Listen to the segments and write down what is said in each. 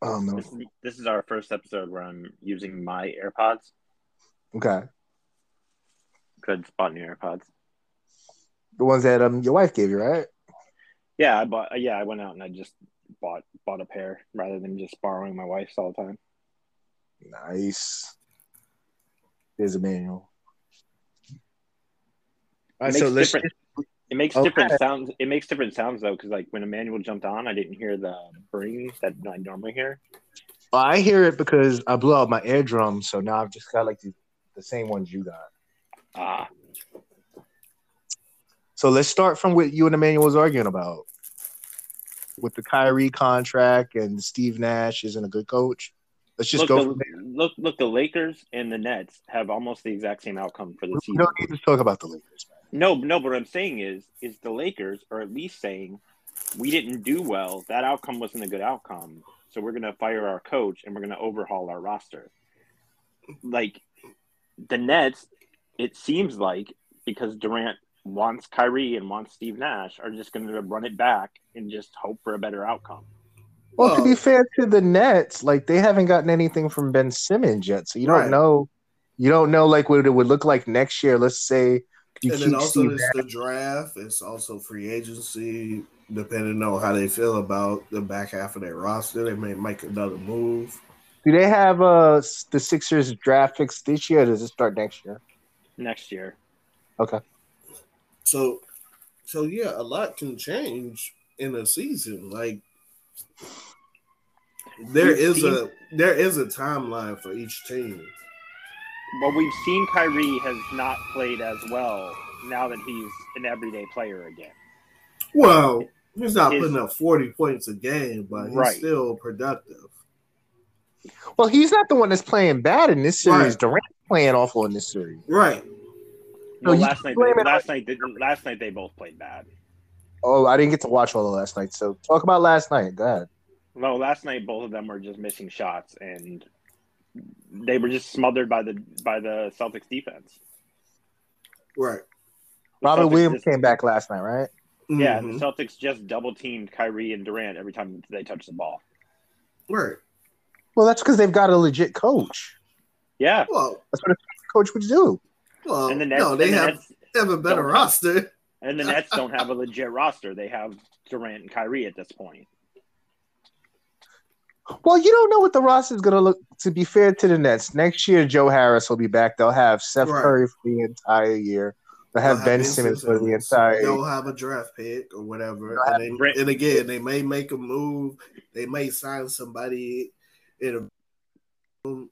Oh no. This is, this is our first episode where I'm using my AirPods. Okay. Good spot new AirPods. The ones that um your wife gave you, right? Yeah, I bought. Yeah, I went out and I just bought bought a pair rather than just borrowing my wife's all the time. Nice. There's a manual. It All right, makes so let's different- It makes Okay. different sounds. It makes different sounds though, because like when Emmanuel jumped on, I didn't hear the bring that I normally hear. Well, I hear it because I blew out my eardrum, so now I've just got like the, the same ones you got. Ah, So let's start from what you and Emmanuel was arguing about with the Kyrie contract and Steve Nash isn't a good coach. Let's just look, go. the, From there. look, look. The Lakers and the Nets have almost the exact same outcome for the We season. don't need to talk about the Lakers. man. No, no, but what I'm saying is, is the Lakers are at least saying we didn't do well. That outcome wasn't a good outcome, so we're going to fire our coach and we're going to overhaul our roster. Like the Nets, it seems like because Durant wants Kyrie and wants Steve Nash are just going to run it back and just hope for a better outcome. Well, to be Well- fair to the Nets, like they haven't gotten anything from Ben Simmons yet, so you don't Right. know. You don't know like what it would look like next year. Let's say you and keep then also Steve it's the draft. It's also free agency. Depending on how they feel about the back half of their roster, they may make another move. Do they have uh the Sixers draft picks this year? Or does it start next year? Next year, So, so yeah, a lot can change in a season. Like there We've is seen- a there is a timeline for each team. well, we've seen Kyrie has not played as well now that he's an everyday player again. Well, he's not Is- putting up forty points a game, but he's Right. still productive. Well, he's not the one that's playing bad in this series. Right. Durant's playing awful in this series. Right. No, Well, you last night, blame it on- last night, they- last night they both played bad. Oh, I didn't get to watch all of last night. So talk about last night. Go ahead. No, last night both of them were just missing shots, and they were just smothered by the by the Celtics defense. Right. The Robert Celtics Williams just- came back last night, right? Yeah, Mhm. the Celtics just double teamed Kyrie and Durant every time they touched the ball. Right. Well, that's because they've got a legit coach. Yeah, Well, That's what a coach would do. Oh, well, and the Nets, no, they and, the have Nets they have a better don't- roster. and the Nets don't have a legit roster. They have Durant and Kyrie at this point. Well, you don't know what the roster is going to look. To be fair to the Nets, next year Joe Harris will be back. They'll have Seth Right. Curry for the entire year. They'll have Ben Simmons for the entire. They'll have a draft pick or whatever. They'll And, Brent- they, and again, they may make a move. They may sign somebody in a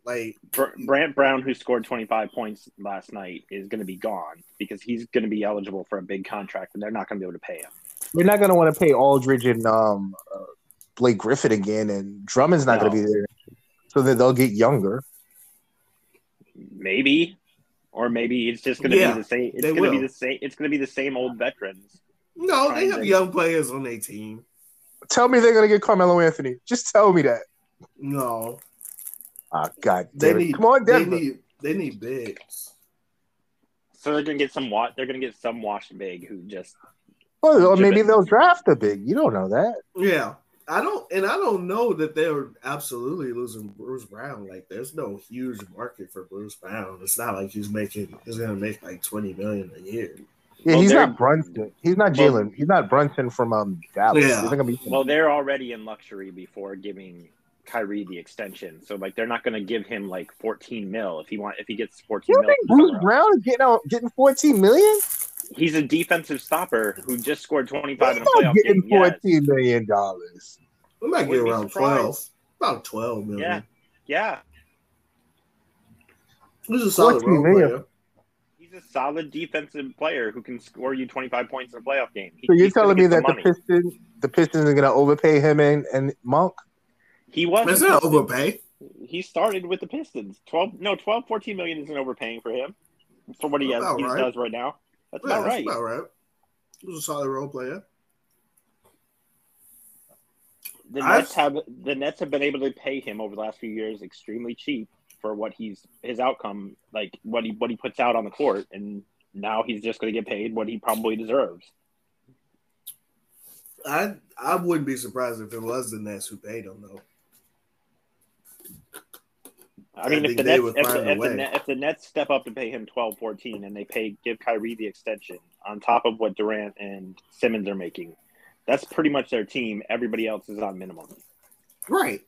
like Br- Brant Brown, who scored 25 points last night, is going to be gone because he's going to be eligible for a big contract, and they're not going to be able to pay him. They're not going to want to pay Aldridge and um, uh, Blake Griffin again, and Drummond's not No. going to be there, so that they'll get younger. maybe or maybe it's just going to Yeah, be the same it's they going to be will. the same it's going to be the same old veterans no, they Right, have they- young players on their team. Tell me they're going to get Carmelo Anthony. Just tell me that. No, Ah, God, they damn it. need come on, they Denver. need they need bigs. so they're going to get some wa- they're going to get some washed big who just Well, or maybe Jimmy. they'll draft a big. You don't know that. Yeah. I don't, and I don't know that they're absolutely losing Bruce Brown. Like, there's no huge market for Bruce Brown. It's not like he's making, he's gonna make like twenty million a year. Yeah, Well, he's they're- not Brunson. He's not Well- Jalen. he's not Brunson from um Dallas. Yeah. He's not gonna be. well they're already in luxury before giving Kyrie the extension so like they're not going to give him like 14 mil if he want if he gets 14 you don't mil think from Bruce somewhere else. Brown is getting out getting fourteen million? he's a defensive stopper who just scored He's 25 in a playoff not getting game yes. fourteen million dollars. We might get Wouldn't be around surprised. twelve, about twelve million. Yeah. yeah This is a solid 14 role million. player. he's a solid defensive player who can score you 25 points in a playoff game He- So you're he's gonna telling me get that the money. Pistons, the Pistons are gonna overpay him and and Monk? he was That's not overpay. he started with the Pistons. 12 no, 12 14 million isn't overpaying for him for what he has About he right. does right now. That's Yeah, about that's right. about right. This is a solid role player. The I've- Nets have the Nets have been able to pay him over the last few years extremely cheap for what he's his outcome, like what he what he puts out on the court and now he's just going to get paid what he probably deserves. I I wouldn't be surprised if it was the Nets who paid him though. I mean, I if think the, they Nets, would if, find the, a if, the way. Net, if the Nets step up to pay him 12, 14, and they pay give Kyrie the extension on top of what Durant and Simmons are making, that's pretty much their team. Everybody else is on minimum. Right.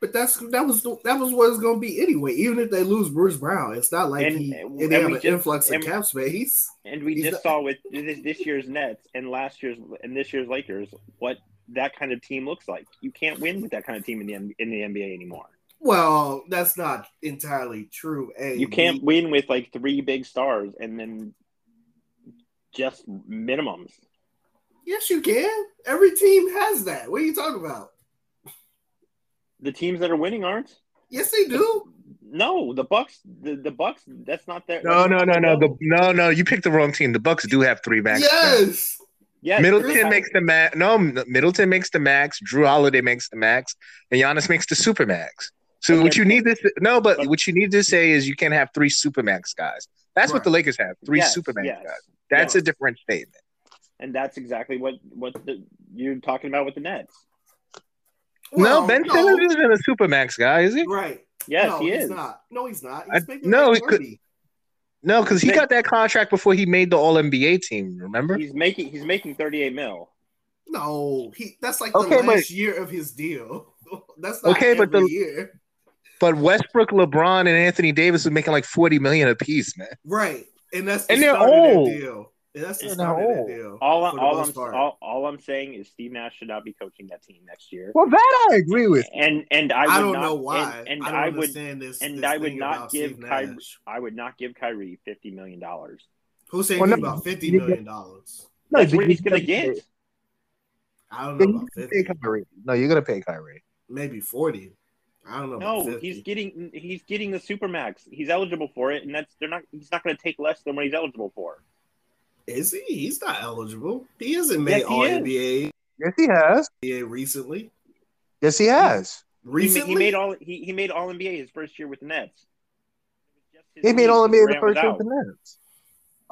But that's that was that was what it's gonna be anyway. Even if they lose Bruce Brown, it's not like And- he and and they have we an just- influx of and- cap space. And we He's just not- saw with this, this year's Nets and last year's and this year's Lakers what that kind of team looks like. You can't win with that kind of team in the N- in the NBA anymore. Well, that's not entirely true. A, You can't win with like three big stars and then just minimums. Yes, you can. Every team has that. What are you talking about? The teams that are winning aren't. Yes, they do. No, the Bucks. The, the Bucks. That's not their. No, no, no, no. The, The, no, no. You picked the wrong team. The Bucks do have three max. yes. yes, Middleton yes. makes the max. No, Middleton makes the max. Drew Holiday makes the max, and Giannis makes the super max. So But what you need then- to no, but but- what you need to say is you can't have three super max guys. That's what Right. the Lakers have. Three Yes, super max yes, guys. That's yes. a different statement. and that's exactly what what the, you're talking about with the Nets. Well, no, Ben Simmons isn't a super max guy, is he? Right. Yes, no, he he's is. not. No, he's not. I- He's bigger no, than he could- 40. No, because he Ben- got that contract before he made the All NBA team. Remember? He's making he's making 38 mil. No, he. That's like the Okay, last but- year of his deal. That's not Okay, every but the- year. But Westbrook, LeBron, and Anthony Davis was making like forty million apiece, man. Right, and that's the And they're start of their old. deal. And that's And the they're start of old. their deal. All for I'm the all most I'm part. all, all I'm saying is Steve Nash should not be coaching that team next year. Well, that I agree with. And and I, I, would don't not- know why. And, and I, I, don't would understand this. and this I would thing not about give Steve Kyrie- Nash. I would not give Kyrie 50 million dollars. Who's saying Well, he's no. about fifty million dollars? No, That's but what you- he's gonna get. I don't know Then you about can pay fifty. Kyrie. No, you're gonna pay Kyrie. Maybe forty. I don't know. about No, 50. he's getting he's getting the supermax. He's eligible for it, and that's they're not. He's not going to take less than what he's eligible for. is he? He's not eligible. He hasn't made Yes, he All is. NBA Yes, he has. NBA recently. Yes, he has. He, ma- Recently, he made all he, he made all NBA his first year with the Nets. He made all of me the first year year for the Nets.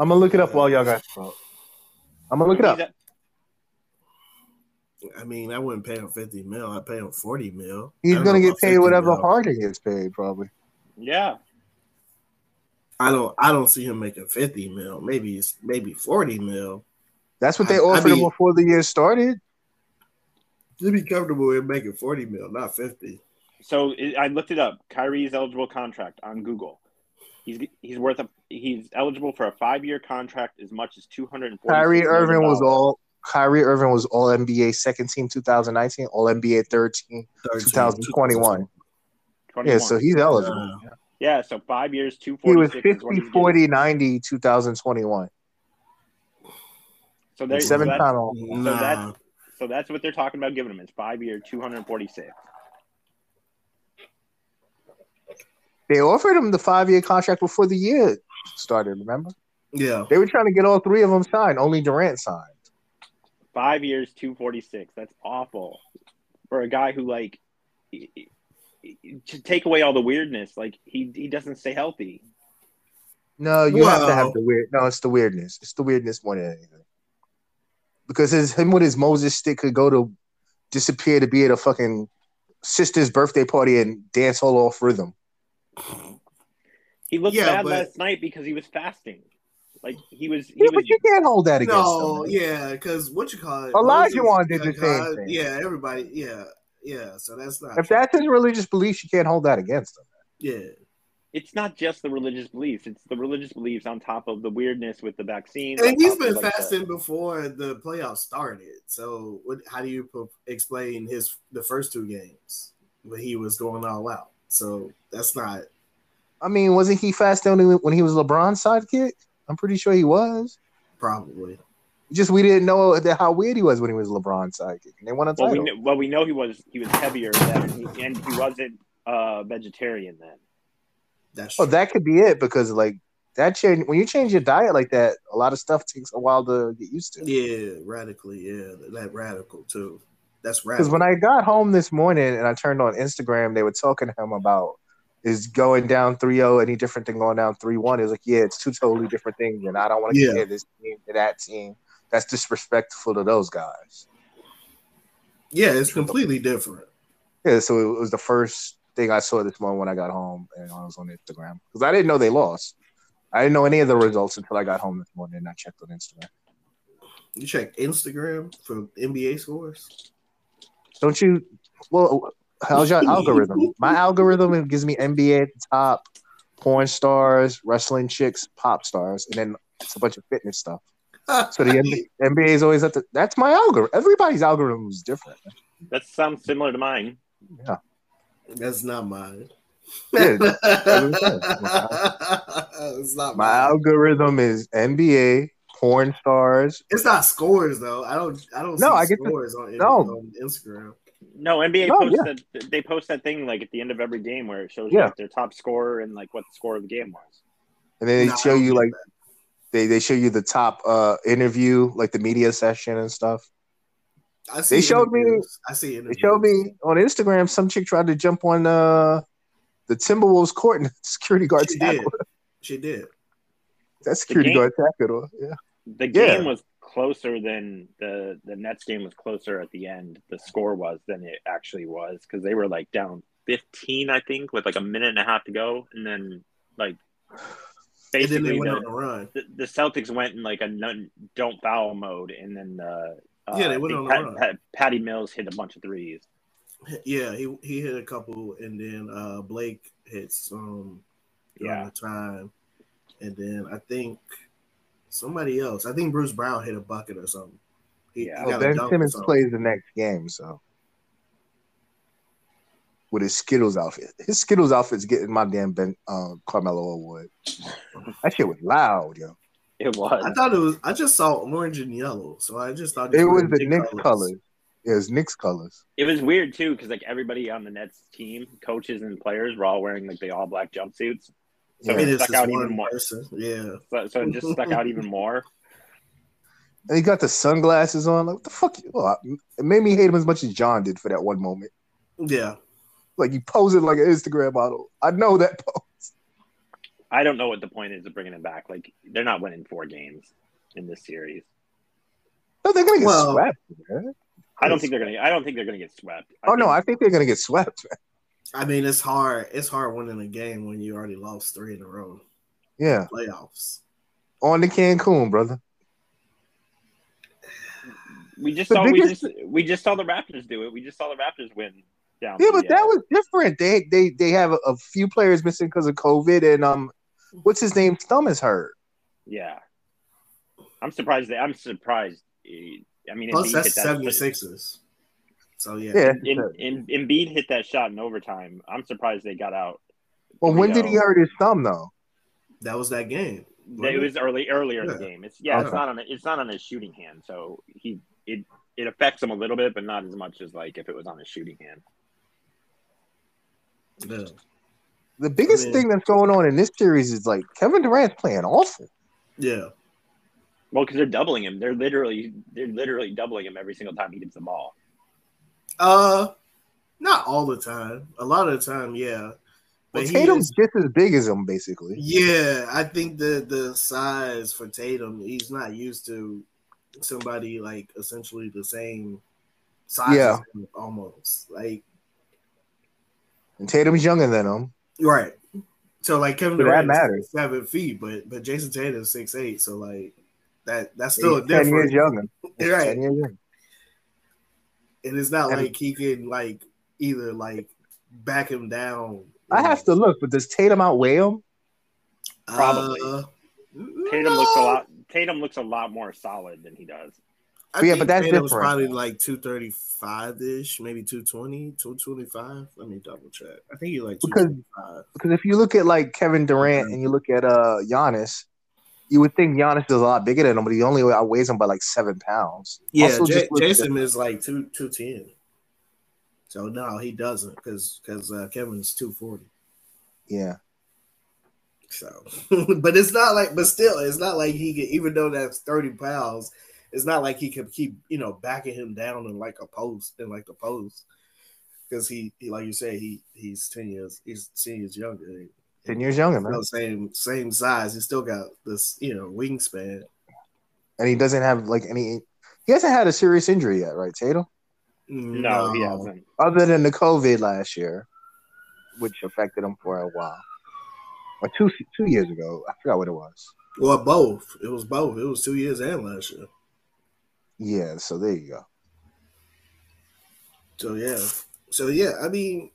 I'm gonna look it up while y'all guys talk. I'm gonna look it up. I mean, I wouldn't pay him fifty mil. I'd pay him forty mil. I He's don't gonna know get about paid 50 whatever mil. Harding gets paid, probably. Yeah, I don't. I don't see him making fifty mil. Maybe it's maybe forty mil. That's what they I- I offered mean- him before the year started. He'd be comfortable with making forty mil, not fifty. So it, I looked it up. Kyrie's eligible contract on Google. He's he's worth a he's eligible for a five year contract as much as two hundred and forty. Kyrie Irving was all Kyrie Irving was all NBA second team 2019, all NBA third team 13, 2021. Yeah, so he's eligible. Uh, yeah, so five years, two He forty was six. 50, 40, 90, 2021. So there, so Seven that- time all. nah. that's- So that's what they're talking about giving him. It's five year, two hundred forty six. They offered him the five year contract before the year started, remember? yeah. They were trying to get all three of them signed. Only Durant signed. Five years, two forty six. That's awful for a guy who like he- he- to take away all the weirdness. Like he he doesn't stay healthy. No, you have to have Wow. the weird. No, it's the weirdness. It's the weirdness more than anything. Because his him with his Moses stick could go to disappear to be at a fucking sister's birthday party and dance all off rhythm. He looked Yeah, bad but- last night because he was fasting. Like he was, he Yeah, was but you can't hold that against No, him. man. yeah, because what you call it? Olajuwon Moses, did the uh, same thing. Yeah, everybody. Yeah, yeah. So that's not. If true. that's his religious beliefs, you can't hold that against him. yeah, it's not just the religious beliefs; it's the religious beliefs on top of the weirdness with the vaccine. and he's been fasting before the playoffs started. So what, how do you pro- explain his the first two games when he was going all out? So that's not. I mean, wasn't he fast only when he was LeBron's sidekick? I'm pretty sure he was. Probably. Just we didn't know that how weird he was when he was LeBron's sidekick, and they won a Well, title. we know, well, we know he was he was heavier then, and he, and he wasn't uh, vegetarian then. That's Oh, true. that could be it because like that change when you change your diet like that, a lot of stuff takes a while to get used to. yeah, radically. Yeah, that radical too. That's Because radical. when I got home this morning and I turned on Instagram, they were talking to him about is going down 3-0 any different than going down 3-1. It was like, yeah, it's two totally different things, and I don't want to Yeah. compare this team to that team. That's disrespectful to those guys. yeah, it's completely different. Yeah, so it was the first thing I saw this morning when I got home and I was on Instagram because I didn't know they lost. I didn't know any of the results until I got home this morning and I checked on Instagram. You checked Instagram for NBA scores? Don't you? Well, how's your algorithm? My algorithm gives me NBA top porn stars, wrestling chicks, pop stars, and then it's a bunch of fitness stuff. So the NBA, NBA is always at the. That's my algorithm. Everybody's algorithm is different. That sounds similar to mine. Yeah. That's not mine. Yeah, it's not My mine. algorithm is NBA, porn stars. It's not scores though. I don't. I don't. No, see I get the- scores on, no. on Instagram. No, NBA No, posts Oh, yeah. that they post that thing like at the end of every game where it shows Yeah. like, their top scorer and like what the score of the game was. And then they No, I show don't you get like they, they show you the top uh interview, like the media session and stuff. that. I see they showed me- interviews. I see. They interviews. showed me on Instagram some chick tried to jump on uh the Timberwolves court and the security guard She did. tackled. her. She did. That security game- guard tackled her. Yeah. The Yeah. game was closer than the the Nets game was closer at the end. The score was than it actually was because they were like down fifteen, I think, with like a minute and a half to go, and then like And then they basically went the, on a run. the, the Celtics went in like a non, don't foul mode, and then uh, uh, Yeah, they went I on think a run. Patty Mills hit a bunch of threes. Yeah, he he hit a couple, and then uh Blake hits um during Yeah. the time, and then I think somebody else. I think Bruce Brown hit a bucket or something. He, he Yeah. got Well, a Oh, ben dunk or Simmons something. plays the next game, so with his Skittles outfit. His Skittles outfit's getting my damn Ben uh, Carmelo award. That shit was loud, yo. It was. I thought it was. I just saw orange and yellow, so I just thought It these were was the big Knicks colors. It was Knicks colors. It was weird too because like everybody on the Nets team, coaches and players, were all wearing like the all black jumpsuits. So It it is stuck just out one even more. person. Yeah, So, so it just stuck out even more. And he got the sunglasses on. Like, what the fuck? You, oh, it made me hate him as much as John did for that one moment. yeah. Like, you posing like an Instagram model. I know that pose. I don't know what the point is of bringing it back. Like they're not winning four games in this series. No, they're going to get Well- swept, man. I don't Yes. think they're gonna. I don't think they're gonna get swept. Oh, no, I think- think they're going to get swept. man. I mean, it's hard. It's hard winning a game when you already lost three in a row. Yeah. Playoffs. On to Cancun, brother. we just the saw. biggest- We just we just saw the Raptors do it. We just saw the Raptors win. Oh, Down Yeah, to but the, that uh, was different. They they they have a, a few players missing because of COVID, and um, what's his name? Thumb is hurt. yeah. I'm surprised. That, I'm surprised. eh, I mean, Plus, Embiid that's hit that- 76ers. So yeah, Yeah. In, in, Embiid hit that shot in overtime. I'm surprised they got out. Well, when did he hurt his thumb though? that was that game. It was early earlier in the Yeah. game. It's yeah, it's Okay. not on it's not on his shooting hand, so he it it affects him a little bit, but not as much as like if it was on his shooting hand. Yeah. The biggest Yeah. thing that's going on in this series is like Kevin Durant's playing awful. Yeah. Well, because they're doubling him. They're literally they're literally doubling him every single time he gets the ball. Uh, not all the time. A lot of the time, yeah. Well, he Tatum's is- just as big as him, basically. yeah, I think the the size for Tatum, he's not used to somebody like essentially the same size. as Yeah. him, almost like And Tatum's younger than him. right. So like Kevin But that Durant matters. is seven feet, but but Jason Tatum is six eight. So like that that's still a He's ten years difference. younger. He's Right. Ten years younger. and it's not And- like he can like either like back him down. I have to look, but does Tatum outweigh him? probably. Uh, Tatum looks a no. lot Tatum looks a lot more solid than he does. I But yeah, think but that's Tatum was different. probably like 235 ish, maybe 220, 225. Let me double check. I think you like Because- 225. Because if you look at like Kevin Durant and you look at uh Giannis, you would think Giannis is a lot bigger than him, but he only outweighs him by like seven pounds. Yeah, Also, Ja- just look at- Jason is like 2 210. So no, he doesn't because because uh, Kevin's 240. Yeah. So, but it's not like, but still, it's not like he can, even though that's 30 pounds, it's not like he can keep, you know, backing him down in like a post, in like the post. Because he, he, like you said, he he's 10 years, he's 10 years younger. Ten years younger, man. Still same, same size. He still got this, you know, wingspan. and he doesn't have like any. He hasn't had a serious injury yet, right, Tatum? No, he hasn't. Other than the COVID last year, which affected him for a while, or two two years ago. I forgot what it was. Well, both. It was both. It was two years and last year. Yeah, so there you go. So yeah. So yeah. I mean,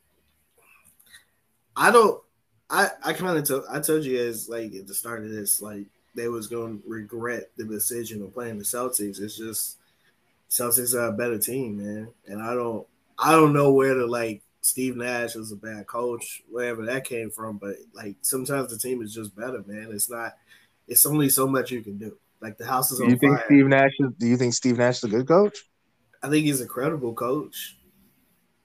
I don't. I I kind of told I told you guys like at the start of this like they was gonna regret the decision of playing the Celtics. It's just Celtics are a better team, man, and I don't I don't know where to like Steve Nash is a bad coach, wherever that came from. But like sometimes the team is just better, man. It's not. It's only so much you can do. Like the house is Do on you think fire. Steve Nash? Is, do you think Steve Nash is a good coach? I think he's a credible coach,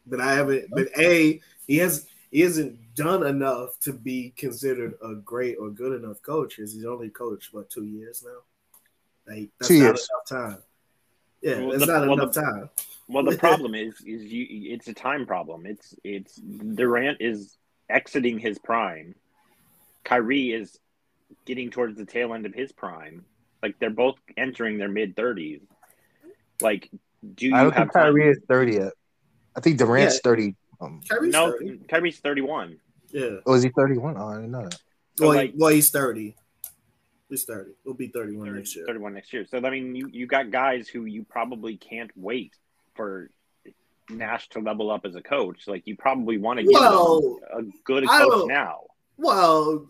but I haven't. But a he has he hasn't done enough to be considered a great or good enough coach because he's only coached what two years now. Like that's Two not years. enough time. Yeah, Well, the- that's not well, the- enough time. Well, the problem is, is you, it's a time problem. It's it's Durant is exiting his prime. Kyrie is getting towards the tail end of his prime. Like they're both entering their mid thirties. Like, do you I don't have think time? Kyrie is thirty yet. I think Durant's Yeah. thirty. Um, Kyrie's No, 30. Kyrie's thirty-one. Yeah. oh, is he thirty-one? Oh, I didn't know that. So, well, he- like- well, he's thirty. He's thirty. He'll be thirty-one 30 next year. 31 next year. So, I mean, you, you got guys who you probably can't wait for Nash to level up as a coach. Like, you probably want to get Well, a good I coach don't- now. Well,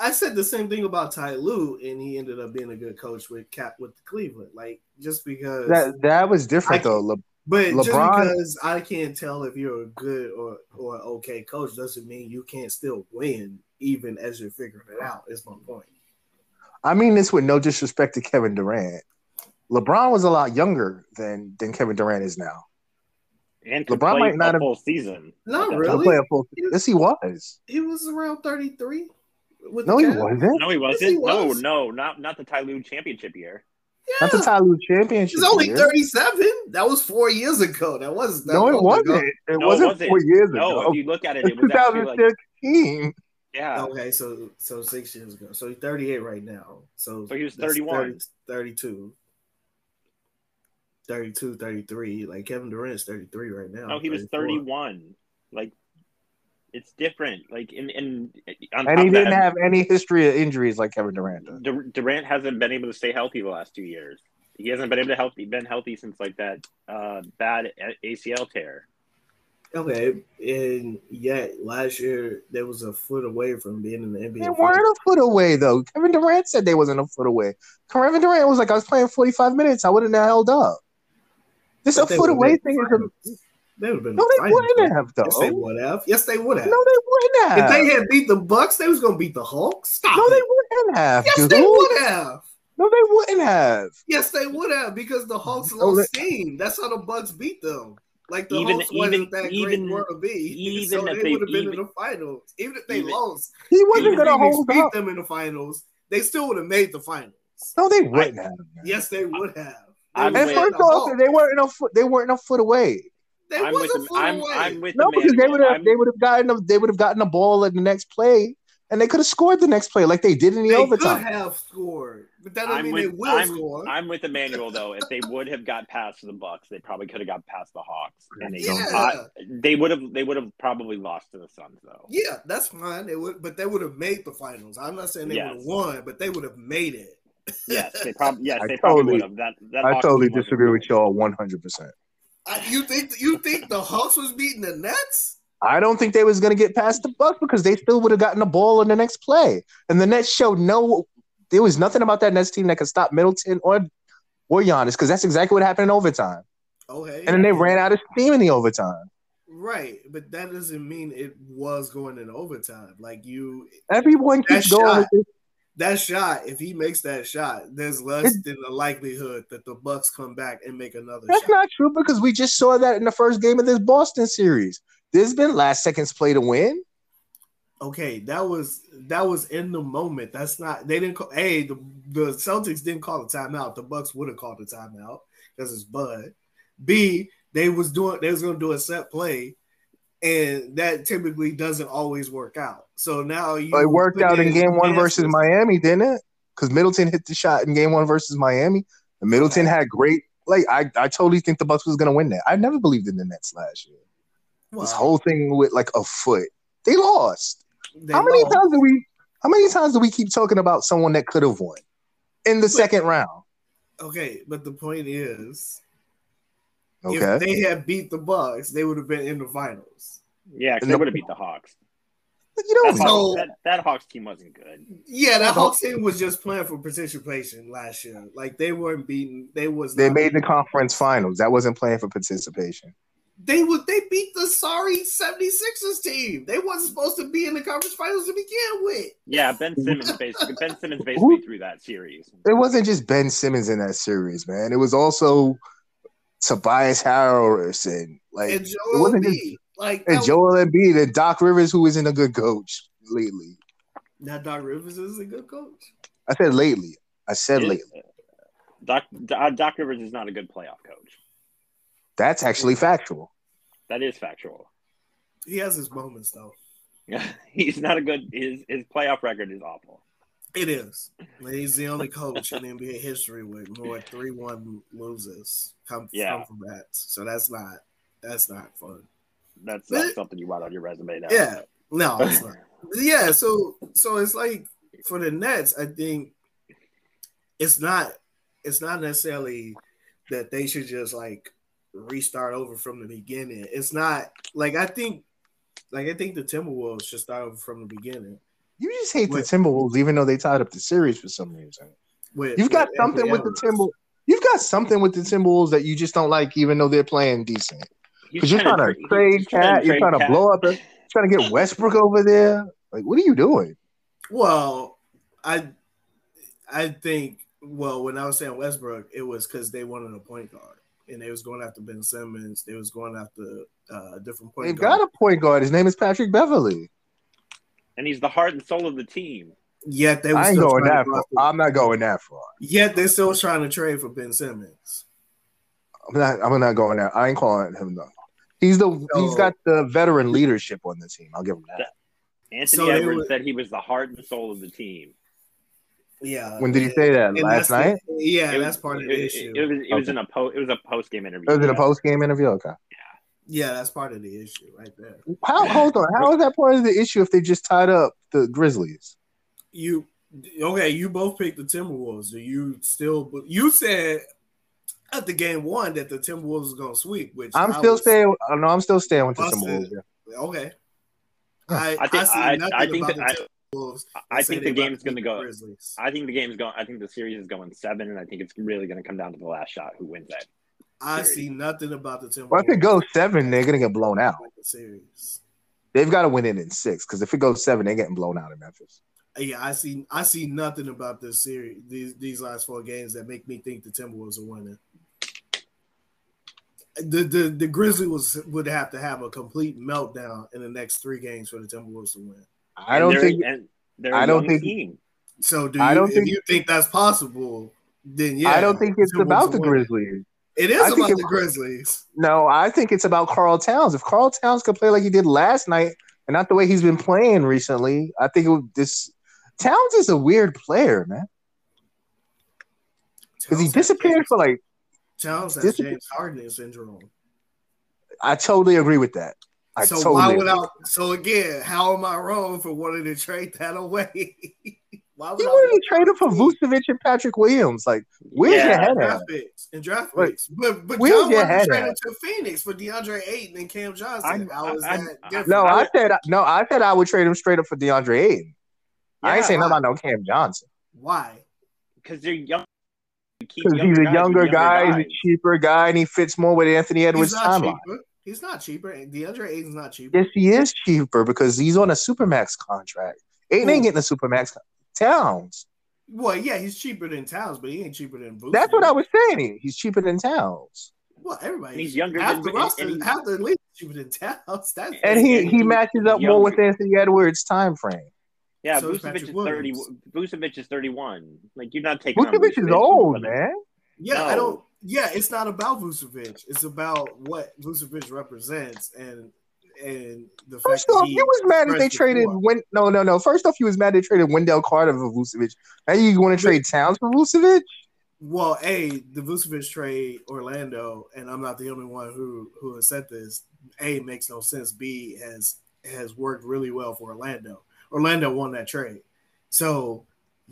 I said the same thing about Ty Lue, and he ended up being a good coach with Cap with Cleveland. Like just because, That that was different I- though. Le- but just LeBron- because I can't tell if you're a good or or okay coach doesn't mean you can't still win even as you're figuring it out. Is my point. I mean this with no disrespect to Kevin Durant. LeBron was a lot younger than than Kevin Durant is now. And could LeBron play might not a have- full season. Not Yeah. I'll really. play a full. Yes, he was. He was around thirty three. No, he wasn't. No, he wasn't. he no, was. no, not not the Ty Lue championship year. Not the Ty Lue championship. He's only year. thirty seven. That was four years ago. That was that No, it long ago. wasn't. It No, it wasn't wasn't. four years No, ago. if you look at it, It's it was actually like, 2015. yeah, Okay, so so six years ago. So he's 38 right now. So, So he was that's 31. 32. 32, 33. Like Kevin Durant's 33 right now. no, he was 34. 31. Like, it's different. Like, and, and, and on top he of that, didn't have any history of injuries like Kevin Durant does. Dur- Durant hasn't been able to stay healthy the last two years. He hasn't been able to healthy been healthy since like that uh, bad A- ACL tear. Okay, and yet last year they was a foot away from being in the NBA. They finals. weren't a foot away though. Kevin Durant said they wasn't a foot away. Kevin Durant was like, I was playing 45 minutes. I wouldn't have held up. This a But they foot would've away been thing is finals. a, They would have been no. in They the finals, wouldn't have though. Yes, they would have. Yes, they would have. No, they wouldn't have. if they had beat the Bucks, they was gonna beat the Hulk. Stop. no, they it. wouldn't have. Yes, dude. they would have. No, they wouldn't have. Yes, they would have because the Hawks No, lost steam. That's how the Bucks beat them. Like the Even- Hawks wasn't even- that even- great were to be, even so if they they- would have been in even- the finals. Even if they even- lost, He wasn't Even even if gonna Phoenix hold beat up. them in the finals, they still would have made the finals. No, they wouldn't have. Yes, they would have. They I'm would And with- have first the off, Hawks. they weren't a foot. They weren't a foot away. They I'm with was a the foot I'm, away. I'm with No, the because they manual. would have I'm- they would have gotten a, they would have gotten a ball at the next play, and they could have scored the next play like they did in the they could overtime. have scored, but that doesn't I'm mean with, they will I'm, score. I'm with Emmanuel though. If they would have got past the Bucks, they probably could have got past the Hawks, and they yeah, I- they would have they would have probably lost to the Suns though. yeah, that's fine. They would, but they would have made the finals. I'm not saying they Yes. would have won, but they would have made it. Yes, they probably yes I they probably totally- would have. That, that I Hawks totally team wasn't disagree with good. y'all 100%. I, you think you think the Hawks was beating the Nets? I don't think they was going to get past the Bucks because they still would have gotten the ball in the next play. And the Nets showed no there was nothing about that Nets team that could stop Middleton or or Giannis because that's exactly what happened in overtime. Okay. And then they ran out of steam in the overtime. Right, but that doesn't mean it was going in overtime. Like you, Everyone keeps That going shot. with this. that shot. If he makes that shot, there's less than the likelihood that the Bucks come back and make another That's shot. not true because we just saw that in the first game of this Boston series. There's been last seconds play to win. okay, that was that was in the moment. That's not. They didn't call. Hey, the the Celtics didn't call a timeout. The Bucks would have called a timeout because it's Bud. B. They was doing. They was gonna do a set play, and that typically doesn't always work out. So now you. It worked put out in game one advances- versus Miami, didn't it? Because Middleton hit the shot in game one versus Miami. And Middleton had great like I, I totally think the Bucks was gonna win that. I never believed in the Nets last year. Wow. This whole thing with like a foot. They lost. They how many lost. times do we? How many times do we keep talking about someone that could have won in the second round? Okay, but the point is, if Okay, they had beat the Bucks, they would have been in the finals. Yeah, 'cause And they the- would have beat the Hawks. But you That don't That's know. Hawks, No. that, that Hawks team wasn't good. Yeah, that Hawks team was just playing for participation last year. Like they weren't beaten. They was They not- made the conference finals. That wasn't playing for participation. They would they beat the sorry 76ers team. They wasn't supposed to be in the conference finals to begin with. Yeah, Ben Simmons basically Ben Simmons Who- basically threw that series. It wasn't just Ben Simmons in that series, man. It was also Tobias Harrison, like And and, Joel wasn't Embiid, like that, was- Joel Embiid and Doc Rivers, who isn't a good coach lately. that Doc Rivers is a good coach. I said lately. I said It- uh, lately. Doc, Doc uh, Doc Rivers is not a good playoff coach. That's actually factual. That is factual. He has his moments though. He's not a good. His his playoff record is awful. It is. He's the only coach in NBA history with more three one loses come Yeah. come from that. So that's not that's not fun. That's not something you want on your resume now. Yeah. No, it's not. yeah, so so it's like for the Nets, I think it's not it's not necessarily that they should just like restart over from the beginning. It's not like I think like I think the Timberwolves should start over from the beginning. You just hate Wait. the Timberwolves, even though they tied up the series for some reason. With, You've got with something with everybody the else. Timber. You've got something with the Timberwolves that you just don't like, even though they're playing decent. He's 'Cause you're tryna tryna tra- trade he's Cat, you're trade tryna Cat. blow up a- trying to get Westbrook over there. Like, what are you doing? Well, I I think well when I was saying Westbrook, it was because they wanted a point guard and they was going after Ben Simmons. They was going after uh, a different point They've guard. got a point guard. His name is Patrick Beverly. and he's the heart and soul of the team. Yet they was I ain't still going trying that to far. go after- I'm not going that far. Yet they still trying to trade for Ben Simmons. I'm not. I'm not going that. I ain't calling him no. He's the. he's got the veteran leadership on the team. I'll give him that. Anthony So they Edwards were- said he was the heart and soul of the team. Yeah. When did he say that? And Last that's the- night. yeah, It was- that's part of it- the it- issue. It, was, it was Okay. in a po- it was a post game interview. It was in a Yeah. post game interview. Okay. yeah, that's part of the issue right there. How? Hold on. How is that part of the issue if they just tied up the Grizzlies? You okay? You both picked the Timberwolves. Do you still? You said at the game one that the Timberwolves was gonna sweep. Which I'm I still was- staying. uh, No, I'm still staying with the Busted. Timberwolves. yeah. Okay. I I, I, think- see I- nothing I think about that- the Timberwolves. I think that say they the about game's beat going to the go. Grizzlies. I think the game's going. I think the series is going seven, and I think it's really going to come down to the last shot who wins that. I Period. see nothing about the Timberwolves. Well, if it goes seven, they're gonna get blown out. Like the series. They've got to win it in six because if it goes seven, they're getting blown out in Memphis. Yeah, I see. I see nothing about this series. These these last four games that make me think the Timberwolves are winning. The the the Grizzlies was, would have to have a complete meltdown in the next three games for the Timberwolves to win. I don't they're- think. And they're I I don't don't think- Team. So do you, I don't if think- you think that's possible? Then yeah, I don't think it's Timberwolves about the are winning. Grizzlies. It is I think about it- the Grizzlies. No, I think it's about Carl Towns. If Carl Towns could play like he did last night and not the way he's been playing recently, I think it would, this Towns is a weird player, man. Because he Towns has disappeared James- for like. Towns has disappeared. James Harden syndrome. I totally agree with that. I so totally. why would agree. I? So again, how am I wrong for wanting to trade that away? why would He I wanted to trade him for Vucevic and Patrick Williams. Like, where's your Yeah. head at? draft picks and draft Wait, picks? But but where's John your wanted to head trade at? him to Phoenix for DeAndre Ayton and Cam Johnson. I'm- How is I'm- that I'm- different? No, I I would- said no. I said I would trade him straight up for DeAndre Ayton. I ain't Yeah, saying nothing why? about no Cam Johnson Why? because they're young. you keep because he's younger a guys with younger guy, guys. he's a cheaper guy, and he fits more with Anthony He's Edwards' not timeline. cheaper. He's not cheaper. and DeAndre Ayton's not cheaper. Yes, he is cheaper because he's on a supermax contract. Aiden Who? ain't getting a supermax. con- Towns. Well, yeah, he's cheaper than Towns, but he ain't cheaper than Vucevic. That's what I was saying. He's cheaper than Towns, Well, everybody. He's younger half than- the and- roster. and he- half the league is cheaper than Towns. That's and he And he he- matches up he's more with younger. Anthony Edwards' time frame. Yeah, So is Vucevic Patrick is thirty. Williams. Vucevic is thirty-one. Like you're not taking. on Vucevic is Vucevic. old, man. Yeah, No. I don't. Yeah, it's not about Vucevic. It's about what Vucevic represents and and the fact First off, that he you was mad that they expressed traded before. Win. No, no, no. First off, you was mad they traded Wendell Carter for Vucevic. Now you want to trade Towns for Vucevic? Well, a the Vucevic trade Orlando, and I'm not the only one who who has said this. A makes no sense. B has has worked really well for Orlando. Orlando won that trade. So,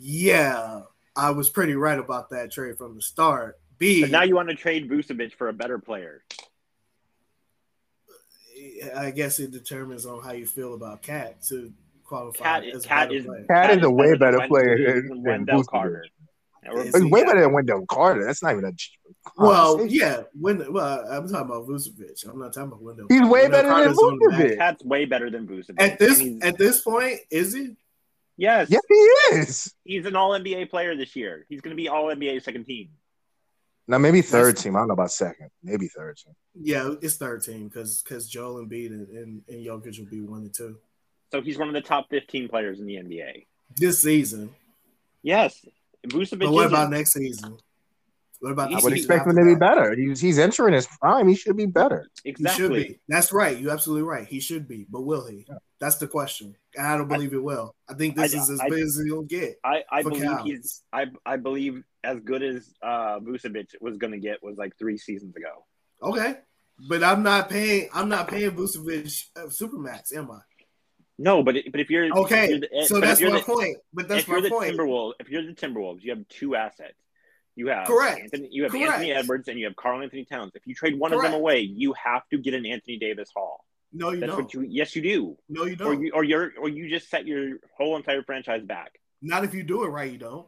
yeah, I was pretty right about that trade from the start. B, But now you want to trade Vucevic for a better player. I guess it determines on how you feel about Cat to qualify Cat, as a Cat better is player. Cat is a way better Wen- player than than Wendell Vucevic. Carter. Or- Is It's he- way better than Wendell Carter. That's not even a. Well, conversation. yeah. When well, I'm talking about Vucevic. I'm not talking about Wendell. He's way Wendell better than Carter's on the back. Vucevic. Cat's way better than Vucevic. At this And he's- at this point, is he? yes, Yes, he is. he's an All NBA player this year. He's going to be All NBA second team. Now maybe third That's- team. I don't know about second. Maybe third team. Yeah, it's thirteen because because Joel Embiid and, and and Jokic will be one and two So he's one of the top fifteen players in the NBA. this season. Yes, Vucevic. But what is- about next season? What about He- I the would he- season expect him after to be that? better. He's, he's entering his prime. He should be better. He Exactly. should be. That's right. You're absolutely right. He should be, but will he? That's the question. And I don't believe it will. I think this I- is as I- big as he'll get. I, I for believe Cal. he's I I believe as good as uh Vucevic was gonna get was like three seasons ago. Okay, but I'm not paying. I'm not paying Vucevic uh, supermax, am I? No, but it, but if you're if Okay, you're the- but so if that's you're my the- point. But that's if you're the my point. Timberwolves, if you're the Timberwolves, you have two assets. You have Correct. Anthony, you have Correct. Anthony Edwards and you have Carl Anthony Towns. If you trade one of them Correct. away, you have to get an Anthony Davis Hall. No, you That's don't. what you. Yes, you do. no, you Or don't. you or you're or you just set your whole entire franchise back. not if you do it right. You don't.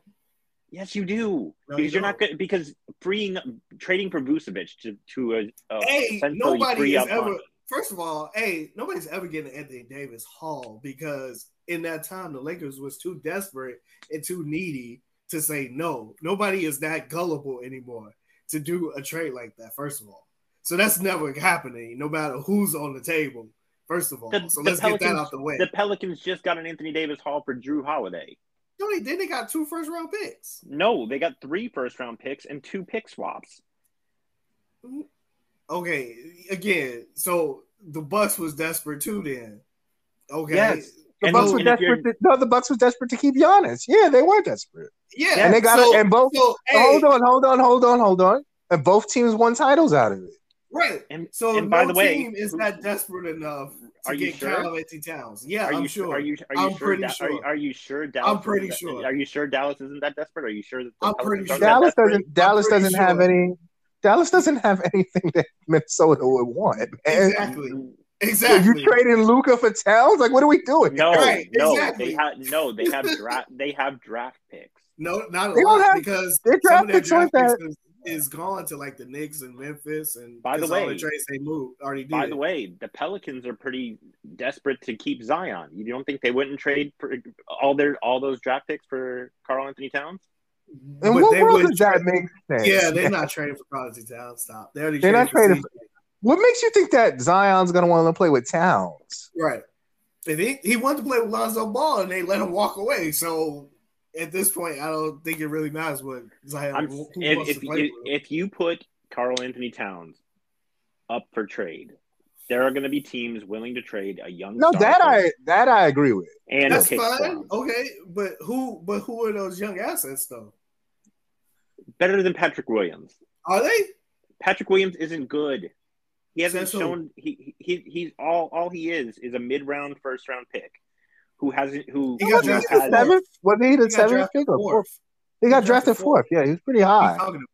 Yes, you do. No, because you you are not don't. good because freeing trading for Vucevic to to a, a Hey, essentially nobody free is up ever. money. First of all, hey, nobody's ever getting Anthony Davis Hall because in that time the Lakers was too desperate and too needy to say no. Nobody is that gullible anymore to do a trade like that. First of all, so that's never happening, no matter who's on the table. First of all, The- so the let's get that Pelicans- out the way. The Pelicans just got an Anthony Davis Hall for Drew Holiday. no, they then they got two first round picks. No, they got three first round picks and two pick swaps. Okay, again, so the Bucks was desperate too. Then, okay, Yes. The And- Bucks were and if you're- desperate. To, no, the Bucks were desperate to keep Giannis. Yeah, they were desperate, yeah, and they got so- it. And both. so, hey, Hold on, hold on, hold on, hold on. And both teams won titles out of it. Right. And So and no by the way, team is not desperate enough to Are you get sure? Carl Anthony Towns. Yeah, are I'm you sure. Are you are you I'm sure, pretty Da- Are, you, sure. are you sure Dallas? I'm pretty isn't that- sure. Are you sure Dallas isn't that desperate? Are you sure that the I'm pretty Pelicans aren't that sure. Dallas desperate? doesn't. Dallas pretty doesn't have sure. any. Dallas doesn't have anything that Minnesota would want. And Exactly. if Exactly. you trading Luca for Towns? Like, what are we doing? No, Right, no, exactly. they have no, they have draft, they have draft picks. no, not a They don't lot have- because They some of draft their picks like draft that. picks is, is gone to like the Knicks and Memphis and By the 'cause all way- the trades they moved already did. By the way, the Pelicans are pretty desperate to keep Zion. You don't think they wouldn't trade for all their all those draft picks for Carl Anthony Towns? In But what they world would does that trade- make sense? Yeah, they're not trading for Carl Anthony Towns. Stop. They already They're not traded trading for What makes you think that Zion's gonna want to play with Towns? CJ. right. And he, he wanted to play with Lonzo Ball and they let him walk away. So at this point, I don't think it really matters what Zion I'm, who wants if, if, to play if, with. if you put Carl Anthony Towns up for trade, there are going to be teams willing to trade a young. No, star that for- I that I agree with. and a That's pick fine. swap. Okay, but who? But who are those young assets though? better than Patrick Williams. Are they? Patrick Williams isn't good. He hasn't Says who? shown he, he he's all all he is is a mid round first round pick who hasn't who He who got Wasn't he has the drafted seventh? Was he the He got seventh drafted pick or fourth. fourth? He got drafted fourth. Yeah, he was pretty What are you high. talking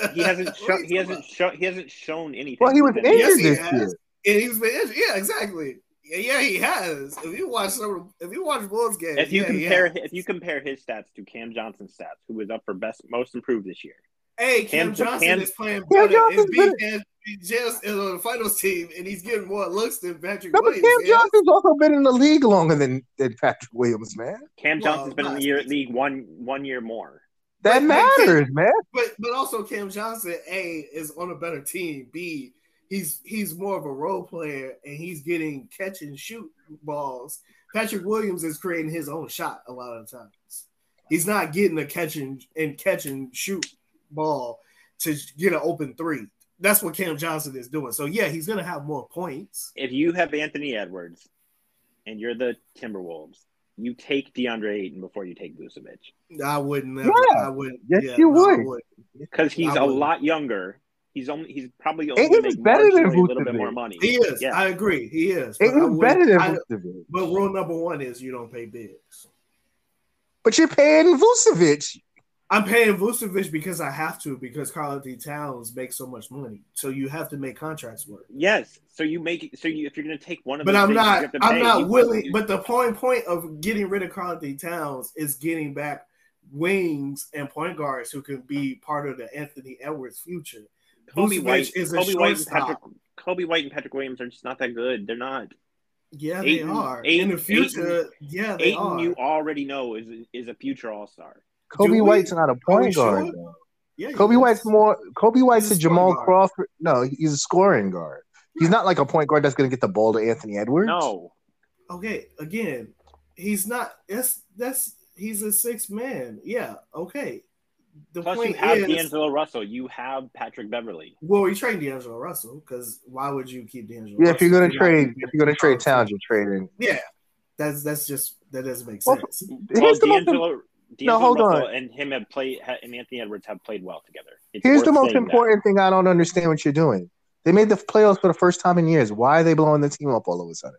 about? he hasn't What are shown he you talking hasn't shown he hasn't shown anything. Well, he was within- injured Yes, he this has. year. about? And he's been injured. Yeah, exactly. Yeah, yeah, he has. If you watch some, of the- if you watch Bulls games, If you yeah, he compare has. if you compare his stats to Cam Johnson's stats, who was up for best most improved this year, hey, Cam Cam- Johnson Cam- is playing Cam better. Johnson's and B. Cam just is on the finals team, and he's getting more looks than Patrick No, but Williams. Cam yeah. Johnson's also been in the league longer than, than Patrick Williams, man. Cam Well, Johnson's been in the not- year, league one one year more. That But- but Cam- matters, man. But but also Cam Johnson, A, is on a better team. B, he's he's more of a role player and he's getting catch and shoot balls. Patrick Williams is creating his own shot a lot of times. He's not getting a catch and, and catch and shoot ball to get an open three. That's what Cam Johnson is doing. So yeah, he's gonna have more points. If you have Anthony Edwards and you're the Timberwolves, you take DeAndre Ayton before you take Vucevic. I wouldn't. ever- Yeah. I wouldn't. Yes, yeah, you no, I would. wouldn't. because he's I a would. lot younger He's only he's probably only Ingram's make better than marginally a little bit Vucevic. more money. He is. Yeah. I agree. He is. But, I Ingram's wouldn't- better than I- Vucevic. but rule number one is you don't pay bids. But you're paying Vucevic. I'm paying Vucevic because I have to because Carl Anthony Towns makes so much money. So you have to make contracts work. Yes. So you make so you if you're gonna take one of But those I'm things, you not have to I'm pay, not you- willing but the point point of getting rid of Carl Anthony Towns is getting back wings and point guards who can be part of the Anthony Edwards future. Kobe Vucevic White is a Kobe White and shortstop. Patrick Kobe White and Patrick Williams are just not that good. They're not. Yeah, they Ayton- are. In Ayton- the future, yeah, they Aiton are. you already know is is a future all star. Kobe we- White's not a we point sure? guard. though. yeah, he Kobe is. White's more. Kobe White's He's a a Jamal scoring guard. Crawford. No, he's a scoring guard. He's not like a point guard that's going to get the ball to Anthony Edwards. No, okay, again, he's not. That's that's he's a six man. Yeah, okay. The Plus, you point have is, D'Angelo Russell. You have Patrick Beverly. well, we trained D'Angelo Russell because why would you keep D'Angelo? Yeah, if you're going to Russell? trade, if you're going to trade Towns, you're trading. yeah, that's that's just that doesn't make Well, sense. Well, Here's the most, D'Angelo, D'Angelo No, hold Russell and him have played, ha- and Anthony Edwards have played well together. It's here's worth the most saying that. important thing. I don't understand what you're doing. They made the playoffs for the first time in years. Why are they blowing the team up all of a sudden?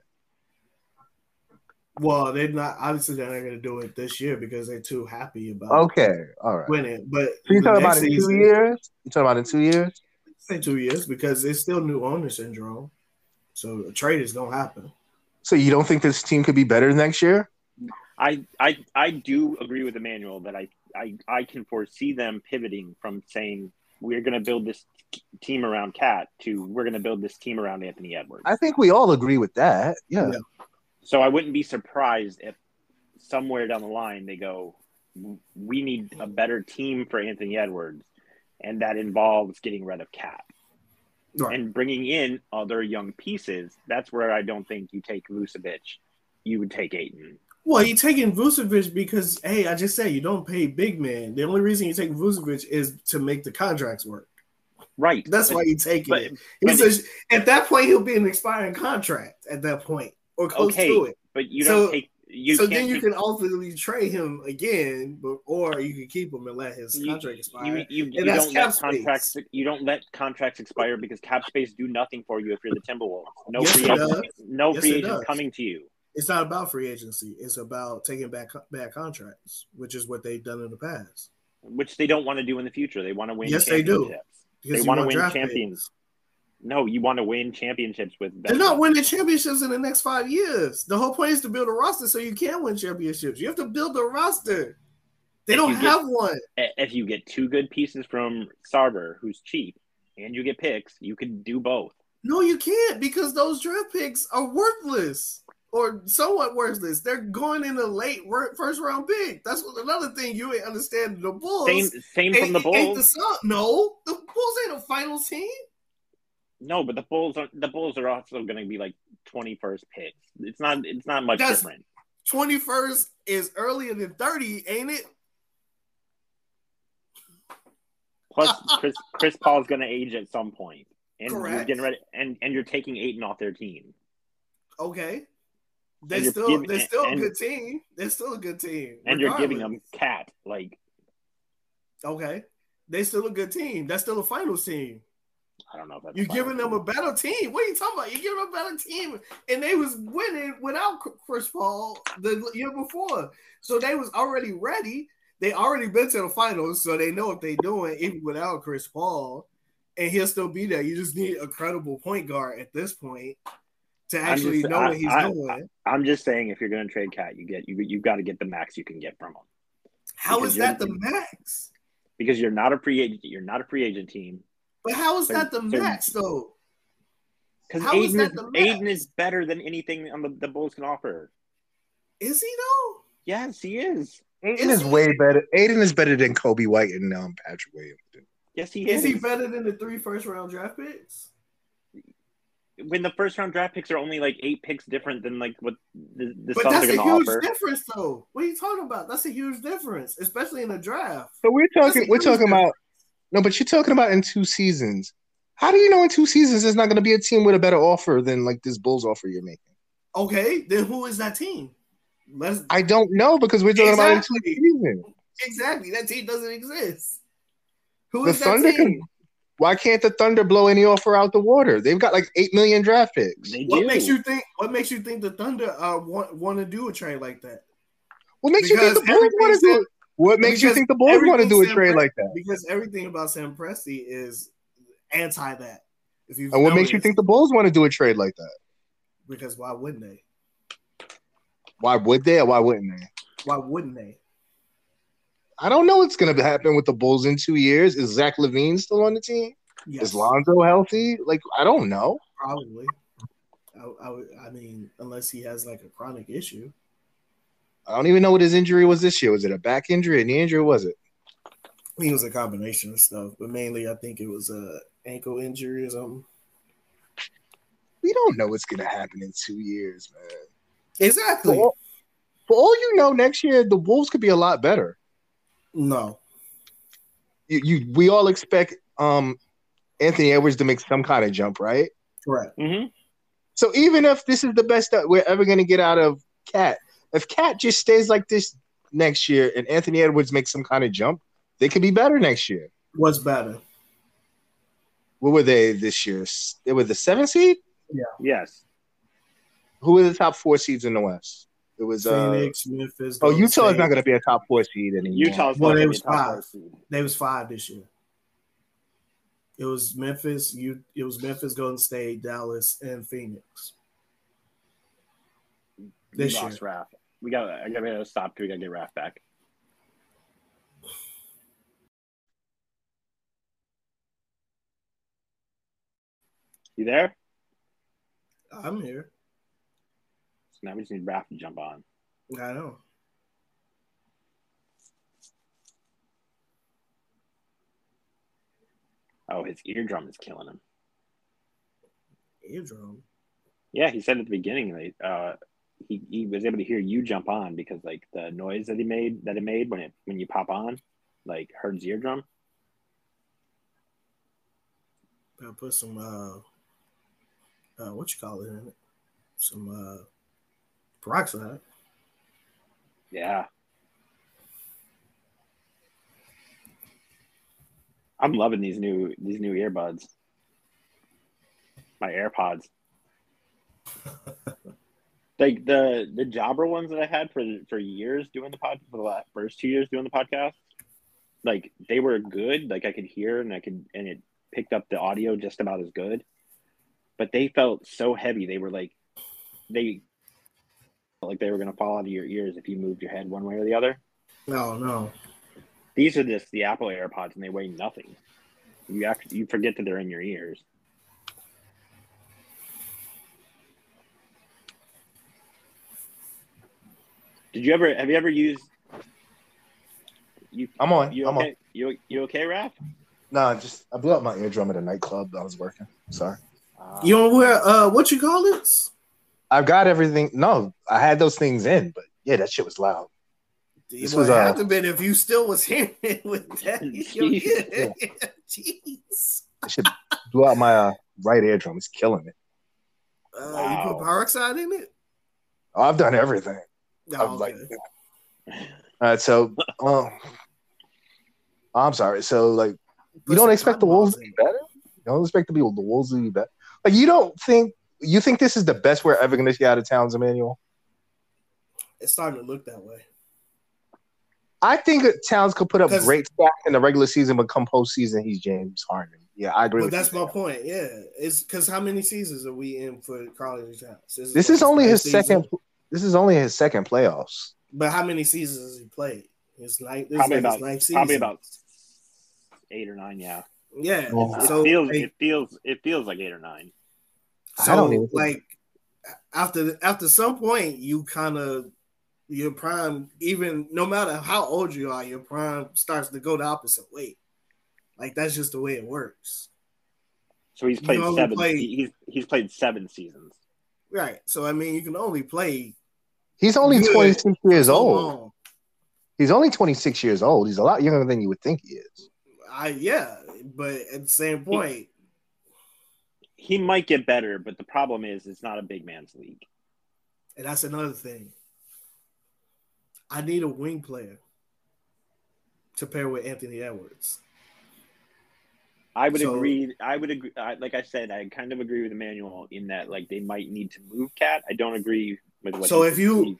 Well, they're not obviously they're not going to do it this year because they're too happy about Okay, all right. winning. But So you're talking about next in two season- years? You're talking about in two years? say two years because it's still new owner syndrome. So a trade is gonna happen. So you don't think this team could be better next year? I, I, I do agree with Emmanuel that I, I, I can foresee them pivoting from saying we're going to build this t- team around Cat to we're going to build this team around Anthony Edwards. I think we all agree with that. Yeah. Yeah. so I wouldn't be surprised if somewhere down the line they go, we need a better team for Anthony Edwards, and that involves getting rid of Cat. Right. and bringing in other young pieces, that's where I don't think you take Vucevic. You would take Aiton. Well, you're taking Vucevic because hey, I just said you don't pay big man. The only reason you take Vucevic is to make the contracts work. Right. That's but, why you take But, it. but, He's a, at that point, he'll be an expiring contract at that point or close Okay, to it. but you so- don't take. You so can't then you take- can ultimately trade him again, but or you can keep him and let his you- contract expire. You, you, you that's don't cap let space. contracts. You don't let contracts expire because cap space do nothing for you if you're the Timberwolves. No Yes, free it agent, does. no Yes, free it agents does. coming to you. it's not about free agency. It's about taking back bad contracts, which is what they've done in the past. which they don't want to do in the future. They want to win. Yes, they do. championships. Because They you wanna want win draft champions. picks. No, you want to win championships with. They're not winning championships in the next five years. The whole point is to build a roster so you can win championships. You have to build a roster. They If don't you get- have one. If you get two good pieces from Sarver, who's cheap, and you get picks, you could do both. No, you can't because those draft picks are worthless or somewhat worthless. They're going in the late wor- first round pick. That's what, another thing you ain't understand. The Bulls Same, same from ain't- the ain't the Bulls. Sun- no, the Bulls ain't a final team. No, but the Bulls are the Bulls are also going to be like twenty first picks. It's not. It's not much That's- different. Twenty first is earlier than thirty, ain't it? Plus, Chris Chris Paul's going to age at some point, and you're Correct. getting ready, and and you're taking Aiton off their team. Okay. They're And you're still giving- they're still and- a good team. They're still a good team. And you're giving them regardless. cat. Like okay. They still a good team. That's still a finals team. I don't know if that's You're fine. giving them a better team. What are you talking about? You're giving them a better team, and they was winning without C- Chris Paul the year before. So they was already ready. They already been to the finals, so they know what they doing even without Chris Paul, and he'll still be there. You just need a credible point guard at this point to actually just- know I- what he's I- doing. I'm just saying, if you're going to trade Cat, you get you you've got to get the max you can get from him How because is that the you're- max? because you're not a free agent. You're not a free agent team. But how is So- that the so- max though? Because How is Aiden, that is- the max? Aiden is better than anything on the, the Bulls can offer. Is he though? Yes, he is. Aiden is way better. Aiden is better than Kobe White and um, Patrick Williams. Yes, he Is is. he better than the three first round draft picks? when the first round draft picks are only like eight picks different than like what the, the But Suns that's are a going to huge offer. difference, though. What are you talking about? That's a huge difference, especially in a draft. So we're talking. That's a We're huge talking about no, but you're talking about in two seasons. How do you know in two seasons there's not going to be a team with a better offer than like this Bulls offer you're making? Okay, then who is that team? Let's I don't know because we're talking about in two Exactly. seasons. exactly that team doesn't exist. Who The is that Thunder team? Why can't the Thunder blow any offer out the water? They've got like eight million draft picks. They What do. makes you think? What makes you think the Thunder uh, want want to do a trade like that? What makes you think Because the Bulls want to everything do? What makes you because think the Bulls want to do a everything trade Sam like that? Because everything about Sam Presti is anti that. If you And what makes you think the Bulls want to do a trade like that? Because why wouldn't they? Why would they? or Why wouldn't they? Why wouldn't they? I don't know what's going to happen with the Bulls in two years. Is Zach Levine still on the team? Yes, Is Lonzo healthy? Like I don't know. probably. I, I, would- I mean, unless he has like a chronic issue. I don't even know what his injury was this year. Was it a back injury, a knee injury? What Was it? I mean, it was a combination of stuff, but mainly I think it was a ankle injury or something. We don't know what's going to happen in two years, man. For Exactly. all, for all you know, next year the Wolves could be a lot better. No. You, you we all expect um Anthony Edwards to make some kind of jump, right? Correct. Mhm. So even if this is the best that we're ever going to get out of Cat, if Cat just stays like this next year and Anthony Edwards makes some kind of jump, they could be better next year. What's better? What were they this year? S- They were the seventh seed. Yes. Who were the top four seeds in the West? It was uh, Phoenix, Memphis. oh Golden Utah is State. not going to be a top four seed anymore. Utah's Well, not gonna it be was a top five. four seed. They was five this year. It was Memphis. You. It was Memphis, Golden State, Dallas, and Phoenix. We This lost Raph. We got. I got to stop. We got to get Raph back. You there? I'm here. So now we just need Raph to jump on. I know. Oh, his eardrum is killing him. Eardrum. Yeah, he said at the beginning like uh, he he was able to hear you jump on because like the noise that he made that it made when it when you pop on, like hurt his eardrum. I put some uh, uh, what you call it in it? Some uh, peroxide. Yeah. I'm loving these new these new earbuds. My AirPods. like the the jobber ones that I had for for years doing the pod for the last first two years doing the podcast. Like they were good. Like I could hear and I could and it picked up the audio just about as good. But they felt so heavy. They were like they like they were gonna fall out of your ears if you moved your head one way or the other. No, no. These are just the Apple AirPods, and they weigh nothing. You act, you forget that they're in your ears. Did you ever have you ever used? You I'm on. you I'm okay? on. You you okay, Raph? Nah, just I blew up my eardrum at a nightclub that I was working. Sorry. Uh, You don't wear uh, what you call it? I've got everything. No, I had those things in, but yeah, that shit was loud. This This was, was uh, have to been if you still was hearing it with that. Yo, yeah. Jeez. That shit blew out my uh, right eardrum. It's killing it. Uh, You Wow. put peroxide in it? Oh, I've done everything. No, I'm like, Oh, okay. all right, so um, I'm sorry. So like, you Put don't some expect the Wolves eyeballs to in be it. better. You don't expect to be the Wolves to be better. Like, you don't think you think this is the best we're ever going to get out of Towns Emmanuel? It's starting to look that way. I think that Towns could put up 'Cause- great stats in the regular season, but come postseason, he's James Harden. Yeah, I agree. But with that's you. my point. Yeah, it's because how many seasons are we in for Carlos Towns? This like is only third his season. second. This is only his second playoffs. But how many seasons has he played? It's like this Probably is like his about- ninth season. Uh, Probably about eight or nine. Yeah, yeah. Oh. it So feels like, it feels it feels like eight or nine. I so don't even think- like after after some point you kind of your prime even no matter how old you are your prime starts to go the opposite way. Like that's just the way it works. So he's You played only seven. played- he- he's he's played seven seasons. Right. So I mean you can only play He's only Good. 26 years so old. long. He's only 26 years old. He's a lot younger than you would think he is. I yeah, but at the same point, He might get better, but the problem is it's not a big man's league. and that's another thing. I need a wing player to pair with Anthony Edwards. I would So- agree. I would agree. I, like I said, I kind of agree with Emmanuel in that like they might need to move Cat. I don't agree with what. So he- if you- he-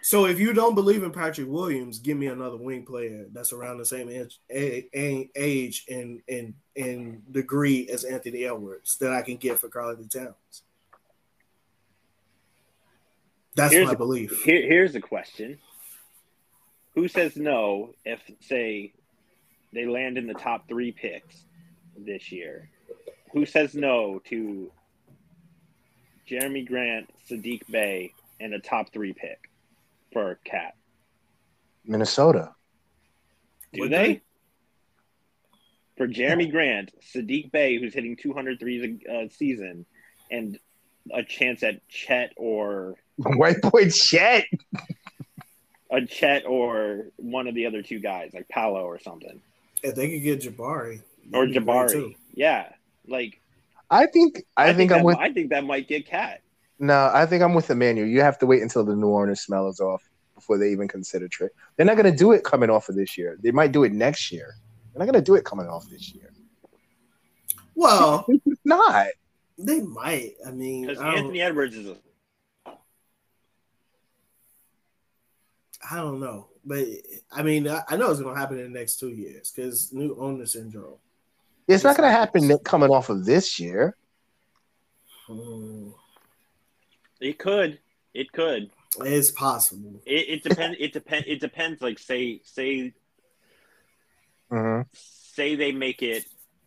So if you don't believe in Patrick Williams, give me another wing player that's around the same age, a- a- age and and and degree as Anthony Edwards that I can get for Carlton Towns. That's Here's my a- belief. here, here's the question: Who says no if say they land in the top three picks this year? Who says no to Jeremy Grant, Sadiq Bay, and a top three pick for Cat? Minnesota. Do Would they? they? For Jeremy Grant, Sadiq Bay, who's hitting 200 threes a, a season, and a chance at Chet or White boy Chet. a Chet or one of the other two guys, like Paolo or something, If they could get Jabari or that'd be great too. Jabari. Yeah, like I think I, think, I'm that- with I think that might get Cat. no, I think I'm with Emmanuel. You have to wait until the New Orleans smell is off before they even consider trade. They're not gonna do it coming off of this year. They might do it next year. They're not gonna do it coming off this year. Well, Not. they might. I mean, Because I don't, Anthony Edwards is a, I don't know, but I mean, I, I know it's gonna happen in the next two years because new owner syndrome. It's not gonna happen ne- coming off of this year. Hmm. it could, it could. It's possible. It, it depends. It depends. It depends. Like say say Mhm. say they make it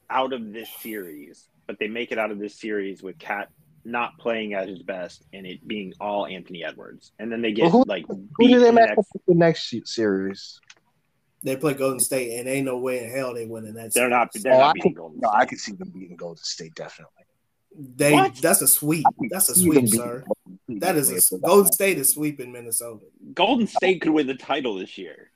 out of this series, but they make it out of this series with Cat not playing at his best and it being all Anthony Edwards, and then they get Well, who- like Who beat do in they the match up next- with the next se- series? They play Golden State, and ain't no way in hell they winning that. They're not. series. They're Oh, I not beating think- Golden No, State. I could see them beating Golden State definitely. They What? that's a sweep. That's a See them sweep, beating sir. Golden State That is a definitely. Golden State is sweeping Minnesota. Golden State could win the title this year.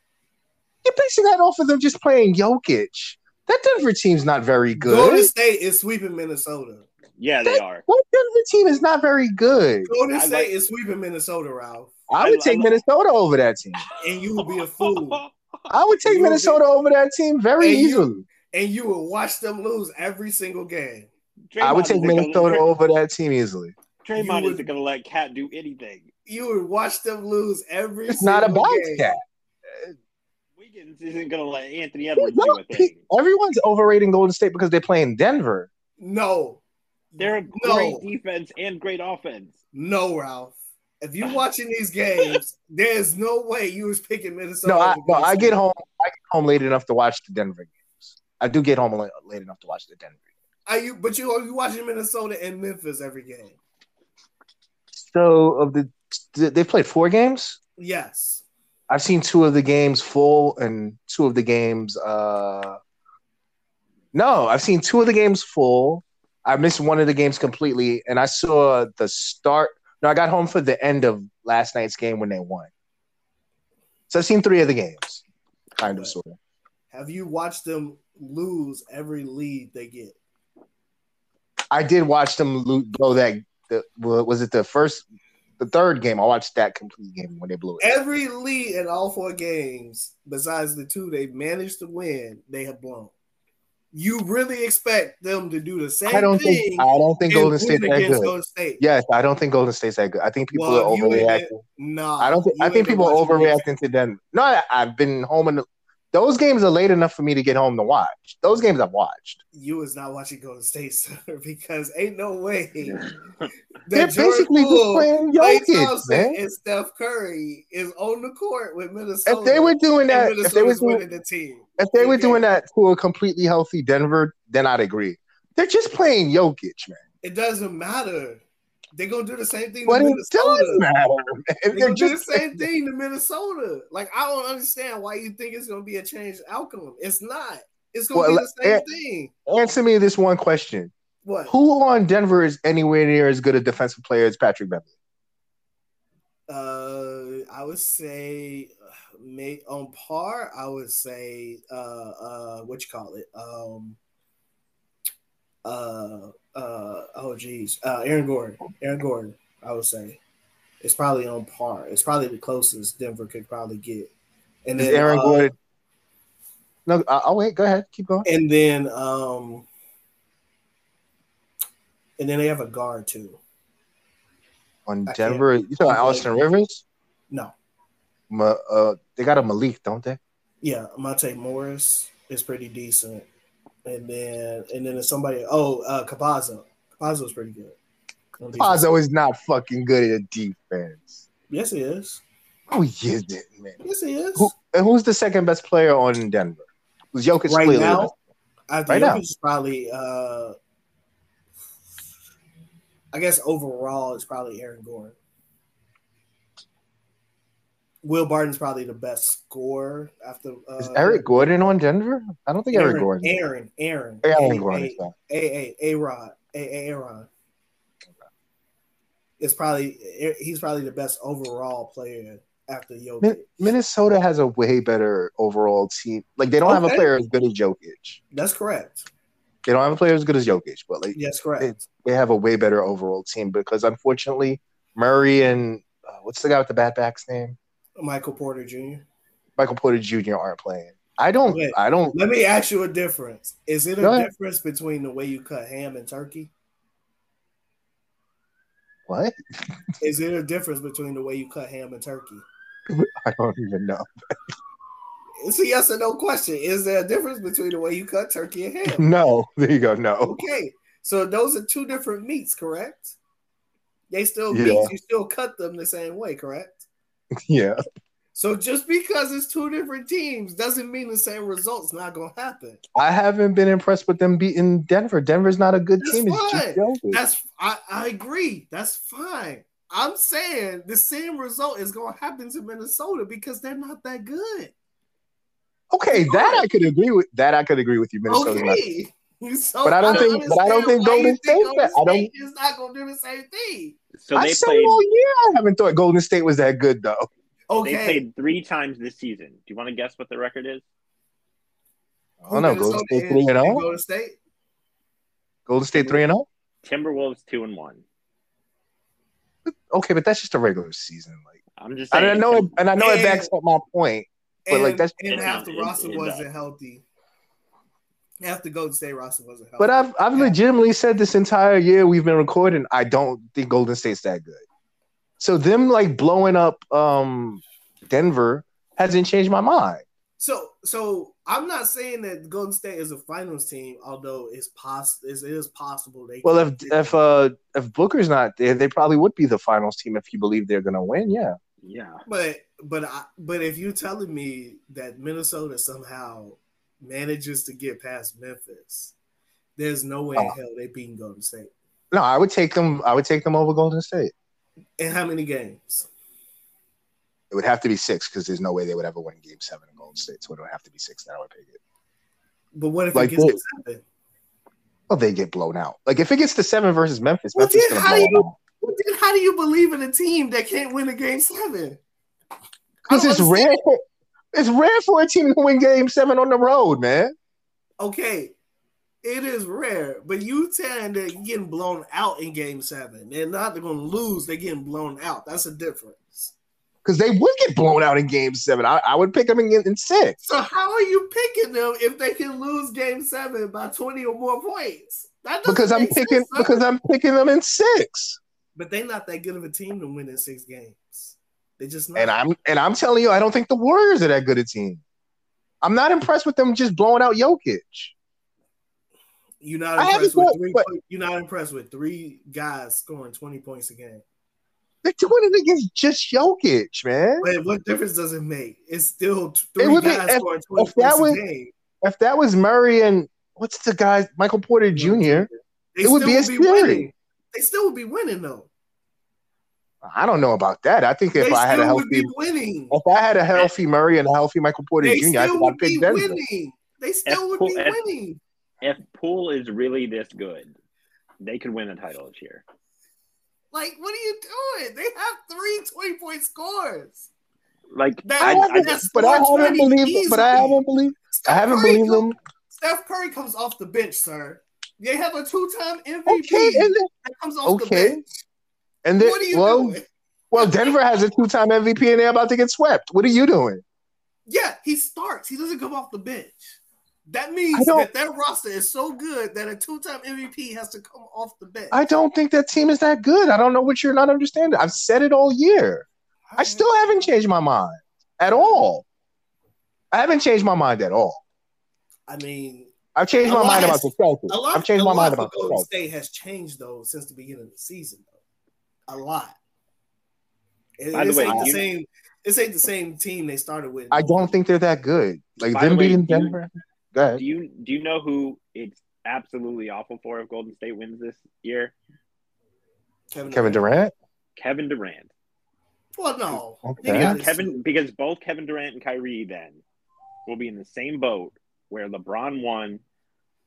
You're basing that off of them just playing Jokic. That Denver team's not very Golden good. State is sweeping Minnesota. Yeah, they are. What Denver team is not very good? Golden I State like- is sweeping Minnesota, Ralph. I I- would I take like- Minnesota over that team. And you will be a fool. I would take You would Minnesota over that team very Hey, you- easily. and you will watch them lose every single game. I would Draymond take isn't gonna- Minnesota over that team easily. Draymond You would- isn't going to let Cat do anything. You would watch them lose every It's not single about game. that. Wiggins isn't going to let Anthony Edwards It's do not- a thing. Everyone's overrating Golden State because they're playing Denver. No, They're a great No. defense and great offense. no, Ralph. If you're watching these games, there's no way you was picking Minnesota. no, I, over no, Golden I State. get home. I get home late enough to watch the Denver games. I do get home la- late enough to watch the Denver. Are you? But you are you watching Minnesota and Memphis every game? So of the, they played four games. Yes. I've seen two of the games full and two of the games. Uh, no, I've seen two of the games full. I missed one of the games completely, and I saw the start. No, I got home for the end of last night's game when they won. So I've seen three of the games, kind of, sort of. Have you watched them lose every lead they get? I did watch them lo- blow that. The, was it the first, the third game? I watched that complete game when they blew it. Every lead in all four games, besides the two they managed to win, they have blown. You really expect them to do the same I don't thing? think. I don't think and Golden win State's that against good. Golden State. Yes, I don't think Golden State's that good. I think people Well, are you ain't overreacting. Nah, I don't. Think, you I think ain't been people are watching Golden overreacting to them. No, I, I've been home and those games are late enough for me to get home to watch. Those games I've watched. State. You is not watching Golden State, sir, because ain't no way that They're Jordan basically just Poole playing Klay Jokic, Thompson man. and Steph Curry is on the court with Minnesota. If they were doing and that, if they were Minnesota's doing, winning the team. if they were Okay. doing that to a completely healthy Denver, then I'd agree. They're just playing Jokic, man. It doesn't matter. They're gonna do the same thing But to it does Minnesota. matter. man. They're gonna They're do the just same thing to Minnesota. Like I don't understand why you think it's gonna be a changed outcome. It's not. It's gonna Well, be the same eh, thing. answer me this one question: What? Who on Denver is anywhere near as good a defensive player as Patrick Beverly? Uh, I would say, uh, may on par. I would say, uh, uh, what you call it? Um, uh, uh, oh geez, uh, Aaron Gordon. Aaron Gordon. I would say, it's probably on par. It's probably the closest Denver could probably get. And Is then Aaron uh, uh, oh, Gordon? No, I- I'll wait. Go ahead. Keep going. And then um, and then they have a guard too. on I- Denver. You talking about Austin Rivers? No, Ma, uh, they got a Malik, don't they? yeah, Monte Morris is pretty decent, and then and then there's somebody. Oh, uh, Capazo. Capazo's pretty good. On defense. Pazzo is not fucking good at defense. Yes, he is. Who is it, man? Yes, he is. Who, and who's the second best player on Denver? Was Jokic right clearly the now, best. I think Right now. it's probably. Uh, I guess overall, it's probably Aaron Gordon. Will Barton's probably the best scorer after. Uh, Is Eric Gordon on Denver? I don't think Eric, Gordon. Aaron. Aaron. Aaron A- Gordon. A- is back. A A A Rod A A Aaron. It's probably eh, he's probably the best overall player after Jokic. Min- Minnesota has a way better overall team. Like they don't have a Okay. player as good as Jokic. That's correct. They don't have a player as good as Jokic, but like Yes, correct. It's- they have a way better overall team because unfortunately Murray and uh, what's the guy with the bad back's name? Michael Porter Jr. Michael Porter Jr. aren't playing. I don't. Wait. I don't. Let me ask you a difference. Is it a Go ahead. difference between the way you cut ham and turkey? What? Is it a difference between the way you cut ham and turkey? I don't even know. It's a yes or no question. Is there a difference between the way you cut turkey and ham? No. There you go. No. Okay, so those are two different meats, correct? They still Yeah. meats. You still cut them the same way, correct? Yeah. So just because it's two different teams doesn't mean the same results not gonna happen. I haven't been impressed with them beating Denver. Denver's not a good That's team. It's just fine. Jokic. That's I, I agree. That's fine. I'm saying the same result is gonna happen to Minnesota because they're not that good. okay. That I could agree with. That I could agree with you, Minnesota. okay. So But I don't think- but I don't think understand why you Golden State's that- I don't- is not gonna do the same thing. So I they said played it all year. I haven't thought Golden State was that good though. Okay. they played three times this season. Do you want to guess what the record is? I don't know. Golden Oh, Minnesota State is- three and zero. Golden State. Golden State three and oh? zero. Timberwolves two and one. Okay, but that's just a regular season. Like, I'm just saying. and I know, it, and I know it And- backs up my point. But, and, like, that's- and It's half not- the it- roster it's not. wasn't healthy. Half the Golden State roster wasn't healthy. But I've I've Yeah. legitimately said this entire year we've been recording. I don't think Golden State's that good. So them like blowing up um Denver hasn't changed my mind. so so I'm not saying that Golden State is a finals team, although it's pos it's, it is possible they Well, if can- if uh if Booker's not there, they probably would be the finals team if you believe they're gonna win. Yeah, Yeah. but but I, but if you're telling me that Minnesota somehow manages to get past Memphis, there's no way in Oh. hell they beating Golden State. no, I would take them. I would take them over Golden State. And how many games? It would have to be six because there's no way they would ever win Game Seven in Golden State. So it would have to be six. That I would pick it. But what if Like it gets what? to seven? Well, they get blown out. Like if it gets to seven versus Memphis, Well, Memphis then gonna blow how do them you- out. Well, then how do you believe in a team that can't win a game seven? I Because don't it's understand. rare. For, it's rare for a team to win Game Seven on the road, man. Okay, it is rare, but you telling that you're getting blown out in game seven. They're not going to lose, they're getting blown out. That's a difference. Because they would get blown out in Game Seven. I, I would pick them in, in six. So, how are you picking them if they can lose game seven by 20 or more points? That doesn't Because I'm make picking. sense, sir. Because I'm picking them in six. but they're not that good of a team to win in six games. They just not. And I'm and I'm telling you, I don't think the Warriors are that good a team. I'm not impressed with them just blowing out Jokic. you're I not haven't impressed with thought- three. but- You're not impressed with three guys scoring 20 points a game. They're doing it against just Jokic, man. But what difference does it make? It's still t- three would be- guys if- scoring 20 if that points was- a game. If that was Murray and what's the guy, Michael Porter Jr. They It would still be a scary. winning. They still would be winning though. I don't know about that. I think if they I had a still healthy would be winning. If I had a healthy Murray and a healthy Michael Porter They Jr., I still think I'd would pick be Denver. winning. They still would cool. be That's- winning. If Poole is really this good, they could win the title this year. Like, what are you doing? They have three 20 point scores. Like That- I I, I, haven't, that's but I more haven't than believed. But I easily. haven't believed. I Steph haven't Curry believed comes- them. Steph Curry comes off the bench, sir. They have a two time MVP Okay, and then, that comes off the okay, bench. and then What are you well, doing? well, Denver has a two-time MVP and they're about to get swept. What are you doing? Yeah, he starts. He doesn't come off the bench. That I means don't- that that roster is so good that a two-time MVP has to come off the bench. I don't think that team is that good. I don't know what you're not understanding. I've said it all year. I still haven't changed my mind at all. I haven't changed my mind at all. I mean, I've changed A my lot mind has- about the Celtics. a lot. I've changed a my lot mind for about the Golden Celtics. State has changed though since the beginning of the season. Though. A lot. It, By the this way, ain't the you- same. This ain't the same team they started with. I don't think they're that good. Like By the them way, beating do you- Denver. Go ahead. Do you do you know who it's absolutely awful for if Golden State wins this year? Kevin Durant. Kevin Durant. Well, no. Okay. He got his- Kevin because both Kevin Durant and Kyrie then will be in the same boat where LeBron won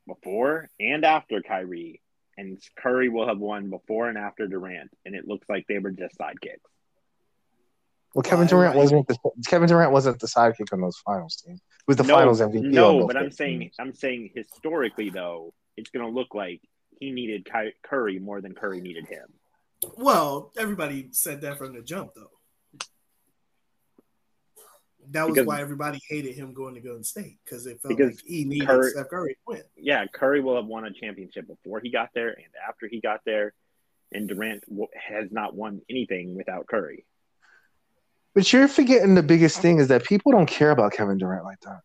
before and after Kyrie, and Curry will have won before and after Durant, and it looks like they were just sidekicks. Well, Kevin Right, Durant right. wasn't the Kevin Durant wasn't the sidekick on those finals team. He was the No, finals MVP. on No, those but I'm teams. saying I'm saying historically though, it's going to look like he needed Ky- Curry more than Curry needed him. Well, everybody said that from the jump, though. That was Because- why everybody hated him going to Golden State because it felt Because like he needed Curry- Steph Curry to win. yeah, Curry will have won a championship before he got there and after he got there, and Durant w- has not won anything without Curry. But you're forgetting the biggest thing is that people don't care about Kevin Durant like that.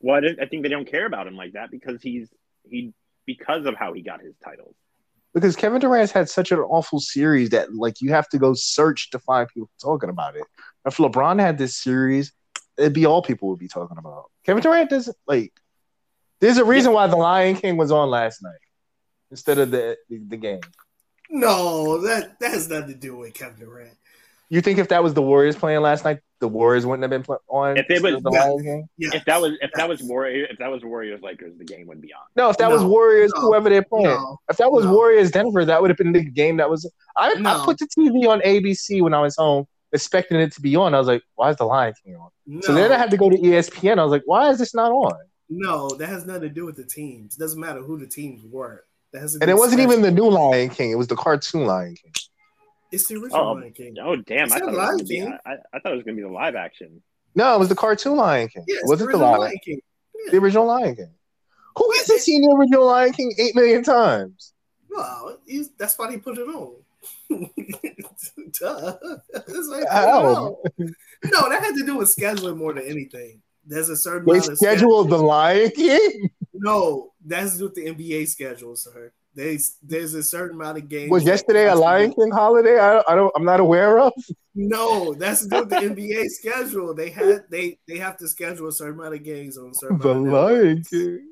Well, I, don't- I think they don't care about him like that because he's he because of how he got his titles. Because Kevin Durant's had such an awful series that like you have to go search to find people talking about it. If LeBron had this series, it'd be all people would be talking about. Kevin Durant doesn't like there's a reason why the Lion King was on last night instead of the the, the game. No, that that has nothing to do with Kevin Durant. You think if that was the Warriors playing last night, the Warriors wouldn't have been pl- on If it instead was- of the Yeah. Lion King? Yeah, If that was if that was Warrior if that was Warriors Lakers, the game would be on. No, if that was No, Warriors, no, whoever they're playing. no, If that was No. Warriors Denver, that would have been the game that was. I, I No. put the TV on ABC when I was home, expecting it to be on. I was like, why is the Lion King on? no, So then I had to go to E ESPN. I was like, why is this not on? no, that has nothing to do with the teams. doesn't matter who the teams were. That has to And do it with wasn't even Steph. the new Lion King, it was the cartoon Lion King. It's the original Oh, Lion King. Oh damn! It's I not thought, it Lion was gonna be, King. I, I thought it was going to be the live action. No, it was the cartoon Lion King. Yeah, it it's wasn't the, original Lion, Lion King. the original Lion King. Who hasn't seen the original Lion King eight million times? No, he's, that's why they put it on. Duh. That's why they put it How? on. No, that had to do with scheduling more than anything. There's a certain They amount of sched- scheduled the Lion King. No, that's what the NBA schedules sir. There's there's a certain amount of games. Was that yesterday a has to Lion be- King holiday? I, I don't. I'm not aware of. No, that's what the NBA schedule. They had they they have to schedule a certain amount of games on a certain. The amount of Lion networks. King.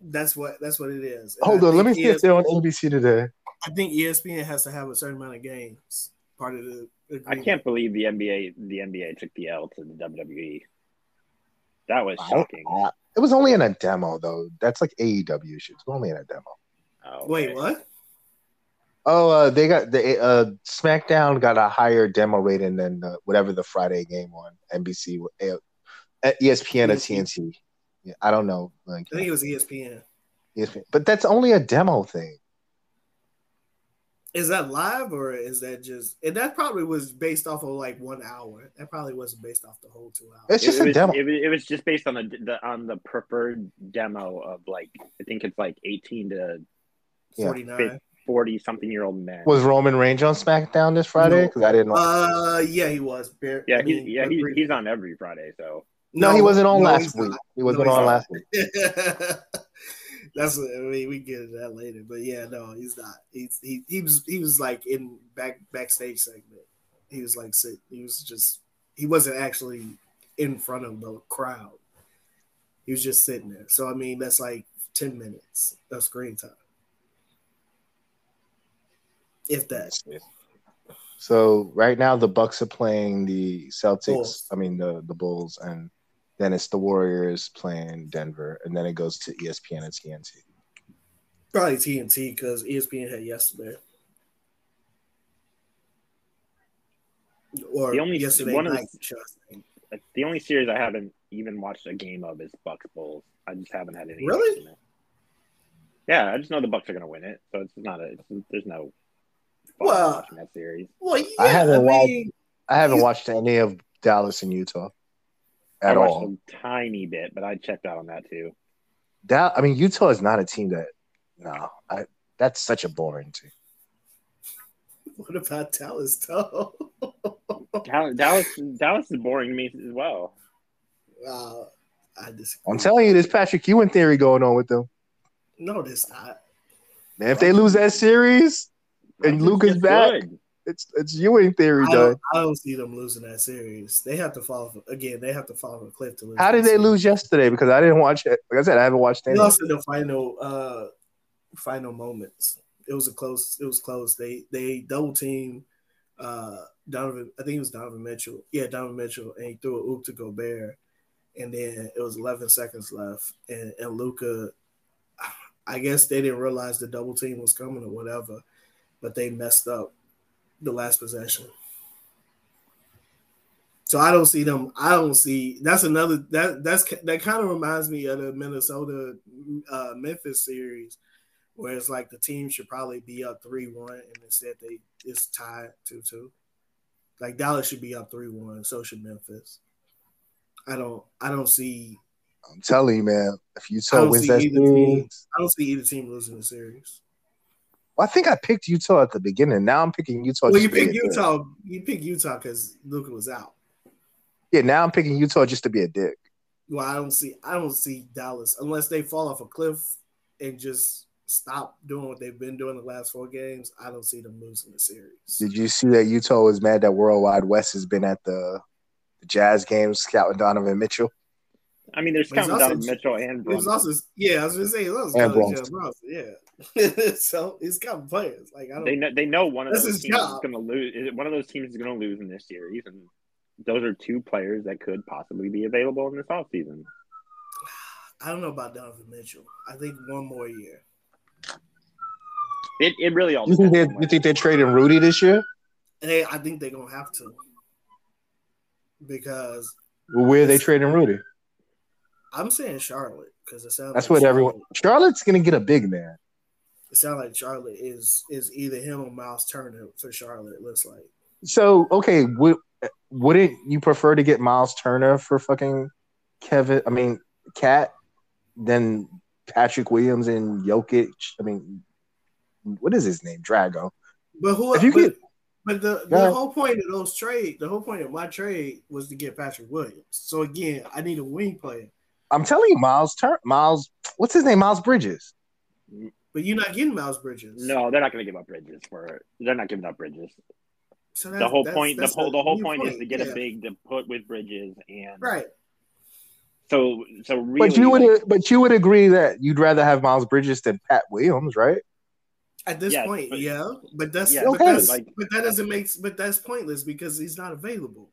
That's what that's what it is. And Hold I on, let me think E see if they're on ABC today. I think E ESPN has to have a certain amount of games. Part of the. I agreement. can't believe the NBA the NBA took the L to the WWE. That was I don't- shocking. I- It was only in a demo though. That's like AEW shit. It was only in a demo. Oh, Wait, okay. what? Oh, uh, they got the uh, SmackDown got a higher demo rating than uh, whatever the Friday game on NBC, uh, ESPN or TNT. Yeah, I don't know. Like, E I think it was E ESPN. ESPN. But that's only a demo thing. Is that live or is that just? And that probably was based off of like one hour. That probably wasn't based off the whole two hours. It's just it, a was, demo. It was, it was just based on the, the on the preferred demo of like I think it's like eighteen to yeah. Forty nine. forty something year old men. Was Roman Reigns on SmackDown this Friday? Because I didn't. Uh, yeah, he was. Bare, yeah, I he's, mean, yeah, but he's, brief- he's on every Friday. So no, he wasn't on no, he's last not. week. He wasn't No, he's on not. last week. That's what, I mean. We can get into that later, but yeah, no, he's not. He's he he was he was like in back backstage segment. He was like sit. He was just he wasn't actually in front of the crowd. He was just sitting there. So I mean, that's like ten minutes of screen time, if that. So right now the Bucks are playing the Celtics. Bulls. I mean the the Bulls, and then it's the Warriors playing Denver, and then it goes to E ESPN and TNT. Probably TNT because ESPN had yesterday. Or The only- yesterday one of the- night. should I say. that's the only series I haven't even watched a game of is Bucks Bulls. I just haven't had any. Really? interest in it. Yeah, I just know the Bucks are going to win it, so it's not a. It's, there's no. fun Well- watching that series. Well, yeah, I I, haven't watched- mean, I haven't You- watched any of Dallas and Utah. at I watched all. a tiny bit, but I checked out on that too. That I mean, Utah is not a team that. No, I, that's such a boring team. What about Dallas though? Oh. Dal- Dallas, Dallas is boring to me as well. wow, I disagree. I'm telling you, there's Patrick Ewing theory going on with them. No, that's not. Man, if they lose that series, And Rutgers Luka's is back. good. it's it's Ewing theory, I though. don't, I don't see them losing that series. They have to fall off- again. They have to fall off a cliff to lose. How did that they series. lose yesterday? Because I didn't watch it. Like I said, I haven't watched They any. lost in the final, uh, final moments. It was a close. It was close. They they double team uh, Donovan. I think it was Donovan Mitchell. Yeah, Donovan Mitchell, and he threw a oop to Gobert, and then it was 11 seconds left, and and Luca. I guess they didn't realize the double team was coming or whatever, but they messed up the last possession. So I don't see them. I don't see. That's another. That that's that kind of reminds me of the Minnesota uh, Memphis series, where it's like the team should probably be up three one, and instead they it's tied two two. Like Dallas should be up three one. So should Memphis. I don't. I don't see. I'm telling you, man. If I Utah don't wins see that either team. series, I don't see either team losing the series. well, I think I picked Utah at the beginning. Now I'm picking Utah. well, just you to be pick a dick. Utah. You pick Utah because Luca was out. Yeah, now I'm picking Utah just to be a dick. Well, I don't see I don't see Dallas unless they fall off a cliff and just stop doing what they've been doing the last four games. I don't see them losing the series. Did you see that Utah was mad that Worldwide West has been at the, the Jazz games scouting Donovan Mitchell? I mean, there's But he's counting also- down Mitchell and It was Brunson. also yeah, I was gonna say it was also And Kelly Joe Bronson, yeah. so he's got players like I They don't. know they know one of That's those his teams is job. going to lose. One of those teams is going to lose in this series, and those are two players that could possibly be available in this offseason. I don't know about Donovan Mitchell. I think one more year. It it really all You think depends. they on you what- think they're trading Rudy this year? And they, I think they're gonna have to because Well, where are they trading Rudy? I'm saying Charlotte because it sounds That's like what everyone. Charlotte's gonna get a big man. It sounds like Charlotte is is either him or Miles Turner for Charlotte. It looks like. So okay, would, wouldn't you prefer to get Miles Turner for fucking Kevin? I mean, Cat than Patrick Williams and Jokic. I mean, what is his name? Drago. But who? If you but, get- but the, Go the ahead. whole point of those trade, the whole point of my trade was to get Patrick Williams. So again, I need a wing player, I'm telling you, Miles Turner. Miles, what's his name? Miles Bridges. but you're not getting Miles Bridges. No, they're not going to give up Bridges for it. They're not giving up Bridges. So The that's- whole that's- point, the that's whole the whole new point is to get yeah. a big to put with Bridges, and right. so so really, but you would, like, but you would agree that you'd rather have Miles Bridges than Pat Williams, right? At this Yes, point, but- yeah, but that's Yeah, but okay. that's like- but that doesn't make but that's pointless because he's not available.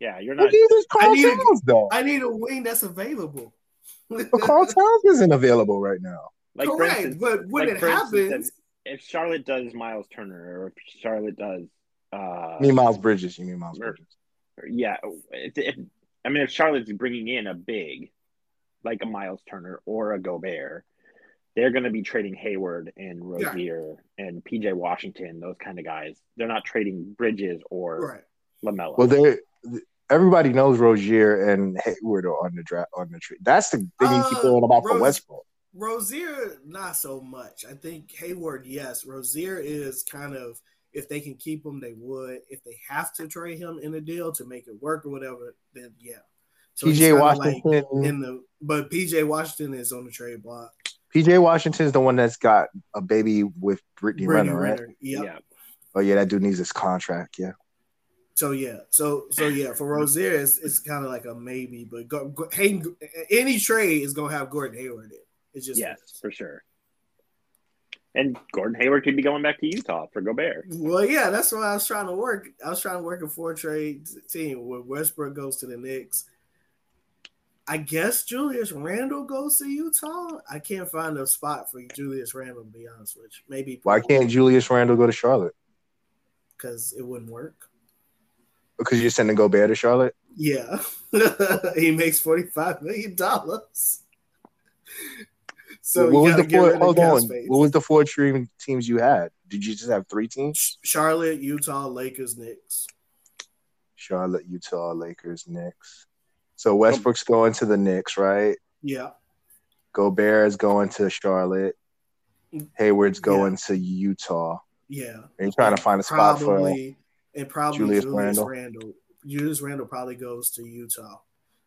yeah, you're But not. neither is Carl I need- Towns though. I need a wing that's available. But Carl Towns isn't available right now. Like for Correct, instance, but when like, it for instance, happens, if Charlotte does Miles Turner, or if Charlotte does, uh, I mean, Miles Bridges. You mean Miles Sure. Bridges? yeah, if, if I mean if Charlotte's bringing in a big, like a Miles Turner or a Gobert, they're going to be trading Hayward and Yeah. Rozier and PJ Washington, those kind of guys. They're not trading Bridges or right? Lamella. Well, they everybody knows Rozier and Hayward are on the draft on the tree. That's the thing you keep Uh, going about for Roz- Westbrook. Rozier, not so much. I think Hayward, yes. Rozier is kind of if they can keep him, they would. If they have to trade him in a deal to make it work or whatever, then yeah. So he's PJ kinda Washington. like in the but PJ Washington is on the trade block. PJ Washington's the one that's got a baby with Brittany, Brittany Renner, right? Renner, yep. Yeah, Oh yeah, that dude needs his contract. Yeah. So yeah, so so yeah, for Rozier, it's, it's kind of like a maybe, but go, go, Hayden, any trade is gonna have Gordon Hayward in. it. It's just yes, for sure. And Gordon Hayward could be going back to Utah for Gobert. Well, yeah, that's what I was trying to work. I was trying to work a four trade team where Westbrook goes to the Knicks. I guess Julius Randle goes to Utah. I can't find a spot for Julius Randle, to be honest with you. Maybe Why can't Julius Randle go to Charlotte? because it wouldn't work. Because you're sending Gobert to Charlotte. Yeah. he makes $45 million. So what was the get four? rid of Hold cap on. space. What was the four dream teams you had? Did you just have three teams? Ch- Charlotte, Utah, Lakers, Knicks. Charlotte, Utah, Lakers, Knicks. So Westbrook's going to the Knicks, right? Yeah. Gobert is going to Charlotte. Hayward's going to Utah. Yeah. Are you trying to find a spot for? probably and probably Julius Julius, Randle. Randle. Julius Randle probably goes to Utah.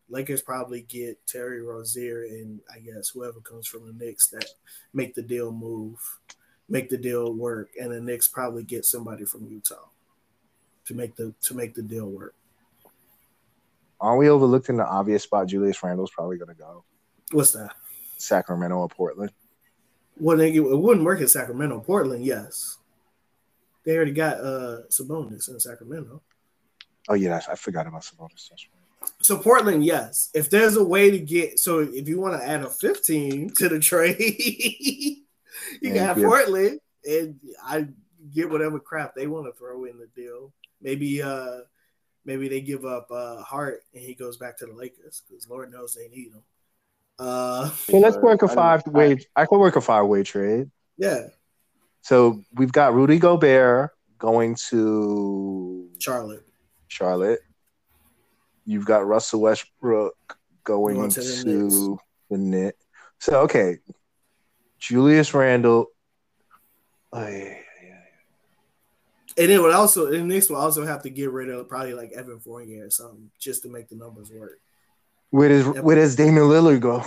Lakers probably get Terry Rozier and I guess whoever comes from the Knicks that make the deal move, make the deal work, and the Knicks probably get somebody from Utah to make the to make the deal work. Aren't we overlooking the obvious spot? Julius Randle's probably going to go What's that? Sacramento or Portland. Well, they, it wouldn't work in Sacramento, Portland. Yes, they already got uh Sabonis in Sacramento. Oh yeah, that's, I forgot about Sabonis. That's right. So Portland, yes. If there's a way to get so if you want to add a 15 to the trade, you Thank got you. Portland and I get whatever crap they want to throw in the deal. Maybe uh maybe they give up uh Hart and he goes back to the Lakers because Lord knows they need him. Uh So let's work a I- five I- way. I could work a five way trade. yeah, So we've got Rudy Gobert going to Charlotte. Charlotte. You've got Russell Westbrook going Going to to, the the Knicks. So okay, Julius Randle. Oh, yeah, yeah. And it would also and Knicks will also have to get rid of probably like Evan Fournier or something just to make the numbers work. Where does where does Damian Lillard go?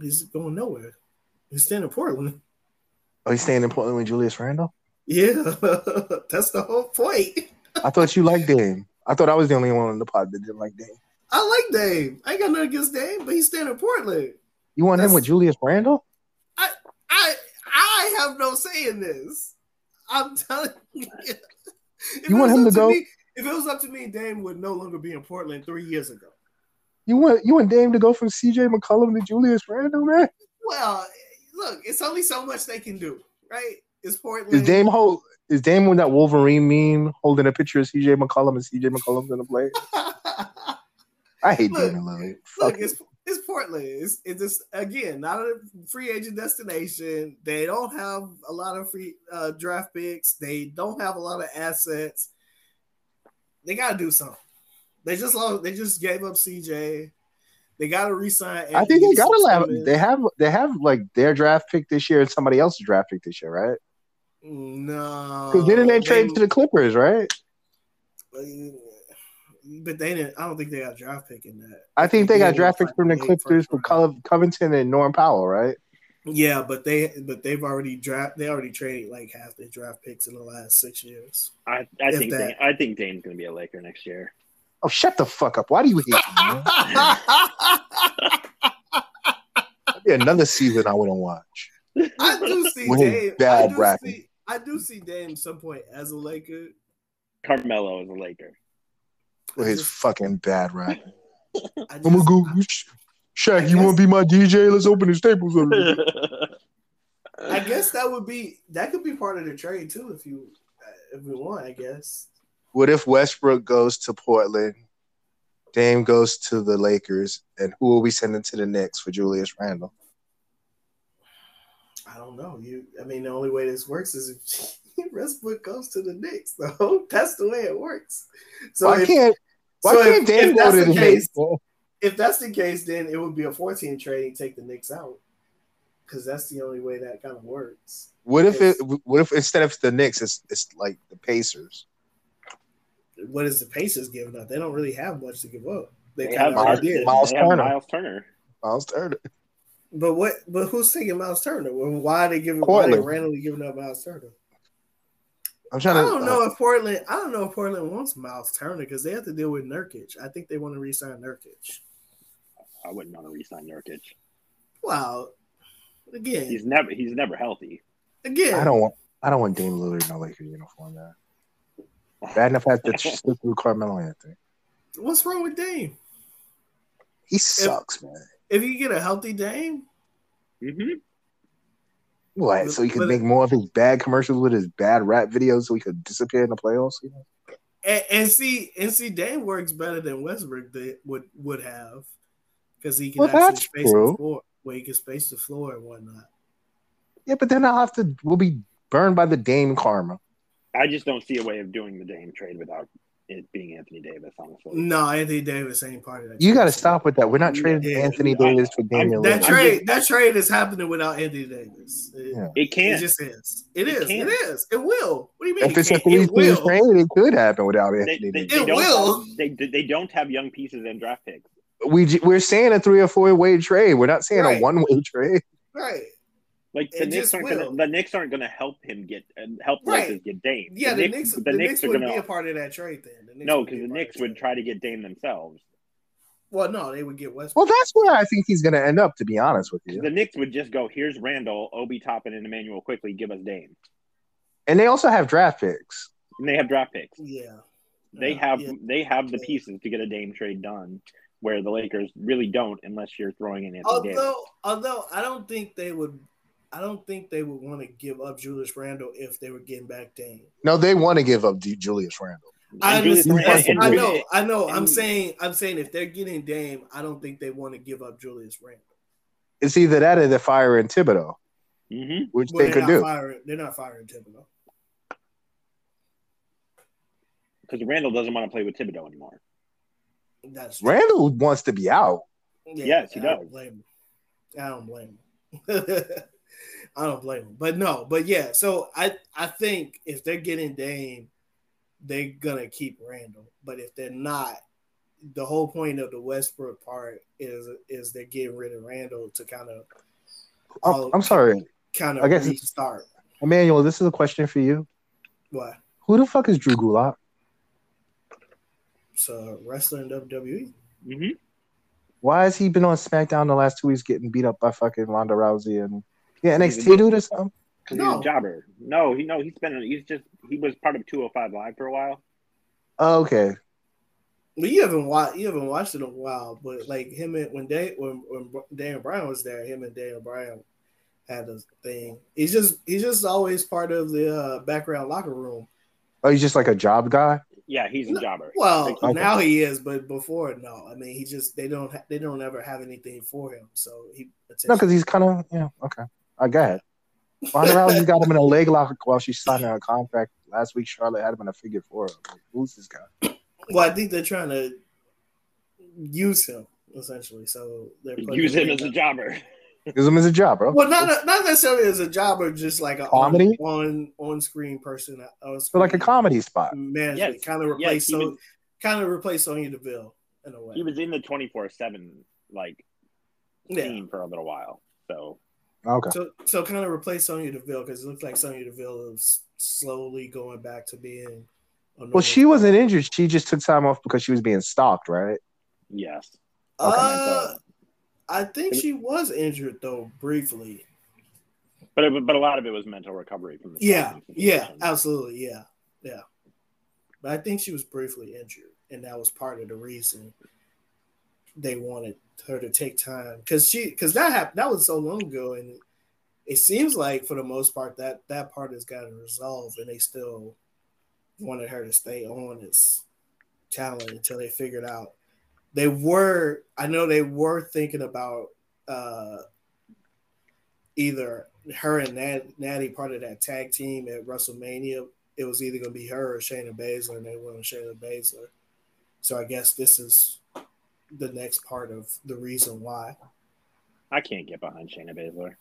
He's going nowhere. He's staying in Portland. Oh, he's staying in Portland with Julius Randle. Yeah, that's the whole point. I thought you liked Dame. I thought I was the only one on the pod that didn't like Dame. I like Dame. I ain't got nothing against Dame, but he's staying in Portland. You want him That's- with Julius Randle? I I have no say in this. I'm telling you. If it want was him up to go- me- if it was up to me, Dame would no longer be in Portland three years ago. You want you want Dame to go from CJ McCollum to Julius Randle, man? Well, look, it's only so much they can do, right? It's Portland. Is Dame hold is Dame with that Wolverine meme holding a picture of CJ McCollum and CJ McCollum's in the play? look, I hate Look, Damian Lillard. Fuck it. it's it's Portland. It's, it's just again not a free agent destination. They don't have a lot of free uh, draft picks. They don't have a lot of assets. They got to do something. They just lost. They just gave up CJ. They got to resign. I think they Anthony gotta laugh. Simmons. They have they have like their draft pick this year and somebody else's draft pick this year, right? no. Because didn't they trade to the Clippers, right? But they didn't. I don't think they got a draft pick in that. I think they Yeah, got draft like picks from the late Clippers first for round. Col- Covington and Norm Powell, right? Yeah, but they but they've already draft. They already traded like half their draft picks in the last six years. I, I If think that- Dame, I think Dame's gonna be a Laker next year. Oh, shut the fuck up! Why do you hate me? man? I That'd be another season I wouldn't watch. do see With his Dame. bad I do rapping. see, I do see Dame some point as a Laker. Carmelo is a Laker. With his fucking bad rap. I I'm gonna just- go, Sh- Shaq. You want to be my DJ? Let's open the Staples. Over here. I guess that would be that could be part of the trade too if you if we want. I guess. What if Westbrook goes to Portland? Dame goes to the Lakers, and who will we sending to the Knicks for Julius Randle? I don't know. You. I mean, the only way this works is if Westbrook goes to the Knicks. Though that's the way it works. So why if, can't Why so can't if, Dame if go that's to the the case, Knicks? man? if that's the case, then it would be a 14 trade and take the Knicks out. Because that's the only way that kind of works. What if it? It's- What if instead of the Knicks, it's it's like the Pacers? What is the Pacers giving up? They don't really have much to give up. They, They have kind of Miles- Miles, already did. Miles they have Turner. Miles Turner. Miles Turner. But what? But who's taking Miles Turner? And why are they giving? Why Portland. they randomly giving up Miles Turner? I'm I trying to. don't know if Portland. I don't know if Portland wants Miles Turner because they have to deal with Nurkic. I think they want to re-sign Nurkic. I wouldn't want to re-sign Nurkic. Wow. Again, He's never he's never healthy. again. uh, I don't want. I don't want Dame Lillard in a Laker uniform, man. Bad enough I have to sit through Carmelo Anthony. What's wrong with Dame? He sucks, man. If you get a healthy Dame, hmm Mm-hmm. What? So he could But- make more of his bad commercials with his bad rap videos, so he could disappear in the playoffs. You know? and, and see, and see, Dame works better than Westbrook did, would would have because he can Well, actually that's space true. the floor. Where he can space the floor and whatnot. Yeah, but then I'll have to. We'll be burned by the Dame karma. I just don't see a way of doing the Dame trade without it being Anthony Davis, honestly. No, Anthony Davis ain't part of that. You got to stop with that. We're not trading Yeah. Anthony I- Davis for Damian that Lillard. trade. that trade is happening without Anthony Davis. It, Yeah. It it can't. just is. It It is. can't. It is. It will. What do you mean? If it it's a can't? It three-team will. trade, it could happen without they, Anthony. they, Davis. they It don't will. Have, they they don't have young pieces and draft picks. we j- we're saying a three or four way trade. We're not saying a Right. one way trade. Right. Like the It Knicks just aren't gonna, will. the Knicks aren't going to help him get and help Right. Lakers get Dame. Yeah, the, Knicks. The, Knicks, are wouldn't gonna- be a part of that trade then. The Knicks no, wouldn't because the be a part of Knicks that would trade. try to get Dame themselves. Well, no, they would get Westbrook. Well, that's where I think he's going to end up. To be honest with you, The Knicks would just go, here's Randall, Obi Toppin, and Emmanuel quickly, give us Dame. and they also have draft picks. And they have draft picks. yeah. They Yeah, have yeah. they have the Yeah. pieces to get a Dame trade done, where the Lakers really don't unless you're throwing in Anthony Davis. Although, although I don't think they would, I don't think they would want to give up Julius Randle if they were getting back Dame. No, they want to give up D- Julius Randle. I And Julius understand. Randle- and- I know, I know. I'm and- saying, I'm saying, if they're getting Dame, I don't think they want to give up Julius Randle. It's either that or they're firing Thibodeau, Mhm. which Well, they they're could not do. Firing, they're not firing Thibodeau. Because Randall doesn't want to play with Thibodeau anymore. That's true. Randall wants to be out. Yeah, Yes, he I don't does. blame him. I don't blame him. I don't blame him. But no, but yeah. So I I think if they're getting Dame, they're gonna keep Randall. But if they're not, the whole point of the Westbrook part is is they're getting rid of Randall to kind of Oh, I'm, I'm sorry, kind I of guess- restart. Emmanuel. This is a question for you. What? Who the fuck is Drew Gulak? So wrestling WWE. hmm Mm-hmm. Why has he been on SmackDown the last two weeks getting beat up by fucking Ronda Rousey and yeah He's NXT a- dude or something? Because he's No. a jobber. No, he no, he's been he's just he was part of 205 Live for a while. Oh, okay, Well, you haven't watched you haven't watched it in a while, but like him and when they when, when Dan Brown was there, him and Dan Brown had a thing. He's just he's just always part of the uh, background locker room. oh he's just like a job guy. Yeah, he's a No, jobber. Well, Like, Okay. now he is, but before no. I mean, he just they don't ha- they don't ever have anything for him, so he No, because he's kind of yeah. Okay, I got it. Ronda Rousey got him in a leg lock while she's signing her contract last week. Charlotte had him in a figure four. Like, who's this guy? well, I think they're trying to use him essentially. So they're putting Use him as a jobber. Use him as a job, bro. well, not not necessarily as a job or just like a Comedy? on on screen person. uh, on So like a screen comedy spot. management, uh, Yes, kind of Yeah, replace he so was, kind of replace Sonya Deville in a way. he was in the 24 seven like yeah. team for a little while. So Okay. So so kind of replace Sonya Deville because it looks like Sonya Deville is slowly going back to being. A normal- Well, she wasn't injured. She just took time off because she was being stalked, right? yes, Uh, I think she was injured though briefly. but it, but a lot of it was mental recovery from the Yeah, Stockton yeah, situation. absolutely, yeah, yeah. But I think she was briefly injured, and that was part of the reason they wanted her to take time because she because that happened that was so long ago, and it seems like for the most part that that part has gotten resolved, and they still wanted her to stay on as talent until they figured out they were. I know they were thinking about. uh either her and Nat, Natty part of that tag team at WrestleMania. It was either going to be her or Shayna Baszler, and they went with Shayna Baszler. So I guess this is the next part of the reason why. I can't get behind Shayna Baszler.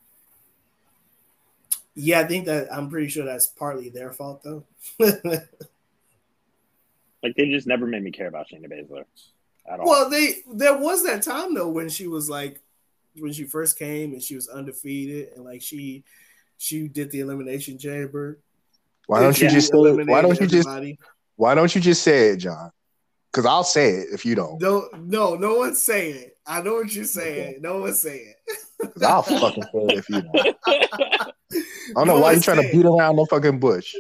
Yeah, I think that I'm pretty sure that's partly their fault though. Like they just never made me care about Shayna Baszler at all. well, they there was that time though when she was like when she first came and she was undefeated and like she she did the elimination chamber. Why don't you Yeah. just say it? Why don't you just Eliminated everybody. why don't you just say it, John? Because I'll say it if you don't. Don't no, no one's saying it. I know what you're saying. No one's saying it. 'Cause I'll fucking say it if you don't. I don't know why you're trying to beat around the fucking bush.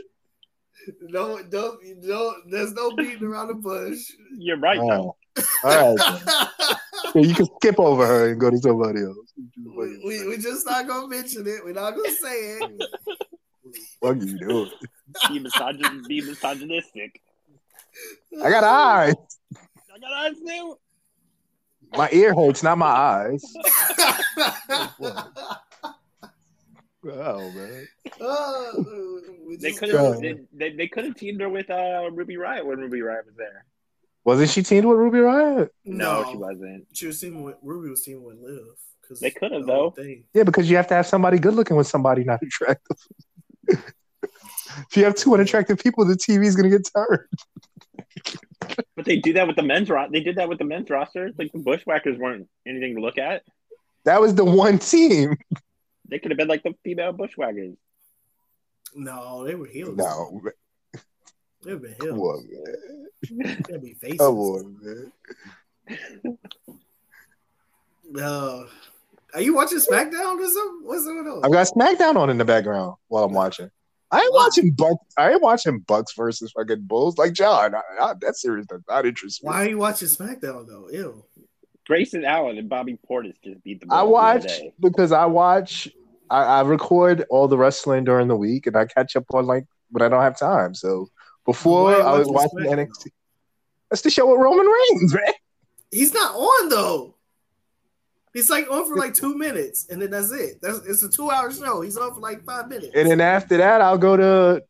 No, don't, don't. There's no beating around the bush. You're right though. Oh. All right. then. So you can skip over her and go to somebody else. we, we, we just not gonna mention it. We're not gonna say it. Fuck you, dude. Be, misogyn- be misogynistic. I got eyes. I got eyes too. My ear hurts, not my eyes. eye. Oh man. oh, We They just- could have they, they, they could have teamed her with uh, Ruby Riot when Ruby Riot was there. Wasn't she teamed with Ruby Riot? No, no, she wasn't. She was teaming with Ruby was teaming with Liv because They could've, though. Yeah, because you have to have somebody good looking with somebody not attractive. if you have two unattractive people, the TV is going to get turned. But they do that with the men's roster. They did that with the men's roster. Like the Bushwhackers weren't anything to look at. That was the one team. They could have been like the female Bushwhackers. No, they were heels. No, they were heels. come on, man. They'd be faces. Come on, man. Uh, are you watching SmackDown or something? What's going on? I've got SmackDown on in the background while I'm watching. I ain't watching Bucks. I ain't watching Bucks versus fucking Bulls like John. I, I, that series does not interest me. Why are you watching SmackDown though? Ew. Grayson Allen and Bobby Portis just beat the. I Bulls the other watch day. because I watch. I, I record all the wrestling during the week, and I catch up on like when I don't have time. So before Why I was watch watching SmackDown? NXT. That's the show with Roman Reigns, man. He's not on though. He's like on for like two minutes, and then that's it. That's it's a two-hour show. He's on for like five minutes. And then after that, I'll go to.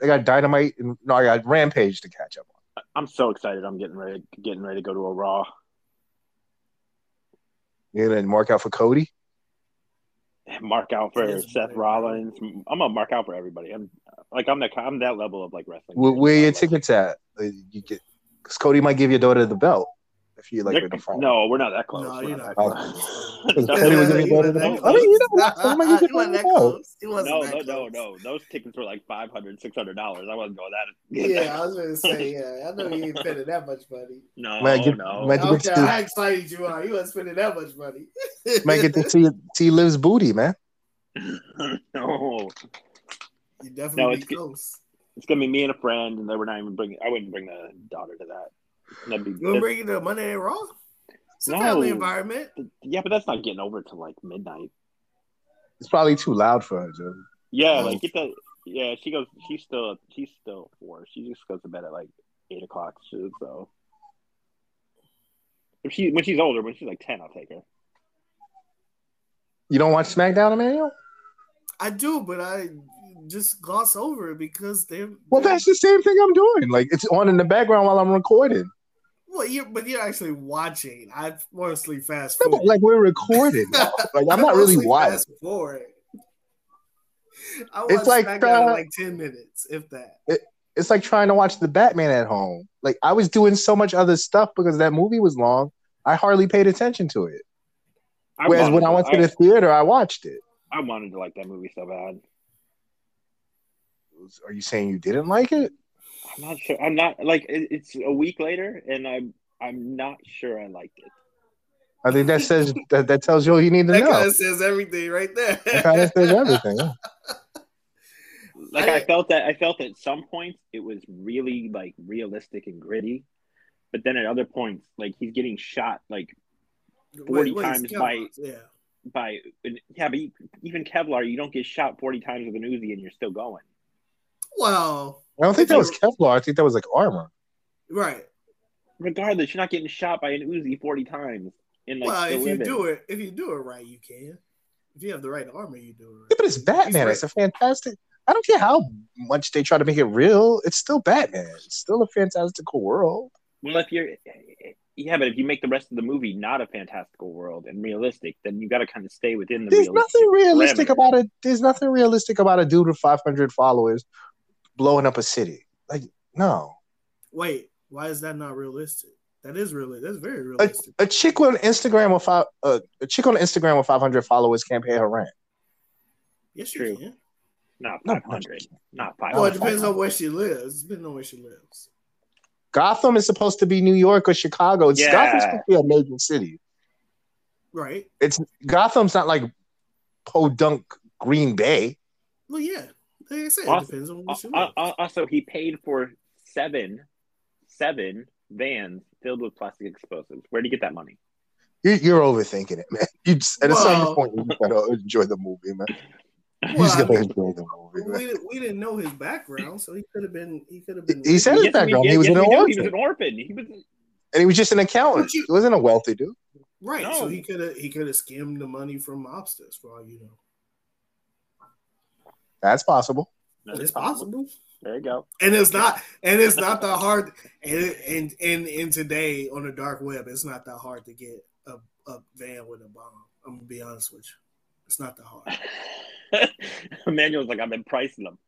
I got Dynamite, and no, I got Rampage to catch up on. I'm so excited. I'm getting ready. Getting ready to go to a Raw. And then mark out for Cody. Mark out for Yes. Seth Rollins. I'm gonna mark out for everybody. I'm like I'm that I'm that level of like wrestling. Where, where your Like, tickets at? Uh, You get because Cody might give your daughter the belt if you like. they're- in the final. no, we're not that close. No, We're you're not not that close. Cody was gonna He go to wasn't the. that I mean, you know, close. Roman Reigns is He wasn't gonna that go. close. He wasn't no, that no, no, close. no. Those tickets were like 500 dollars. I wasn't going that. Yeah, I was gonna say, yeah. I know you ain't spending that much money. no, Man, get- no. man- I think it's Okay, how excited you are. You wasn't spending that much money. Might get to see T Liv's booty, man. no, you No, definitely it's be good. close. it's gonna be me and a friend, and they were not even bringing. I wouldn't bring the daughter to that. That'd be You wanna bring it to Monday Night Raw? It's a No. family environment. yeah, but that's not getting over to like midnight. It's probably too loud for her, Joe. Yeah, No. like get that. Yeah, she goes. She's still. She's still four. She just goes to bed at like eight o'clock. So, so. if she when she's older, when she's like ten, I'll take her. You don't watch SmackDown, Emmanuel? I do, but I just gloss over it because they're Well, that's the same thing I'm doing. Like it's on in the background while I'm recording. well, you're but you're actually watching. I mostly fast No, forward. but like we're recording. like I'm not really Mostly watching. fast forward. I It's watched like, like uh, like ten minutes, if that. It's like trying to watch the Batman at home. Like I was doing so much other stuff because that movie was long. I hardly paid attention to it. I Whereas wanted when I went to I, the theater, I watched it. I wanted to like that movie so bad. Are you saying you didn't like it? I'm not sure. I'm not like it, it's a week later, and I'm I'm not sure I liked it. I think that says that, that tells you all you need to That kind know. of says everything right there. That kind of says everything. yeah. Like I, I- felt that I felt at some points it was really like realistic and gritty, but then at other points like he's getting shot like 40 times Scott, by- Yeah, by and- yeah, but you- even Kevlar, you don't get shot forty times with an Uzi and you're still going. well, I don't think that was Kevlar. I think that was like armor. right. Regardless, you're not getting shot by an Uzi forty times. In like well, still if you living. do it, if you do it right, you can. If you have the right armor, you do Yeah, it. but it's Batman. It's a fantastic. I don't care how much they try to make it real. It's still Batman. It's still a fantastical world. well, if you're yeah, but if you make the rest of the movie not a fantastical world and realistic, then you got to kind of stay within the. There's realistic nothing realistic parameters. about it. There's nothing realistic about a dude with 500 followers blowing up a city. Like no, Wait, why is that not realistic? That is really that's very a, realistic. a chick on Instagram with five, uh, a chick on Instagram with 500 followers can't pay her rent. yes, true. you can. Not No, five hundred. Not five Well, it hundred. depends on where she lives. It depends on where she lives. Gotham is supposed to be New York or Chicago. It's Yeah. Gotham's supposed to be a major city. Right. It's Gotham's not like Podunk Green Bay. Well, yeah. Like I said, Also- it depends on Uh, where she uh, lives. uh, also, he paid for seven, seven vans filled with plastic explosives. Where would he get that money? You're, you're overthinking it, man. You just, at a certain Well- point, you just gotta enjoy the movie, man. You Well, just I gotta mean, enjoy the movie, man. we, didn't- we didn't know his background, so he could have been. He could have been. He said- His background, we, he was an we do. orphan. He was an orphan. He was And he was just an accountant. Would you- he wasn't a wealthy dude. right. No. So he could have. He could have skimmed the money from mobsters, for all you know. That's possible. No, It's possible. There you go. And it's not and it's not that hard and and and, and today on the dark web it's not that hard to get a, a van with a bomb. I'm gonna be honest with you. It's not that hard. Emmanuel's like, I've been pricing them.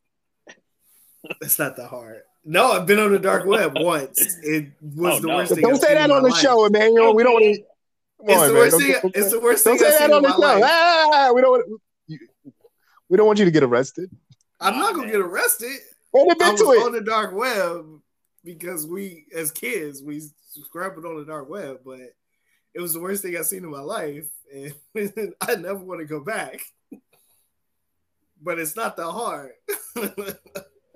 It's not that hard. No, I've been on the dark web once. It was Oh, the no. worst thing. Don't I've say seen that in on my the life. show, Emmanuel. We don't want to. Come It's on, man. the worst Don't- thing. don't- It's the worst Don't thing say I've that seen on in the my show. life. Ah, we don't. you- We don't want you to get arrested. I'm not gonna get arrested. Won't I admit was to on it. the dark web because we, as kids, we scrambled on the dark web, but it was the worst thing I've seen in my life, and I never want to go back. But it's not that hard.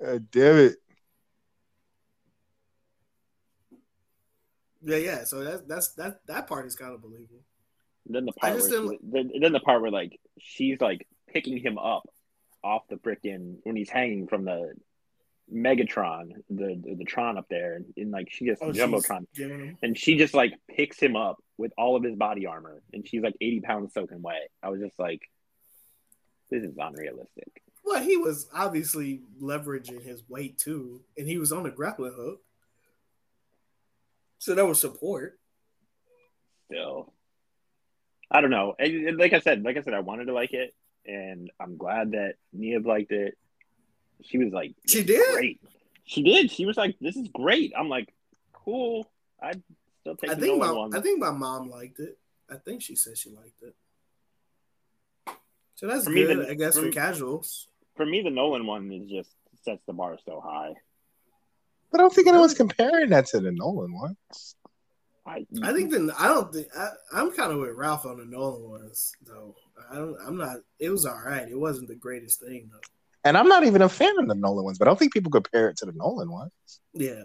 God damn it. yeah, yeah. So that's that's that that part is kind of believable. Then the I part where, just then, then the part where like she's like picking him up off the frickin' when he's hanging from the Megatron, the the, the Tron up there, and, and, like she just Oh, she's Jumbotron, giving him- and she just like picks him up with all of his body armor, and she's like eighty pounds soaking wet. I was just like, this is unrealistic. Well, he was obviously leveraging his weight too, and he was on a grappling hook, so that was support. Still, I don't know. And- and like I said, like I said, I wanted to like it, and I'm glad that Nia liked it. She was like, She did. great. She did. She was like, "This is great." I'm like, "Cool." I still take I the think my Nolan one. I think my mom liked it. I think she said she liked it. So that's For me, good, the- I guess, for for me- casuals. For me, the Nolan one is just sets the bar so high. But I don't think anyone's comparing that to the Nolan one. I, I think then I don't think I, I'm kind of with Ralph on the Nolan ones though. I don't. I'm not. It was all right. It wasn't the greatest thing though. And I'm not even a fan of the Nolan ones, but I don't think people compare it to the Nolan one. Yeah,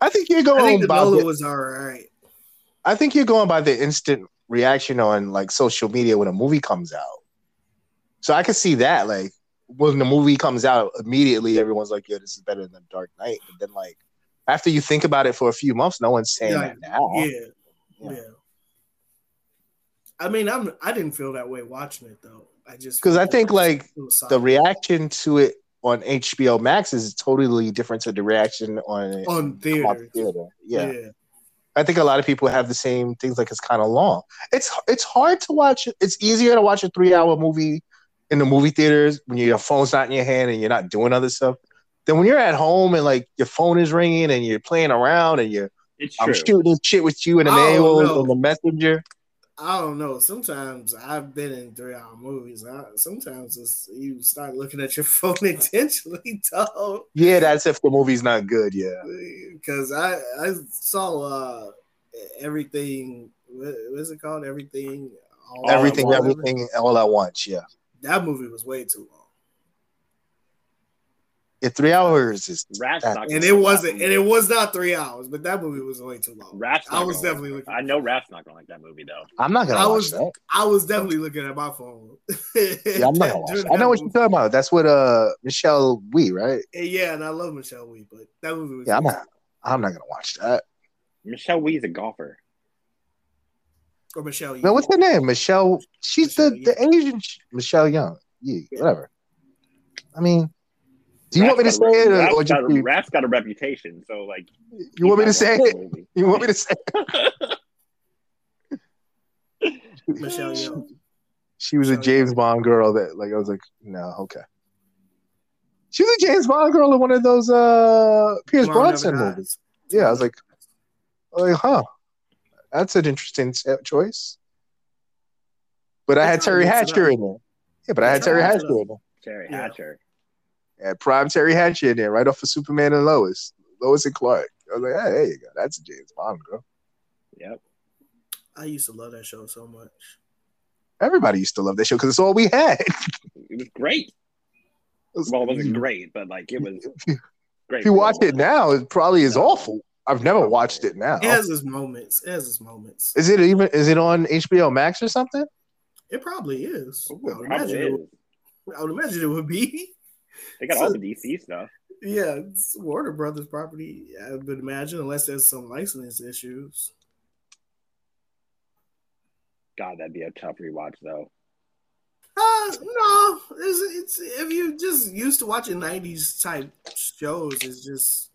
I think you're I going think the by Nolan the, was all right. I think you're going by the instant reaction on like social media when a movie comes out. So I can see that like when the movie comes out immediately everyone's like, "Yeah, this is better than Dark Knight." But then like after you think about it for a few months, no one's saying Yeah. that now. Yeah, Yeah. yeah. I mean, I'm. I didn't feel that way watching it though. I just 'Cause I think, like, It was The solid. reaction to it on HBO Max is totally different to the reaction on on on theater. theater. yeah. I think a lot of people have the same things. Like it's kind of long. It's it's hard to watch. It's easier to watch a three hour movie in the movie theaters when your phone's not in your hand and you're not doing other stuff. Then when you're at home and like your phone is ringing and you're playing around and you're it's I'm true. shooting shit with you in the Oh, mail no. and the messenger. I don't know. Sometimes I've been in three hour movies. I, sometimes it's, you start looking at your phone intentionally, though, Yeah, that's if the movie's not good. Yeah, because I I saw uh, everything. What, what's it called? Everything. All at everything, Once. everything, all at once. Yeah, That movie was way too long, yeah three hours is Rat's that- not and gonna it like wasn't. that And movie. it was not three hours, but that movie was way too long. Rat's not I was gonna like definitely that. looking. I know Rat's not gonna like that movie though. I'm not gonna I watch was- that. I was definitely looking at my phone. Yeah, I'm not gonna watch During that. I know that what you're talking about. That's what uh Michelle Wee, right? movie. Yeah, and I love Michelle Wee, but that movie was. Yeah, I'm way not. I'm not gonna watch that. Michelle Wee's a golfer. Or Michelle. No, Yeoh. what's her name? Michelle. She's the, Michelle the Asian sh- Michelle Young. Yeah, whatever. I mean, do you want me to Rat's say got it, a re- or, Rat's or just got a- you, Rat's got a reputation, so like you want me to he's say not it? gonna like You want me to say? It? that movie. Michelle Yeoh. She was a Michelle Yeoh. James Bond girl that, like, I was like, no, okay. She was a James Bond girl in one of those uh Pierce Tomorrow Bronson Never Dies. movies. Yeah, I was like, like, huh, that's an interesting t- choice. But I That's had how Terry it looks Hatcher up. in there. Yeah, but I had That's how Terry it looks Hatcher up. in there. Terry Yeah. Hatcher. and Prime Terry Hatcher in there, right off of Superman and Lois, Lois and Clark. I was like, hey, there you go. That's a James Bond girl. Yep. I used to love that show so much. Everybody used to love that show because it's all we had. It It was great. was- Well, it wasn't great, but like it was If you, Mm-hmm. great. if you watch it now, it probably is No. awful. I've never watched it now. It has its moments. It has its moments. Is it even? Is it on HBO Max or something? It probably is. Ooh, I, would probably imagine it, is. would- I would imagine it would be. They got all the DC stuff. Yeah, it's Warner Brothers property. I would imagine, unless there's some license issues. God, that'd be a tough rewatch though. Uh, no, it's, it's if you just used to watching '90s type shows, it's just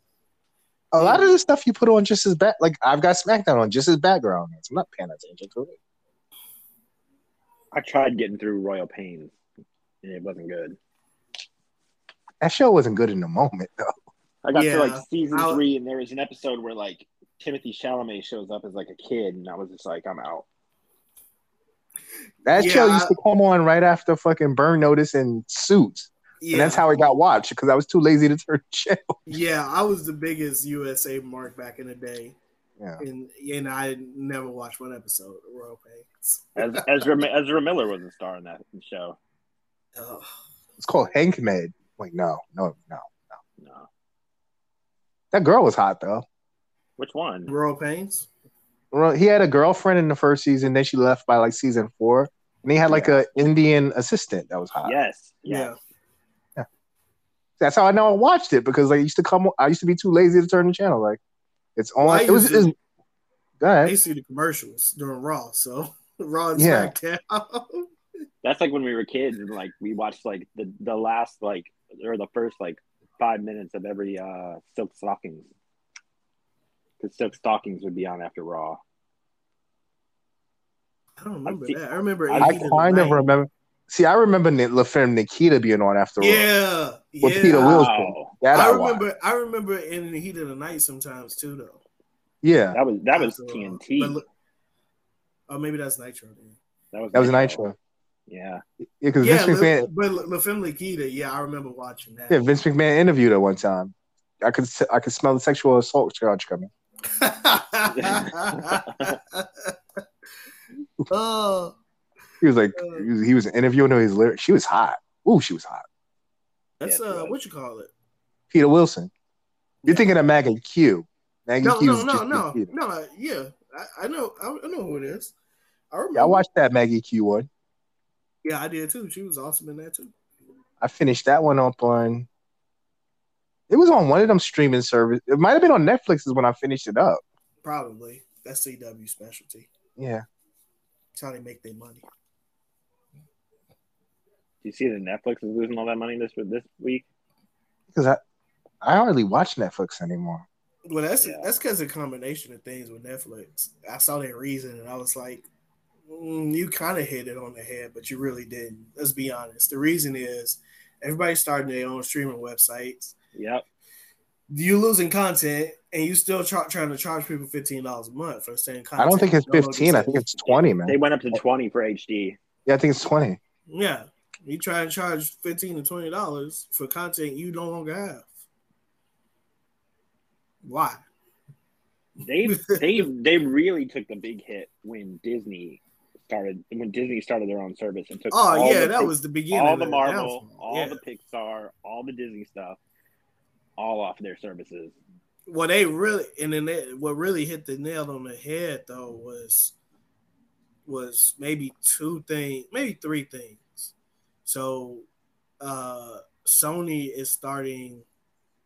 A lot of the stuff you put on just as back, like I've got SmackDown on just as background. So I'm not paying attention to it. I tried getting through Royal Pains, and it wasn't good. That show wasn't good in the moment though. I got Yeah. to like season I'll- three, and there was an episode where like Timothy Chalamet shows up as like a kid, and I was just like, I'm out. That show Yeah, used to come on right after fucking Burn Notice and Suits, yeah. and that's how it got watched because I was too lazy to turn the channel. yeah, I was the biggest USA mark back in the day, Yeah. and and I never watched one episode of Royal Pains. Ez- Ezra Ezra Miller was a star in that show. Ugh. It's called Hank Med. Like no, no, no. No, That girl was hot though. which one? Royal Pains. Well, He had a girlfriend in the first season, then she left by like season four, and he had like a Indian assistant that was hot. Yes, yeah. Yeah. That's how I know I watched it because like, I used to come. I used to be too lazy to turn the channel. Like it's on. Well, I it was. used It was go they ahead. see the commercials during Raw, so Raw and Yeah. SmackDown. That's like when we were kids, and like we watched like the the last like or the first like five minutes of every uh Silk Stockings. Because Silk Stockings would be on after Raw. I don't remember I- that. I remember. I I Anita kind of Knight. remember. See, I remember Ni- La Femme Nikita being on after all. Yeah, With yeah. Peter Wilson. Wow. That I, I watched. remember. I remember in the heat of the night sometimes too, though. Yeah, That was that was So, TNT. but look- oh, maybe that's Nitro. Then. that was that was Nitro. Yeah, Yeah, because Yeah, Vince Le, McMahon. but La Femme Nikita. Yeah, I remember watching that. Yeah, Vince McMahon interviewed her one time. I could s- I could smell the sexual assault charge coming. oh, He was like, Uh, he was, he was interviewing her. His lyrics. She was hot. Ooh, she was hot. that's Yeah, uh, right. what you call it? Peter Wilson. You're thinking of Maggie Q. Maggie No, Q. no, 's no, just no, Nikita. no. uh, Yeah, I, I know. I, I know who it is. I remember. Yeah, I watched that Maggie Q one. Yeah, I did too. She was awesome in that too. I finished that one up on. It was on one of them streaming service. It might have been on Netflix is when I finished it up. Probably that's CW specialty. Yeah. That's how they make their money. do you see that Netflix is losing all that money this this week? Because I, I hardly watch Netflix anymore. Well, that's Yeah. that's because of a combination of things with Netflix. I saw that reason, and I was like, mm, you kind of hit it on the head, but you really didn't. Let's be honest. The reason is everybody's starting their own streaming websites. Yep. You losing content, and you still char- trying to charge people fifteen dollars a month for the same content. I don't think it's You know what I'm 15. I saying? think it's 20, They man. went Oh. up to twenty for HD. Yeah, I think it's 20. yeah. You try to charge fifteen to twenty dollars for content you no longer have. Why? they they they really took the big hit when Disney started when Disney started their own service and took Oh all yeah, the that Pic- was the beginning. all of the Marvel, downfall. all Yeah. the Pixar, all the Disney stuff, all off their services. Well, they really and then they, what really hit the nail on the head though was was maybe two things, maybe three things. So uh Sony is starting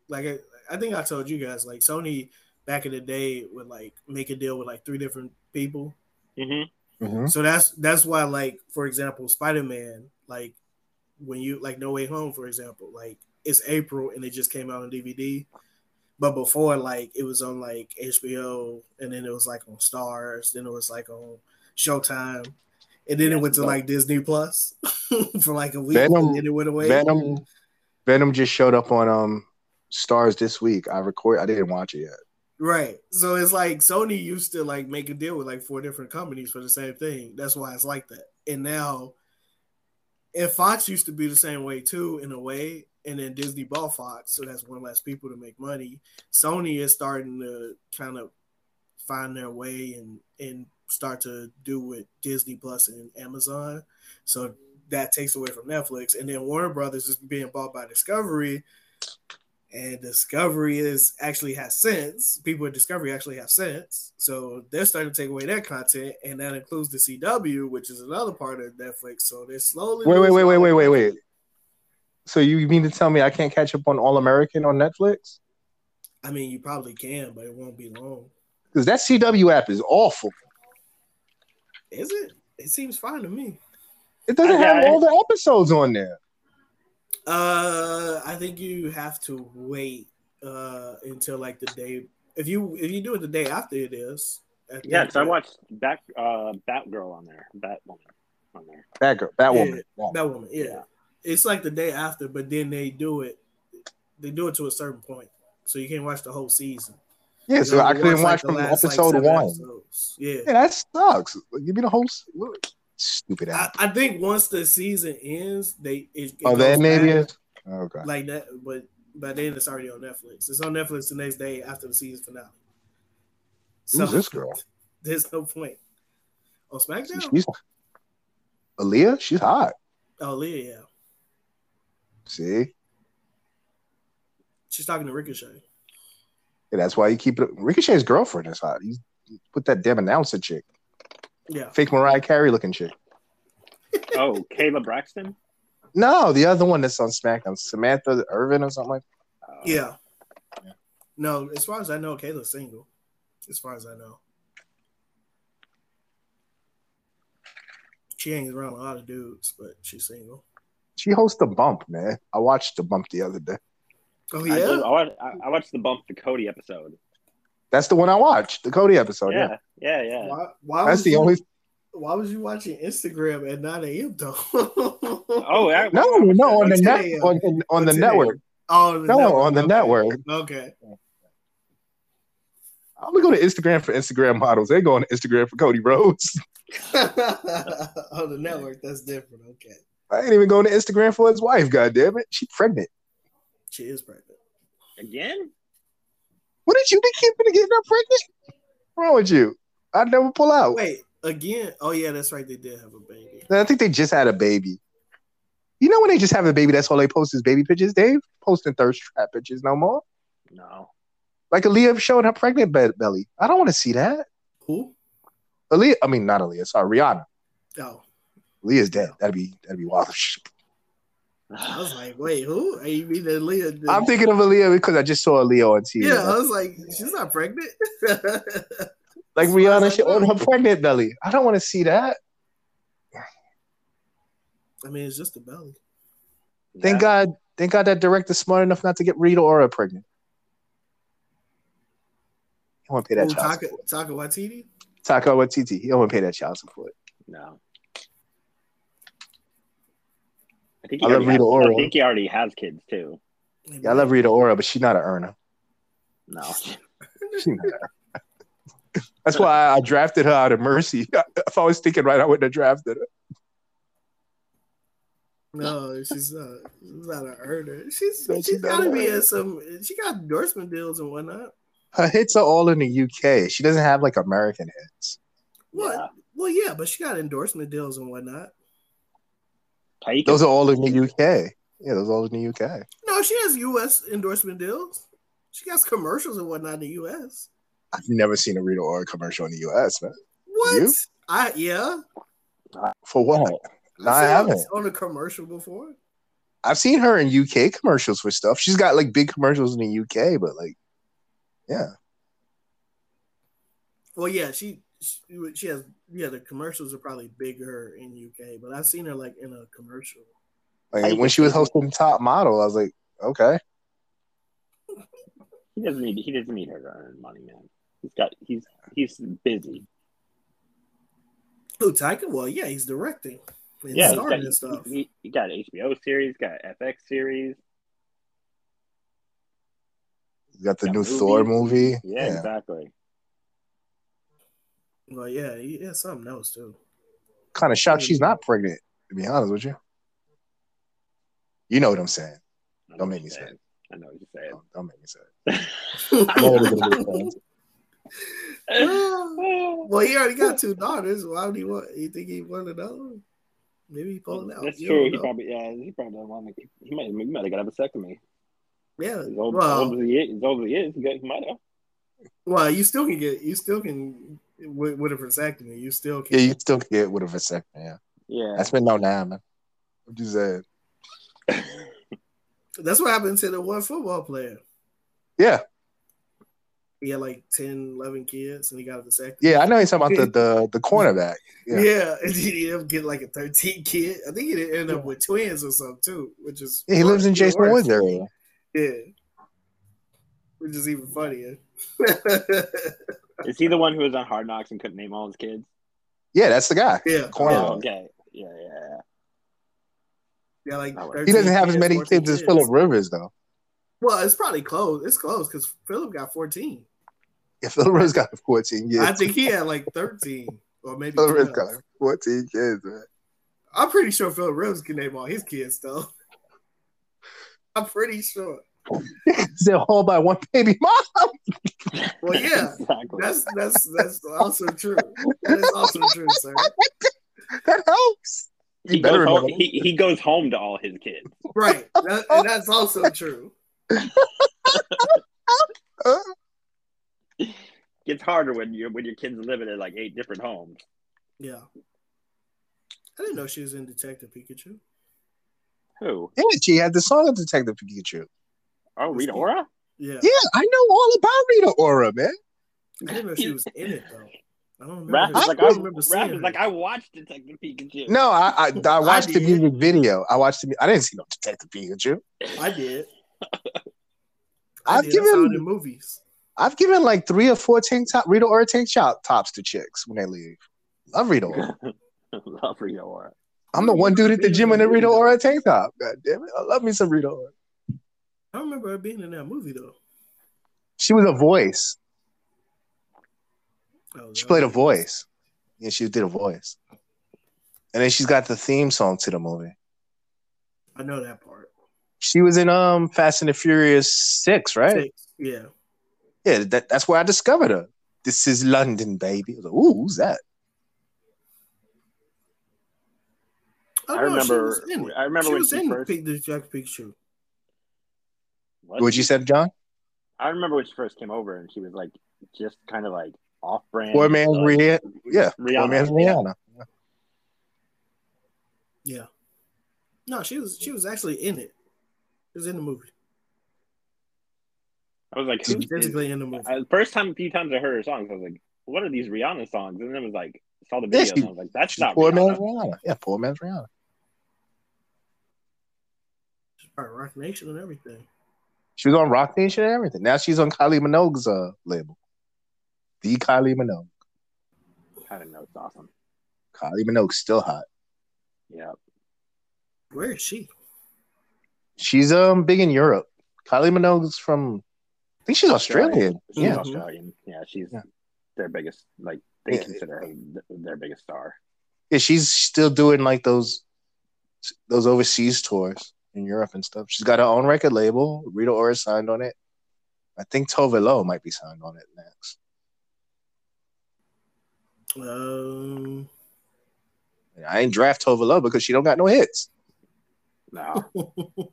like I, I think I told you guys like Sony back in the day would like make a deal with like three different people. Mm-hmm. Mhm. So that's that's why like for example Spider-Man like when you like No Way Home for example like it's April and it just came out on DVD but before like it was on like HBO and then it was like on Stars then it was like on Showtime and then it went to like Disney Plus for like a week Venom- and then it went away Venom Venom just showed up on um Stars this week. I record I didn't watch it yet. Right. So it's like Sony used to like make a deal with like four different companies for the same thing. That's why it's like that. And now and Fox used to be the same way too, in a way. And then Disney bought Fox, so that's one less people to make money. Sony is starting to kind of find their way and and start to do with Disney Plus and Amazon. So that takes away from Netflix. And then Warner Brothers is being bought by Discovery and Discovery is actually has sense. People at Discovery actually have sense, so they're starting to take away their content, and that includes the CW, which is another part of Netflix. So they're slowly. Wait, wait, wait, losing- wait, wait, wait, wait. So you mean to tell me I can't catch up on All American on Netflix? I mean, you probably can, but it won't be long. Because that CW app is awful. Is it? It seems fine to me. It doesn't I- have I- all the episodes on there. Uh, I think you have to wait uh until like the day. If you if you do it the day after it is. I think Yeah, because I that- watched Bat uh, Batgirl on there, Batwoman on there. That girl, that woman. Yeah. That woman, yeah. Yeah. It's like the day after, but then they do it. They do it to a certain point, so you can't watch the whole season. Yeah, You so only I couldn't watch like, the from last, like, episode seven one. episodes. Yeah. Yeah, that sucks. Give me the whole s- look, stupid I, ass. I think once the season ends, they it, it Oh, that goes maybe back is okay. like that, but by then it's already on Netflix. It's on Netflix the next day after the season finale. So Who's this girl? there's no point. On See, SmackDown, She's Aaliyah. She's hot. oh Leah, yeah, See, Yeah, she's talking to Ricochet. that's why you keep it. Ricochet's girlfriend is hot. You put that damn announcer chick, Yeah, fake Mariah Carey looking chick. Oh, Kayla Braxton. No, the other one that's on SmackDown, Samantha Irvin or something like. Uh, yeah. No, as far as I know, Kayla's single. As far as I know, she hangs around a lot of dudes, but she's single. She hosts the Bump, man. I watched the Bump the other day. Oh I, yeah, I, watched, I, I watched the Bump the Cody episode. That's the one I watched, the Cody episode. Oh, Yeah, yeah, yeah, yeah. why, why that's was the you- only. Why was you watching Instagram at 9 a.m. though? Oh, I- No, no, on the What's net, today? on, on, on the What's today? network. Oh, the No, on the okay. network. Okay. I'm gonna go to Instagram for Instagram models. They go on Instagram for Cody Rhodes. on the network, that's different. Okay. I ain't even going to Instagram for his wife. God damn it, she pregnant. She is pregnant. Again? What did you be keeping to getting her pregnant? What's wrong with you? I'd never pull out. Wait, again? Oh, yeah, that's right. They did have a baby. I think they just had a baby. You know when they just have a baby, that's all they post is baby pictures. They ain't posting thirst trap pictures no more. No. Like Aaliyah showing her pregnant be- belly. I don't want to see that. Who? Aaliyah, I mean not Aaliyah. Sorry, Rihanna. Oh, Aaliyah's dead. That'd be that'd be wild. I was like, wait, who? Are you mean that Leah? I'm thinking of Aaliyah because I just saw Aaliyah on TV. Yeah, uh, I was like, she's not pregnant. Like That's what I Rihanna was like, shit on no. her pregnant belly. I don't want to see that. I mean, it's just a belly. Thank Yeah. God. Thank God that director's smart enough not to get Rita Ora pregnant. He won't pay that Ooh, child Taka, support. Taka Waititi? Taco Watiti. He won't pay that child support. No. I think, he I love already has, Rita Ora. I think he already has kids too. Yeah, I love Rita Ora, but she's not an earner. No. She not a earner. That's why I, I drafted her out of mercy. if I was thinking right, I wouldn't have drafted her. No, she's not. She's not an earner. She's No, she's she's not got to an be earner. in some. She got endorsement deals and whatnot. Her hits are all in the UK. She doesn't have like American hits. What? Yeah. Well, yeah, but she got endorsement deals and whatnot. Taika- Those are all in the UK. Yeah, those are all in the UK. No, she has U.S. endorsement deals. She has commercials and whatnot in the U.S. I've never seen a Rita Ora commercial in the US, man. What? You? I yeah. For what? No, I seen her haven't. on a commercial before. I've seen her in UK commercials for stuff. She's got like big commercials in the UK, but like, yeah, Well, yeah, she she, she has yeah. The commercials are probably bigger in UK, but I've seen her like in a commercial. like when she was hosting Top Model, I was like, okay, he doesn't need he doesn't need her to earn money, man. He's got he's he's busy. Oh, Taika. Well, yeah, he's directing. And Yeah, he's starring got, and stuff. he, he, he got an HBO series, got FX series. you got the Yeah, new movie. Thor movie. Yeah, exactly. Well, yeah, he has something else too. kind of shocked she's not pregnant. To be honest with you, you know what I'm saying. I know Don't what make you're me say saying. I know what Don't, don't make me say it. you're Lord, it's gonna be a problem. well, saying. he already got two daughters. Why would he want? You think he want another one? Maybe he pulling out. That's You true. don't He know. probably yeah. He probably don't want to. He might he might have got a vasectomy. yeah. As old, well, old as he is, as old as he is, he, got, he might have. well, you still can get. You still can with, with a vasectomy. You still can. Yeah, you still can get with a vasectomy. Yeah, Yeah. that's been no now, man. I'm just saying. That's what happened to the one football player. Yeah, He had like 10, 11 kids, and he got the second. Yeah, I know he's talking about the the, the cornerback. Yeah. Yeah. and he ended up getting like a 13 kid. I think he did end up with twins or something too, which is Yeah, he lives in even Jason worse. Woods area. Yeah. Which is even funnier. Is he the one who was on Hard Knocks and couldn't name all his kids? Yeah, that's the guy. yeah. Cornerback. Oh, okay. Yeah, yeah. Yeah, like That works. He doesn't have as 13 many 14 kids as Philip Rivers though. Well, it's probably close. It's close because Philip got 14. Yeah, Philip Rivers got fourteen I kids. think he had like 13 or maybe. Philip Rivers 12. got fourteen kids. Man. I'm pretty sure Philip Rivers can name all his kids though. I'm pretty sure. They're all by one baby mom. Well, yeah, exactly. that's that's that's also true. That is also true, sir. That helps. he, You better goes home, remember. he, he goes home to all his kids. Right, that, and that's also true. Uh, It's harder when you when your kids living in like eight different homes. Yeah, I didn't know she was in Detective Pikachu. Who? yeah, she had the song of Detective Pikachu. Oh, Rita Ora. Yeah, Yeah, I know all about Rita Ora, man. I didn't know she was in it though. I don't remember. Raph her- is like I I, don't remember seeing Raph is her. like I watched Detective Pikachu. No, I I, I watched the did. music video. I watched the. mu- I didn't see no Detective Pikachu. I did. I've did. given- I saw it in movies. I've given like three or four tank top Rita Ora tank top tops to chicks when they leave. Love Rita Ora. Love Rita Ora. I'm the one dude at the gym in a Rita Ora tank top. God damn it, I love me some Rita Ora. I don't remember her being in that movie though. She was a voice. Oh, She that played a was- voice. Yeah, she did a voice. And then she's got the theme song to the movie. I know that part. She was in um Fast and the Furious Six, right? Six. Yeah. Yeah, that, that's where I discovered her. This is London, baby. I was like, Ooh, who's that? Oh, I no, she remember. was in it. I remember she when was she in first. Pic- the Jack Pikachu. what? What you said, John? I remember when she first came over, and she was like just kind of like off brand. Poor man's Rihanna. Yeah, poor Rihanna. man's Rihanna. Yeah. No, she was she was actually in it. She was in the movie. I was like, She who was is, physically in the movie. I, first time, a few times I heard her songs, I was like, what are these Rihanna songs? And then it was like, saw the Yeah, video, she- and I was like, that's She's not poor Rihanna. man's Rihanna. Yeah, poor man's Rihanna. All right, Rock Nation and everything. She was on Rock Nation and everything. Now she's on Kylie Minogue's uh, label. The Kylie Minogue. I don't know. It's awesome. Kylie Minogue's still hot. Yeah. Where is she? She's um big in Europe. Kylie Minogue's from I think she's Australian. She's Yeah. Australian. Yeah. She's Yeah. their biggest, like, they Yeah. consider her th- their biggest star. Yeah, she's still doing like those those overseas tours in Europe and stuff. She's got her own record label. Rita Ora signed on it. I think Tove Lo might be signed on it next. Um I ain't draft Tove Lo because she don't got no hits, No.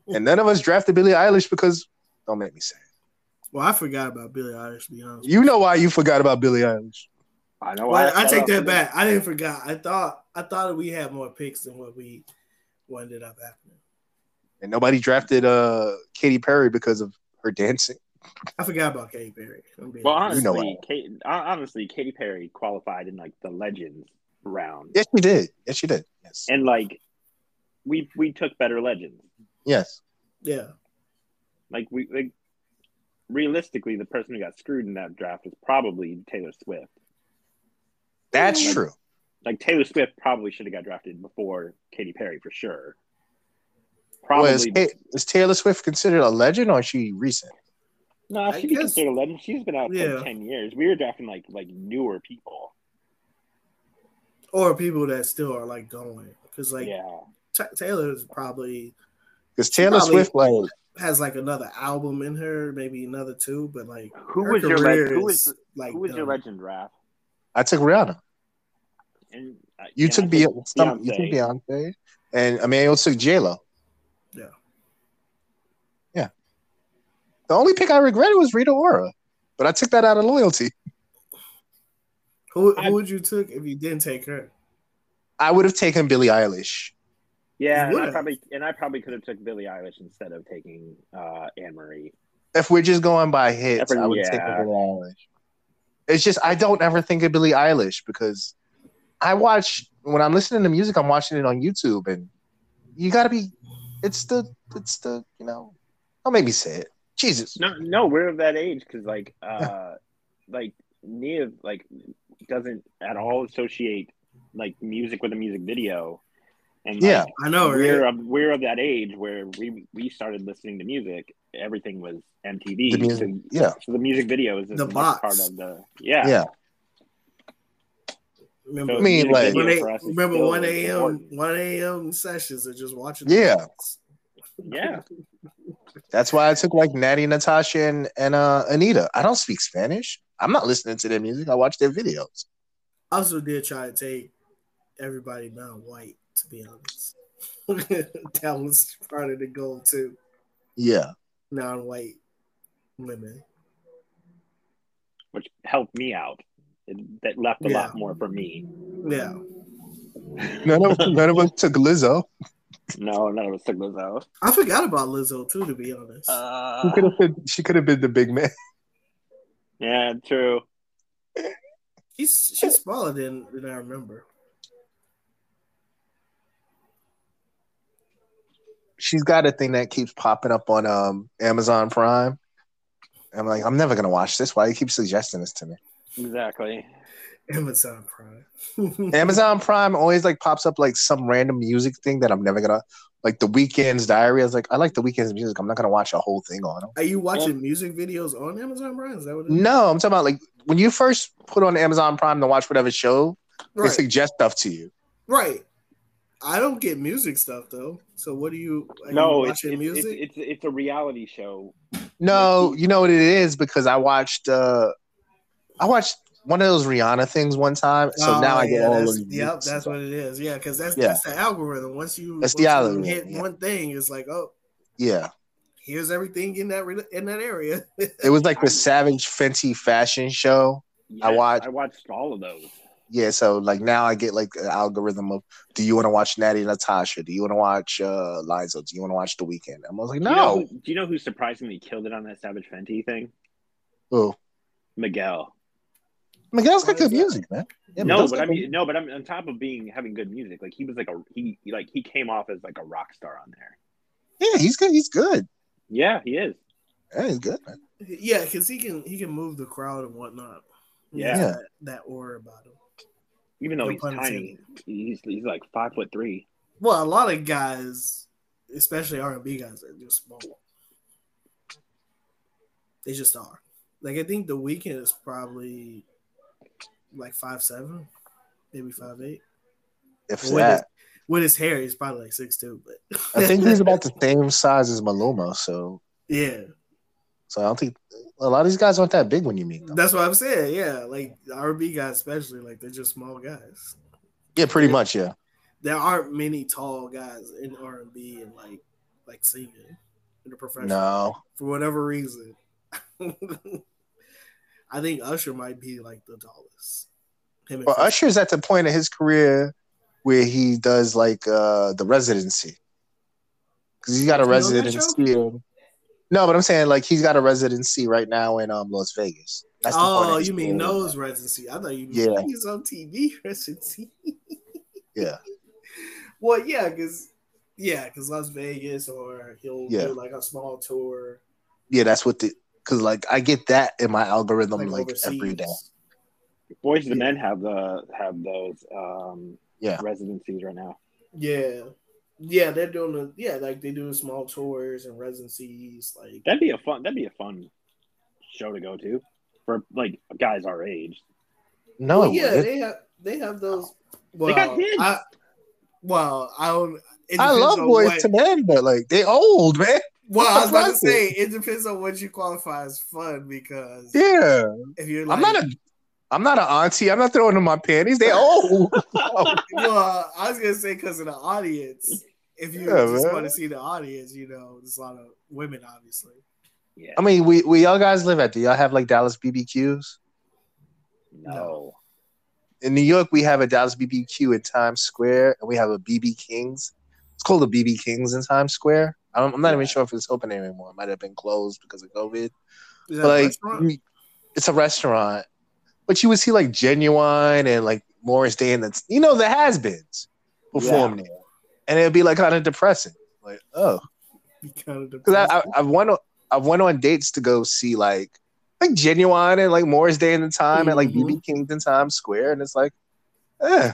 and none of us drafted Billie Eilish because don't make me say. it. well, I forgot about Billie Eilish to be honest. You know why you forgot about Billie Eilish? I know. Well, I I take that back. I didn't forgot. I thought I thought we had more picks than what we what ended up happening. And nobody drafted uh Katy Perry because of her dancing. I forgot about Katy Perry. I'm being Well, honest. You know honestly, Kate, honestly, Katy Perry qualified in like the legends round, Yes, she did. Yes, she did. Yes. and like we we took better legends. yes. yeah. Like we like realistically, the person who got screwed in that draft is probably Taylor Swift. That's Like- true. Like Taylor Swift probably should have got drafted before Katy Perry for sure. Well, is, Probably Ta- is Taylor Swift considered a legend or is she recent? no, I she guess- considered a legend. She's been out for Yeah. ten years. We were drafting like like newer people. Or people that still are like going. Because like yeah, T- Taylor's probably Because Taylor probably- Swift, like, has like another album in her, maybe another two, but like who her was your career leg- who is, was like who was your done. legend draft? I took Rihanna. And I- You and I took think- Be- some, you Beyonce. took Beyonce, and Emmanuel took J Lo. Yeah. yeah. The only pick I regretted was Rita Ora, but I took that out of loyalty. Who, I- who would you took if you didn't take her? I would have taken Billie Eilish. Yeah, You and I would've. probably and I probably could have took Billie Eilish instead of taking uh, Anne Marie. if we're just going by hits, Every- I would yeah. take Billie Eilish. It's just I don't ever think of Billie Eilish because I watch when I'm listening to music, I'm watching it on YouTube, and you got to be. It's the it's the you know. Don't make me say it. Jesus. No, no, we're of that age because like, uh, like Nia like doesn't at all associate like music with a music video, and like, Yeah. I know, we're right? of, we're of that age where we we started listening to music. Everything was MTV. The music- so, yeah. so the music video is The as much box. part of the yeah. Yeah. So Remember, I mean, music like- video when they, for us is remember still one a.m. important. one a.m. sessions are just watching. Yeah. Yeah, That's why I took like Natty Natasha and, and uh, Anita. I don't speak Spanish. I'm not listening to their music. I watch their videos. I also did try to take everybody non-white. To be honest, that was part of the goal too. Yeah. Non-white women. which helped me out. It, that left a Yeah. lot more for me. Yeah. None of none of us took Lizzo. No, none of us took those out. I forgot about Lizzo too, to be honest. She Uh, could have been, she could have been the big man. yeah, true. she's she's smaller than, than I remember. she's got a thing that keeps popping up on um Amazon Prime. I'm like, I'm never gonna watch this. Why you keep suggesting this to me? Exactly. Amazon Prime. Amazon Prime always like pops up like some random music thing that I'm never gonna like. The Weeknd's Diary. I was like, I like the Weeknd's music. I'm not gonna watch a whole thing on them. Are you watching music videos on Amazon Prime? Is that what it is? No, I'm talking about like when you first put on Amazon Prime to watch whatever show, they Right. suggest stuff to you. right. I don't get music stuff though. So what do you are no, you it's watching it's, it's music? it's it's a reality show. No, Like- you know what it is because I watched uh I watched one of those Rihanna things one time. So now I get all Oh, that's, those. Yep, music that's stuff. what it is. Yeah, because that's Yeah. that's the algorithm. Once you, That's once the you algorithm, hit yeah. one thing, it's like, oh, Yeah. here's everything in that re- in that area. It was like the Savage Fenty fashion show. I Yes, watch- I watched all of those. Yeah, so like now I get like an algorithm of do you want to watch Natty Natasha? Do you want to watch uh Lizo? Do you want to watch The Weekend? I'm like, Do you know no. who- do you know who surprisingly killed it on that Savage Fenty thing? Oh, Miguel. Miguel's got Why is good that? music, man. Yeah, no, Miguel's but got I good- mean, no, but I'm on top of being having good music. Like he was like a he like he came off as like a rock star on there. yeah, he's good. He's good. Yeah, he is. Yeah, he's good, man. yeah, because he can he can move the crowd and whatnot. He has Yeah. that, that aura about him. Even though No he's pun tiny, he's he's like five foot three. Well, a lot of guys, especially R and B guys, are just small. They just are. Like I think the weekend is probably like five seven, maybe five eight. If With his, that, with his hair, he's probably like six two. But I think he's about the same size as Maluma. So, yeah, so I don't think a lot of these guys aren't that big when you meet them. that's what I'm saying. Yeah, like R and B guys, especially like they're just small guys. Yeah, pretty much. Yeah, There aren't many tall guys in R and B and like like singing in the profession. no, for whatever reason. I think Usher might be like the tallest. Him and Well, Fifty. Usher's at the point of his career where he does like uh the residency because he's got a You know that show? residency. in- No, but I'm saying like he's got a residency right now in um Las Vegas. That's the point Oh, of his you career. mean nose residency? I thought you mean Yeah. he's on TV residency. Yeah. Well, yeah, because yeah, because Las Vegas, or he'll Yeah. do like a small tour, Yeah, that's what the because like I get that in my algorithm like, like, overseas. every day. Boys the Yeah. Men have the have those um Yeah. residencies right now. Yeah, yeah, they're doing the yeah, like they do small tours and residencies, like That'd be a fun that'd be a fun show to go to for like guys our age. No, Well, it yeah, wouldn't. they have they have those. Well, got kids. I, well, I don't. it I depends love on boys what- to men, but like they old man. Well, I was about to Surprising. say it depends on what you qualify as fun because Yeah, if you're like, I'm not a, I'm not an auntie. I'm not throwing in my panties. They old. well, I was gonna say because of the audience. If you Yeah, just man. want to see the audience, you know, there's a lot of women, obviously. Yeah. I mean, we we y'all guys live at? Do y'all have like Dallas BBQs? no. in New York, we have a Dallas BBQ in Times Square, and we have a BB Kings. It's called a BB Kings in Times Square. I'm, I'm not even sure if it's open anymore. It might have been closed because of COVID. Is that But, a like, restaurant? mm, it's a restaurant, but you would see like genuine and like Morris Day and the you know the has-beens perform there, and it'd be like kind of depressing. Like, oh, kind of because I, I depressing. I went on, I went on dates to go see like like genuine and like Morris Day and the time at like BB King's in Times Square, and it's like, eh. I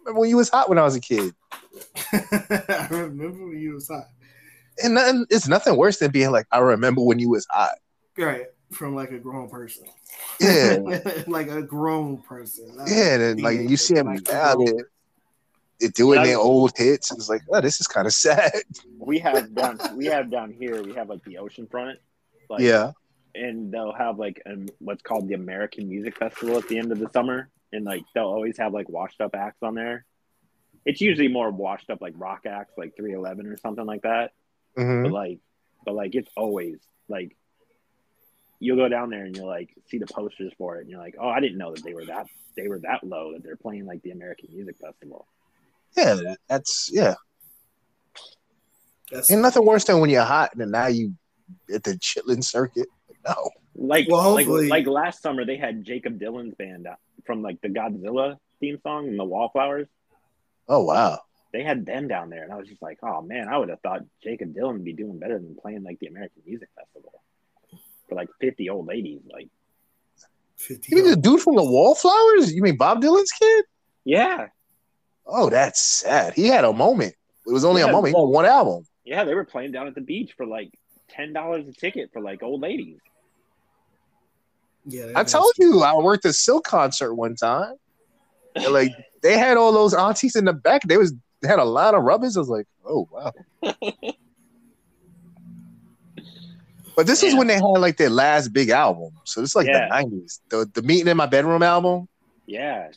remember when you was hot when I was a kid, I remember when you was hot. and nothing, it's nothing worse than being like, I remember when you was hot. Right. From like a grown person. Yeah, like a grown person. not Yeah, and then, a like you teenager, see him like, now, grown- they're, they're doing Yeah. their old hits, and it's like, oh, this is kind of sad. We have down we have down here we have like the ocean front. Like, yeah, and they'll have like um, what's called the American Music Festival at the end of the summer, and like they'll always have like washed up acts on there. It's usually more washed up like rock acts, like Three Eleven or something like that. Mhm. Mm-hmm. But like, but like it's always like you'll go down there and you'll like see the posters for it, and you're like, oh, I didn't know that they were that they were that low that they're playing like the American Music Festival. yeah, that- that's yeah. That's, And nothing worse than when you're hot, and then now you at the chitlin circuit. No, Like, Well, like, hopefully- like last summer they had Jacob Dylan's band out- from like the Godzilla theme song and the Wallflowers. oh wow, they had them down there, and I was just like, oh man, I would have thought Jacob Dylan would be doing better than playing like the American Music Festival for like fifty old ladies. Like, 50 you mean the dude from the Wallflowers? You mean Bob Dylan's kid? yeah, Oh, that's sad. He had a moment. It was only Yeah. a moment. He had one album. yeah, they were playing down at the beach for like ten dollars a ticket for like old ladies. Yeah, that I is- told you, I worked a Silk concert one time, and like they had all those aunties in the back. They was they had a lot of rubbers. I was like, oh wow. but this is Yeah. when they had like their last big album, so it's like the Yeah. nineties. The the meeting in my bedroom album, Yeah,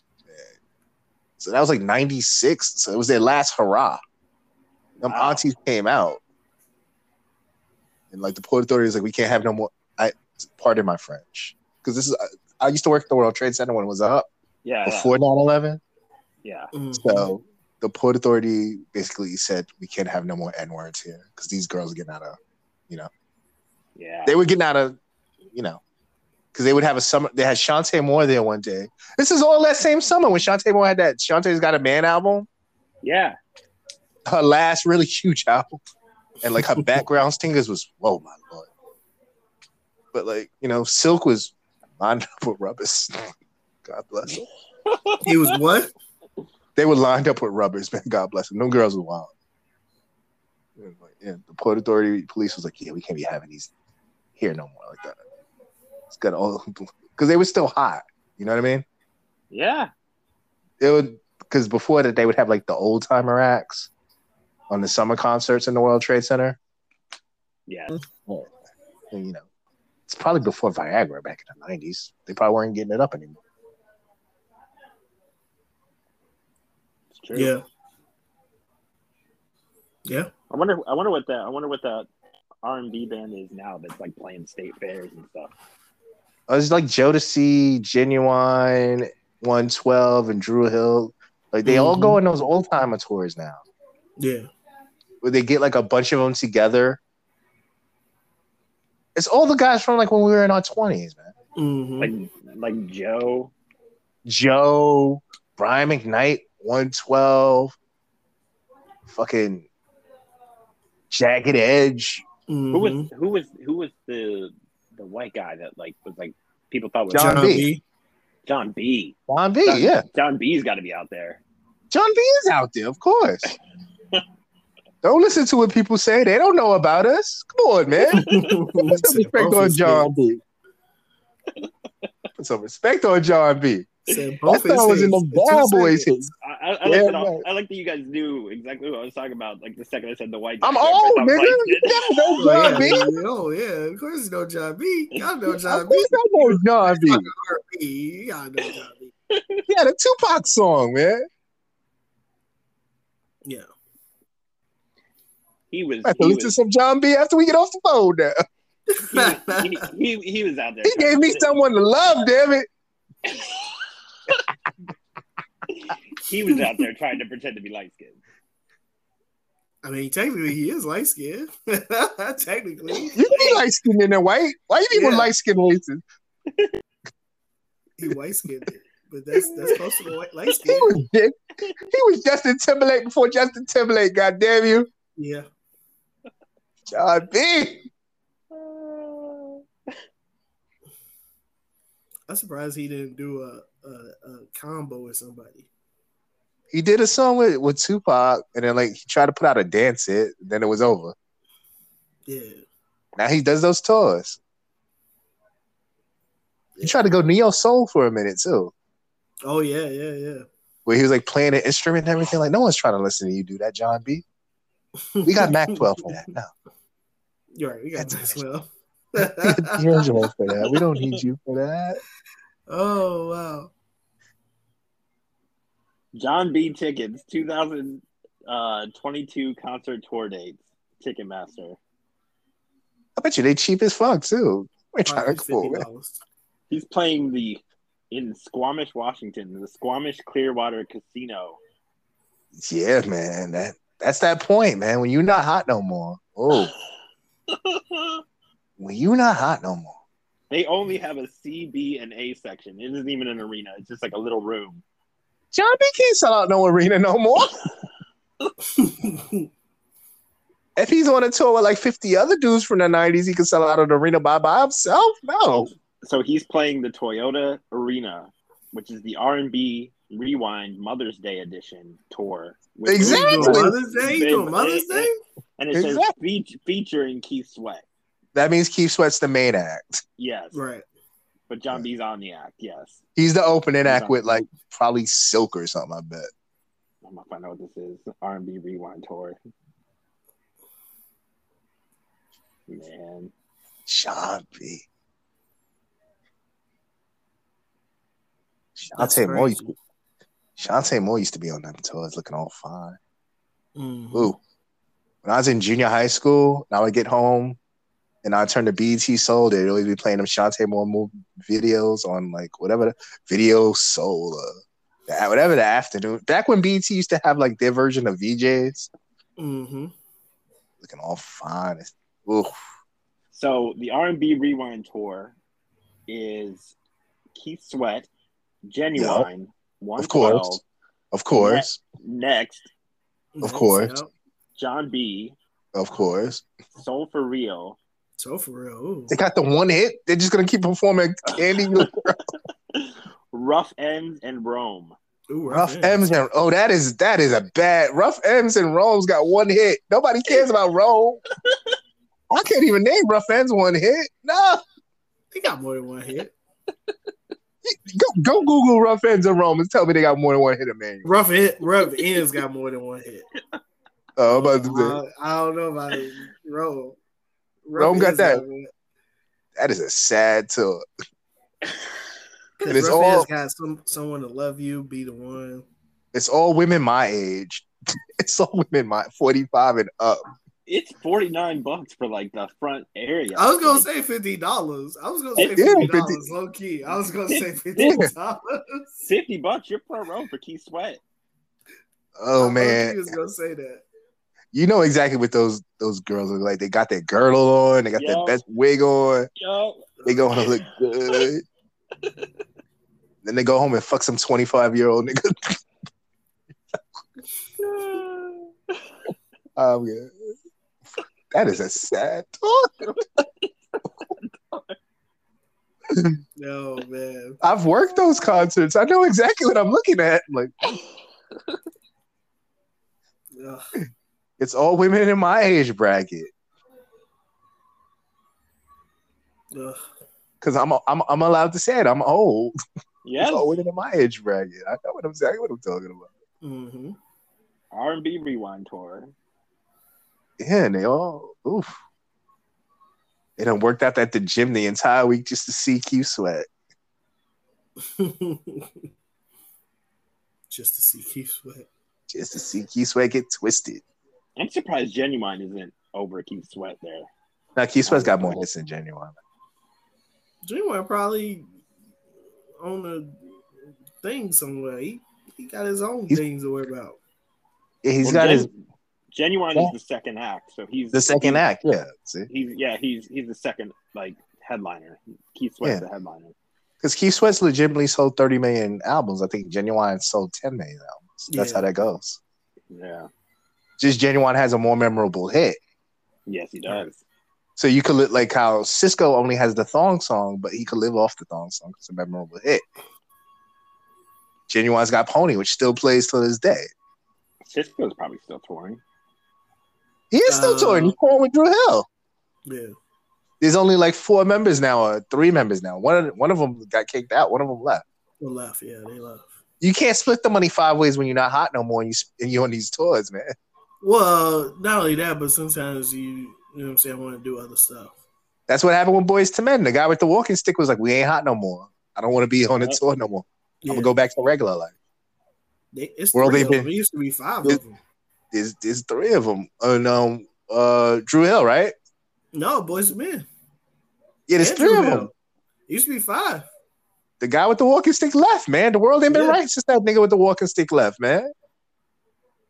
so that was like ninety six. So it was their last hurrah. Them Wow. aunties came out, and like the Port Authority was like, we can't have no more. I pardon my French, because this is. I, I used to work at the World Trade Center when it was up yeah, yeah, before 9 11. yeah. Mm. So the Port Authority basically said, we can't have no more N words here because these girls are getting out of, yeah. they were getting out of, you know, because they would have a summer. They had Shantae Moore there one day. This is all that same summer when Shantae Moore had that Shantae's Got a Man album, yeah. her last really huge album. And like her background singers was, whoa, my lord. But like, you know, Silk was lined up with rubbers. God bless them. he was what? They were lined up with rubbers, man. God bless them. Them girls were wild. It was like, yeah, the Port Authority police was like, yeah, we can't be having these here no more like that. It's got all because they were still hot. You know what I mean? Yeah, It would because before that they would have like the old timer acts on the summer concerts in the World Trade Center. yeah, And, you know, it's probably before Viagra back in the nineties. They probably weren't getting it up anymore. it's true. Yeah. Yeah. I wonder. I wonder what that. I wonder what that R and B band is now that's like playing state fairs and stuff. It was like Jodeci, Genuine, One Twelve, and Drew Hill. Like they all go on those old timer tours now. Yeah. where they get like a bunch of them together. It's all the guys from like when we were in our twenties, man. hmm Like, like Joe. Joe, Brian McKnight, one twelve, fucking Jagged Edge, Who Mm-hmm. was who was who was the the white guy that like was like people thought was John John, B. B. John B. John B. John, Yeah, John B's got to be out there. John B. is out there, of course. don't listen to what people say; they don't know about us. Come on, man. Put some respect on John B. Put some respect on John B. Said I both thought I was in the bad boys. hit. I, I, I, Yeah, like that all, right. I like that you guys knew exactly what I was talking about. Like the second I said the white. I'm guy, old, I was nigga. like, You never know John B. Oh yeah, of course you know John B. Y'all know I John B. think I know John B. R.B. Y'all know John B. Yeah, the Tupac song, man. Yeah. he was. I have to He listen to was, some John B. after we get off the phone now. he, was- he, he, he was out there. He gave me someone to love, damn it. He was out there trying to pretend to be light skinned. I mean, technically, he is light skinned. technically, You be light skinned in there, white. Why you be with Yeah. light skinned races? he white skinned, but that's that's supposed to be light He skinned. was dick. He was Justin Timberlake before Justin Timberlake. God damn you, Yeah, John B. I'm surprised he didn't do a a, a combo with somebody. He did a song with, with Tupac, and then like he tried to put out a dance hit. Then it was over. Yeah, Now he does those tours. He tried to go neo soul for a minute too, oh yeah, yeah, yeah. where he was like playing an instrument and everything. Like no one's trying to listen to you do that, John B. We got Mac 12 for that. No, You're right. We got That's- Maxwell. D'Angelo for that. We don't need you for that. oh wow. John B. Tickets 2022 concert tour dates. Ticketmaster. I bet you they cheap as fuck too. Oh, We're trying to cool. $150. He's playing the in Squamish, Washington, the Squamish Clearwater Casino. Yeah, man. That that's that point, man. When you're not hot no more. Oh, when you're not hot no more. they only have a C, B, and A section. It isn't even an arena. It's just like a little room. John B can't sell out no arena no more. If he's on a tour with like 50 other dudes from the 90s, he can sell out an arena by, by himself. No. So he's playing the Toyota Arena, which is the R&B Rewind Mother's Day edition tour. with- Exactly. You doing Mother's Day. You doing Mother's Day. And it says Exactly. feat- featuring Keith Sweat. That means Keith Sweat's the main act. Yes. Right. But John B's on the act. Yes. He's the opening act Exactly. with like probably Silk or something, I bet. I'm gonna find out what this is. R&B Rewind tour. Man, John B. That's Shantae Moore, used crazy. to, Shantae Moore used to be on them tours looking all fine. Mhm. Ooh. When I was in junior high school, and I would get home and I'd turn to BET Soul, they'd always be playing them Shantae Moore movie videos on like whatever the video soul or the- whatever the afternoon. Back when BET used to have like their version of VJs, Mhm. looking all fine. It's- Ooh. So the R&B Rewind tour is Keith Sweat, Genuine, One Of course. Twelve, Of course. Next, Of course. Yep. John B, Of course. Soul for Real, So for real. Ooh. They got the one hit. They're just gonna keep performing Candy Rough Ends, and Rome. Ooh, Rough right there. M's and oh, that is that is a bad Rough M's and Rome's got one hit. Nobody cares about Rome. I can't even name Rough M's one hit. No, They got more than one hit. go, go Google Rough M's and Rome and tell me they got more than one hit. A man, Rough hit. Rough ends got more than one hit. oh, I'm about to say, I, I don't know about it. Rome. Rome got Ends that. one- that is a sad tour. And it's Rough all- ends got some someone to love you. Be the one. It's all women my age. It's all women my 45 and up. It's forty nine bucks for like the front area. I was gonna say fifty dollars. I was gonna say Yeah, fifty dollars. Low key. I was gonna say fifty dollars. fifty bucks. You're pro row for Keith Sweat. Oh He man, was gonna say that. you know exactly what those those girls look like. They got their girdle on. They got Yeah. their best wig on. Yo, They gonna look good. then they go home and fuck some twenty five year old nigga. Um, yeah. That is a sad talk. No man. I've worked those concerts. I know exactly what I'm looking at. Like Ugh. it's all women in my age bracket. Ugh. Cause I'm I'm I'm allowed to say it. I'm old. yes. It's all women in my age bracket. I know what I'm- exactly what I'm talking about. Mhm. R and B Rewind tour. Yeah, and they all oof. They done worked out at the gym the entire week just to see Q sweat. Just to see Keith sweat. Just to see Q sweat get twisted. I'm surprised Genuine isn't over Keith Sweat there. Now Keith Sweat's got more hits than Genuine. Dreamwear probably on a thing somewhere. He, he got his own He's- things to worry about. Yeah, he's Well, got Gen- his Genuine is the second act, so he's The second act, yeah. See, He's yeah, he's he's the second like headliner. Keith Sweat's Yeah. the headliner. because Keith Sweat's legitimately sold 30 million albums. I think Genuine sold 10 million albums. That's Yeah. how that goes. Yeah, Just Genuine has a more memorable hit. yes, he does. So you could look like how Cisco only has the thong song, but he could live off the thong song. It's a memorable hit. Genuine's got Pony, which still plays to this day. Cisco's probably still touring. He is still Uh, touring. He's touring with Drew Hill. Yeah. There's only like four members now, or three members now. One of one of them got kicked out. One of them left. They left. Yeah, they left. You can't split the money five ways when you're not hot no more, and, you, sp- and you're on these tours, man. Well, not only that, but sometimes you, you know what I'm saying, want to do other stuff. That's what happened with Boys to Men. The guy with the walking stick was like, "We ain't hot no more. I don't want to be on the Yep. tour no more. Yeah. I'm gonna go back to regular life." They, it's World three ain't of been- them. It used to be five It- of them. There's there's three of them, and um, uh, Drew Hill, right? No, boys and men. Yeah, there's And three of Drew Hill. them. It used to be five. The guy with the walking stick left, man. The world ain't been Yeah. right since that nigga with the walking stick left, man.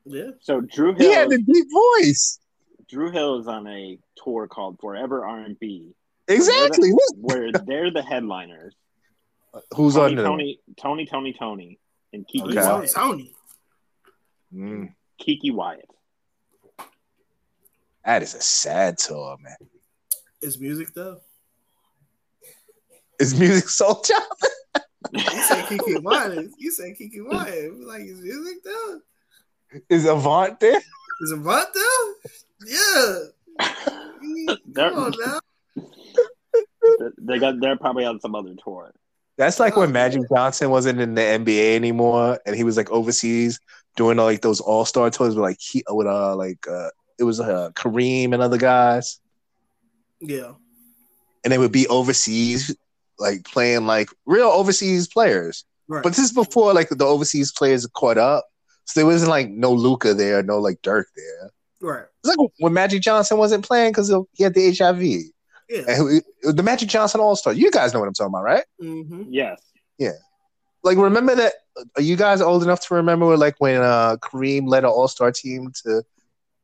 Yeah. So Drew Hill, He had the deep voice. Drew Hill is on a tour called Forever R and B, Exactly. where they're the headliners. Who's Tony, on there? Tony, Tony, Tony, Tony, and Kiki Okay. He's on Wyatt. Tony. Mm. Kiki Wyatt. That is a sad tour, man. It's music though. Is music soul child? You said Kiki Wyatt. You said Kiki Wyatt. We're Like it's music though. Is Avant there? Is it Vaughn though? Yeah. They're, Come on now. they got. They're probably on some other tour. That's like when Magic Johnson wasn't in the NBA anymore, and he was like overseas doing like those All Star tours with like he with uh like uh it was uh Kareem and other guys, Yeah. and they would be overseas like playing like real overseas players. Right. But this is before like the overseas players caught up, so there wasn't like no Luca there, no like Dirk there. right. It's like when Magic Johnson wasn't playing because he had the HIV. Yeah. And it- it- the Magic Johnson All Star. You guys know what I'm talking about, right? Mm-hmm. Yes. Like, remember that? Are you guys old enough to remember like when uh, Kareem led an All Star team to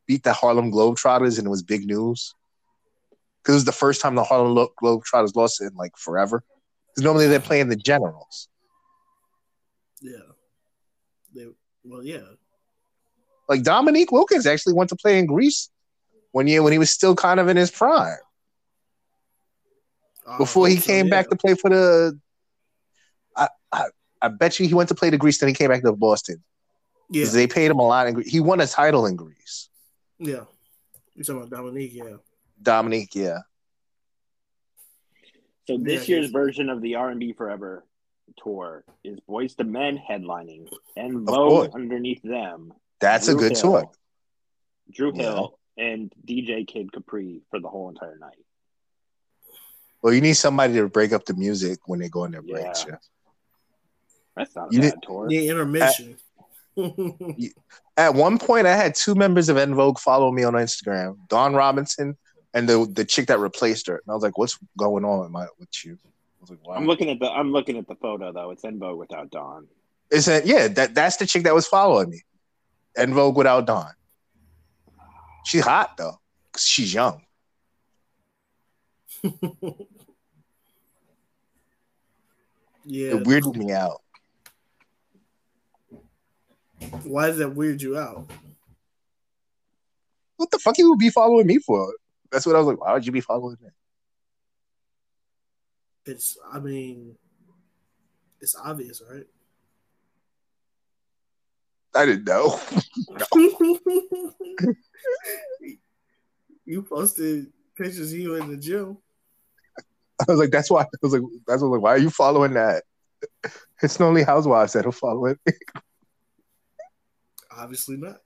beat the Harlem Globetrotters, and it was big news because it was the first time the Harlem Lo- Globetrotters lost in like forever. Because normally they're playing the Generals. Yeah. They, well, yeah. Like Dominique Wilkins actually went to play in Greece one year when he was still kind of in his prime Oh, before he so, came yeah. back to play for the. I, I I bet you he went to play to Greece, then he came back to Boston. Yeah. 'Cause They paid him a lot in Greece. He won a title in Greece. Yeah. You're talking about Dominique, yeah. Dominique, yeah. So this Yeah, I year's guess. version of the R and B Forever tour is Boys to Men headlining, and Of Low course. underneath them. That's a Drew good Hill- tour. Drew Yeah. Hill and DJ Kid Capri for the whole entire night. Well, you need somebody to break up the music when they go on their breaks. Yeah. Yeah. That's not a You bad tour. The intermission. At one point, I had two members of En Vogue follow me on Instagram: Don Robinson and the the chick that replaced her. And I was like, "What's going on with, my, with you?" I was like, I'm wow. looking at the I'm looking at the photo though. It's in vogue without Don. It said, "Yeah, that that's the chick that was following me." En Vogue without Don. She's hot though. 'cause She's young. yeah. It weirded me out. Why does that weird you out? What the fuck you would be following me for? That's what I was like. Why would you be following me? It's, I mean, it's obvious, right? I didn't know. you posted pictures of you in the gym. I was like, that's why. I was like, that's what I was like, why are you following that? It's the only housewives that'll follow it. Obviously not.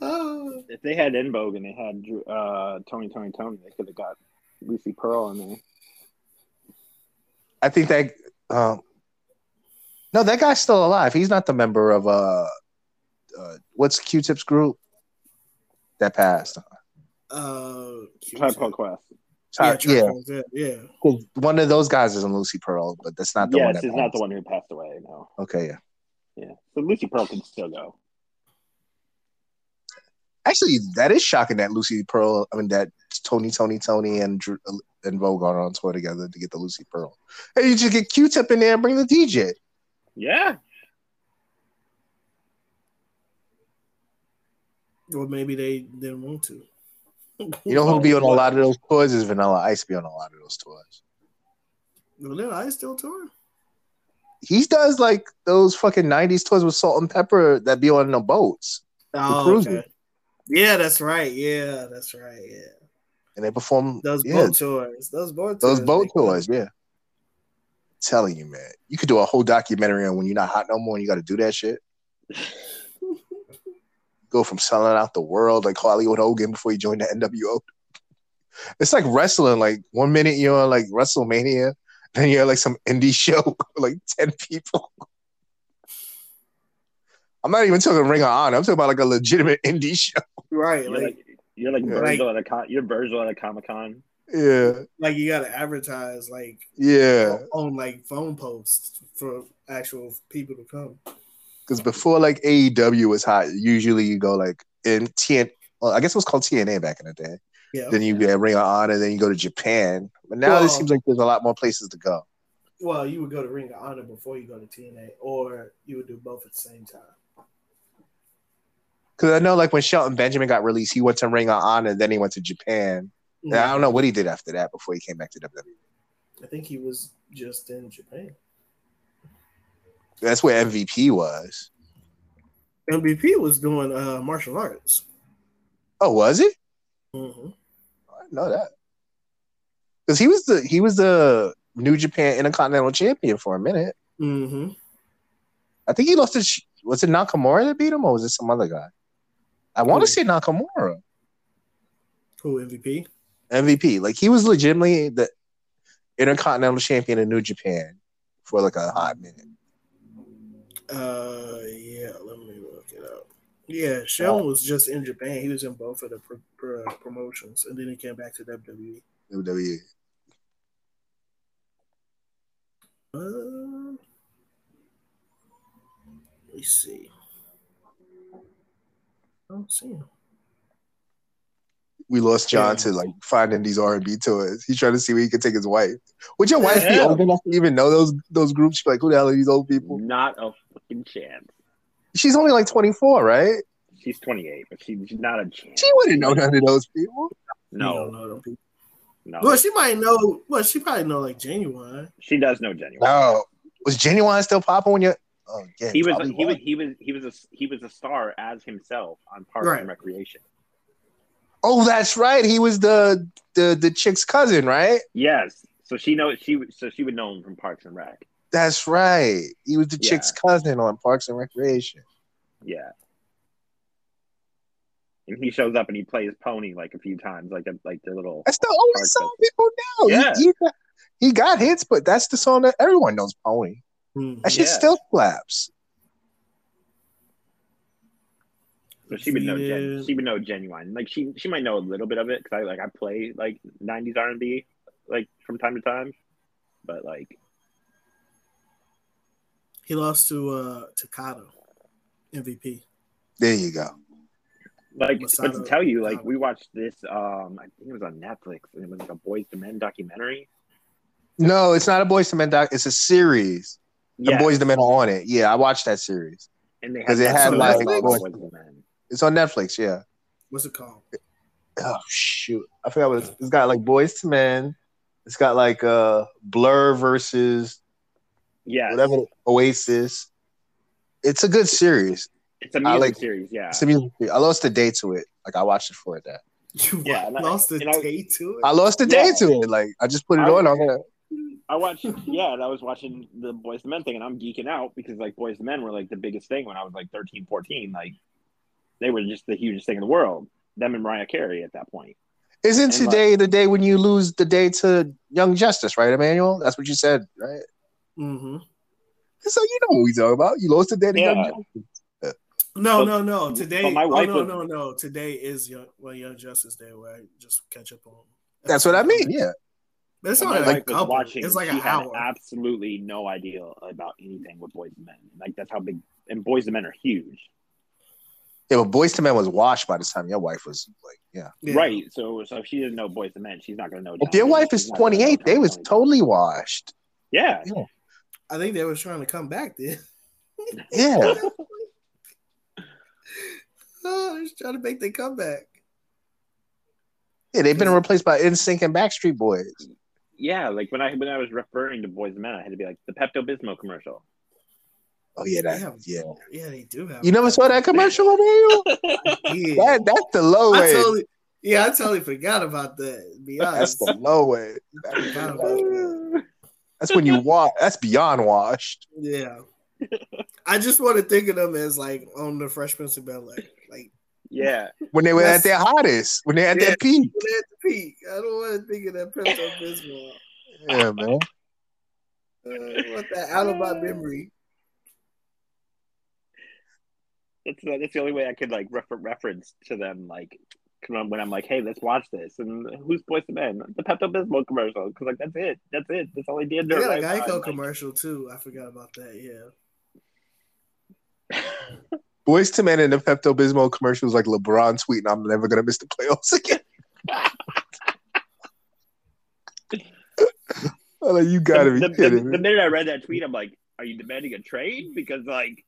oh, If they had in vogue and they had Drew, uh, Tony Tony Tony, they could have got Lucy Pearl in there. I think that. Um, no, that guy's still alive. He's not the member of uh, uh what's Q-Tip's group that passed. uh, Tribe Called Quest. Yeah, yeah, yeah, yeah. one of those guys is in Lucy Pearl, but that's not the one. yes, that it's not the passed. one who passed away. No. Okay, yeah. Yeah. So Lucy Pearl can still go. Actually, that is shocking that Lucy Pearl. I mean, that Tony, Tony, Tony, and Drew- and Vogue are on tour together to get the Lucy Pearl. Hey, you just get Q-Tip in there and bring the DJ. Yeah. Or maybe they didn't want to. You know who'll be on a lot of those tours is Vanilla Ice. Be on a lot of those tours. Well, then I still tour. He does like those fucking '90s tours with Salt and Pepper that be on the boats, Oh, cruising. okay. Yeah, that's right. Yeah, that's right. Yeah, and they perform those yeah, boat tours. Those boat tours. those boat make- tours. Yeah, telling you, man, you could do a whole documentary on when you're not hot no more and you got to do that shit. Go from selling out the world like Hollywood Hogan before you joined the NWO. It's like wrestling. Like one minute you're on like WrestleMania, then you're like some indie show with like ten people. I'm not even talking Ring of Honor. I'm talking about like a legitimate indie show. Right. You're Like, like, you're like Yeah. Virgil at a con- you're Virgil at a Comic Con. Yeah, like you got to advertise like yeah. on like phone posts for actual people to come. because before like AEW was hot, usually you go like in TN. Well, I guess it was called TNA back in the day. Oh, Yeah. Then you get Ring of Honor, then you go to Japan. But now Well- it seems like there's a lot more places to go. Well, you would go to Ring of Honor before you go to TNA, or you would do both at the same time. Because I know like when Shelton Benjamin got released, he went to Ring of Honor, then he went to Japan. And I don't know what he did after that before he came back to E. WWE. I think he was just in Japan. That's where MVP was. MVP was doing uh, martial arts. Oh, was he? hmm I didn't know that. Because he was the he was the New Japan Intercontinental Champion for a minute. hmm I think he lost to Sh- was it Nakamura that beat him or was it some other guy? I want Who? to say Nakamura Who MVP? MVP. Like he was legitimately the Intercontinental Champion in New Japan for like a hot minute. Uh, yeah, let me look it up. Yeah, Sheldon was just in Japan. He was in both of the pro- pro- promotions, and then he came back to E. WWE. WWE. Uh, let me see. I don't see him. We lost John Yeah. to like finding these R and B tours. He's trying to see where he could take his wife. Would your wife be Yeah. old enough to even know those those groups? She's like, who the hell are these old people? Not a fucking chance. She's only like twenty four, right? She's 28, but she- she's not a chance. She wouldn't know none of those people. You No, don't know them people. no. Well, she might know. Well, she probably know like genuine. She does know genuine. No, was genuine still popping when you? Oh yeah, he was probably he was he was he was a he was a star as himself on Parks Right. and Recreation. Oh, that's right. He was the the the chick's cousin, right? Yes, so she knows she would- so she would know him from Parks and Rec. That's right. He was the Yeah. chick's cousin on Parks and Recreation. Yeah, and he shows up and he plays Pony like a few times, like a, like the little That's the only Parks song people know. Yeah. He, he, got- he got hits, but that's the song that everyone knows. Pony. Mhm. That shit Yeah. still claps. So she would know Yeah. gen- she would know genuine. Like she she might know a little bit of it because I like I play like '90s R and B like from time to time, but like He lost to uh Takata, MVP. There you go. like but Masato to tell you like Kama. we watched this um I think it was on Netflix and it was like a boys to men documentary. No, it's not a Boys to Men doc. It's a series. Yeah, And Boys to Men are on it. Yeah, I watched that series. and they 'cause it had, some like, dialogue with boys- boys to men. It's on Netflix. Yeah. What's it called? Oh shoot, I forgot what it's, it's got. Like Boys to Men. It's got like uh Blur versus Yeah, whatever Oasis. It's a good series. it's a I music like- series. Yeah, It's a music video. I lost the day to it. Like I watched it for that. You Yeah, and I- uh, lost the and I- day to it. I lost the Yeah. day to it. Like I just put it I- on. I'm like, I watched. Yeah, and I was watching the boys to men thing and I'm geeking out because like boys to men were like the biggest thing when I was like 13, 14. Like they were just the hugest thing in the world. Them and Mariah Carey at that point. Isn't And, like- today the day when you lose the day to Young Justice, right, Emmanuel? That's what you said, right? hmm So you know what we talking about. You lost the day to Young Yeah. Justice. But- No, no, no. Today, but my wife oh, no, was- no, no. Today is young, well, Young Justice Day, where I just catch up on. That's what I mean. Yeah. but it's And only my like a wife was couple. watching, It's like she an had hour. absolutely no idea about anything with boys and men. Like that's how big and boys and men are huge. Yeah, but Boys to Men was washed by the time your wife was like, yeah. Yeah. Right. So so if she didn't know boys to men, she's not gonna know. If your Downton. wife is She's not gonna know 28, they was Downton. totally washed. Yeah. I think they was trying to come back then. Yeah. oh, they was trying to make their comeback. Yeah, they've been replaced by NSYNC and Backstreet Boys. Yeah, like when I when I was referring to boys to men, I had to be like the Pepto Bismol commercial. Oh yeah, Yeah. that yeah. Yeah, they do have. You never saw that commercial, Emmanuel? Yeah. That that's the low I end. totally, yeah, I totally forgot about that. To be That's honest, the low end. That's when you wash. That's beyond washed. yeah. I just want to think of them as like on the Fresh Prince of Bel Air, like yeah. When they were Yes. at their hottest. When they're at Yeah. their peak. at the peak. I don't want to think of that Pepto Bismol. Yeah, man. Uh, I want that out of my memory. That's the, that's the only way I could like refer- reference to them like come on, when I'm like, hey, let's watch this, and who's boys to men? The Pepto Bismol commercial, because like that's it, that's it, that's all I did. They during got a my time. Geico Like, commercial too. I forgot about that. Yeah. Boys to Men in the Pepto Bismol commercials like LeBron tweeting, "I'm never gonna miss the playoffs again." I'm like, you gotta be the, the, kidding me. the minute I read that tweet, I'm like, are you demanding a trade? Because like,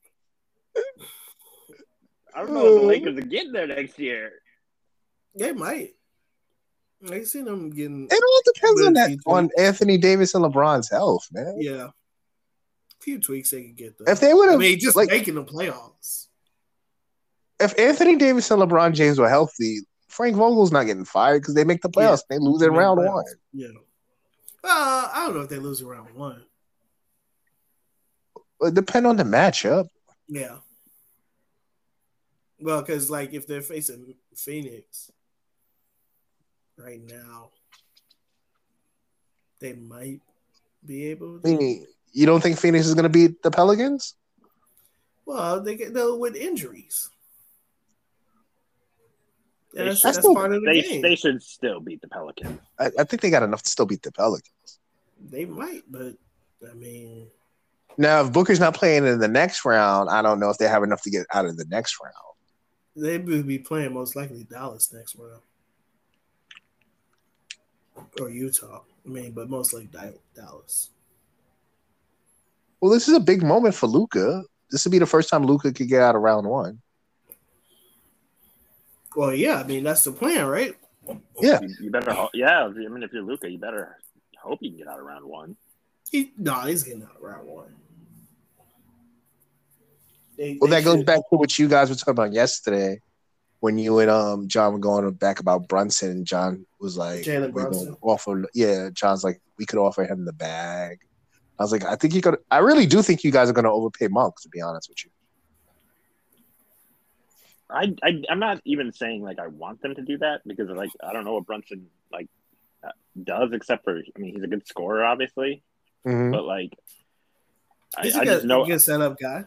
I don't know if the Oh. Lakers are getting there next year. They might. I seen them getting. It all depends on that Good feature. on Anthony Davis and LeBron's health, man. Yeah. A few tweaks they could get though. If they would I have, mean, just like- making the playoffs. if Anthony Davis and LeBron James were healthy, Frank Vogel's not getting fired because they make the playoffs. They lose in Make round playoffs. one. Yeah. Uh, I don't know if they lose around one. It depend on the matchup. Yeah. Well, because like if they're facing Phoenix right now, they might be able. I To, mean, you don't think Phoenix is going to beat the Pelicans? well, they get though with injuries. Yeah, They- that's, That's that's the- part of the They game. they should still beat the Pelicans. I, I think they got enough to still beat the Pelicans. They might, but I mean, Now, if Booker's not playing in the next round, I don't know if they have enough to get out of the next round. they will be playing most likely Dallas next round or Utah. I mean, but most likely Dal- Dallas. Well, this is a big moment for Luca. This would be the first time Luca could get out of round one. Well, yeah, I mean that's the plan, right? Yeah. You, you better, ho- yeah. I mean, if you're Luca, you better hope you can get out of round one. He, no, he's getting out of round one. They- Well, they that goes should- back to what you guys were talking about yesterday when you and um John were going back about Brunson. John was like, Jalen we're gonna Brunson. Offer, yeah, John's like, we could offer him the bag. I was like, I think you could. I really do think you guys are going to overpay Monk. To be honest with you, I, I I'm not even saying like I want them to do that because like I don't know what Brunson like uh, does except for I mean he's a good scorer obviously, Mm-hmm. but like I, He's a I just good, know good setup guy.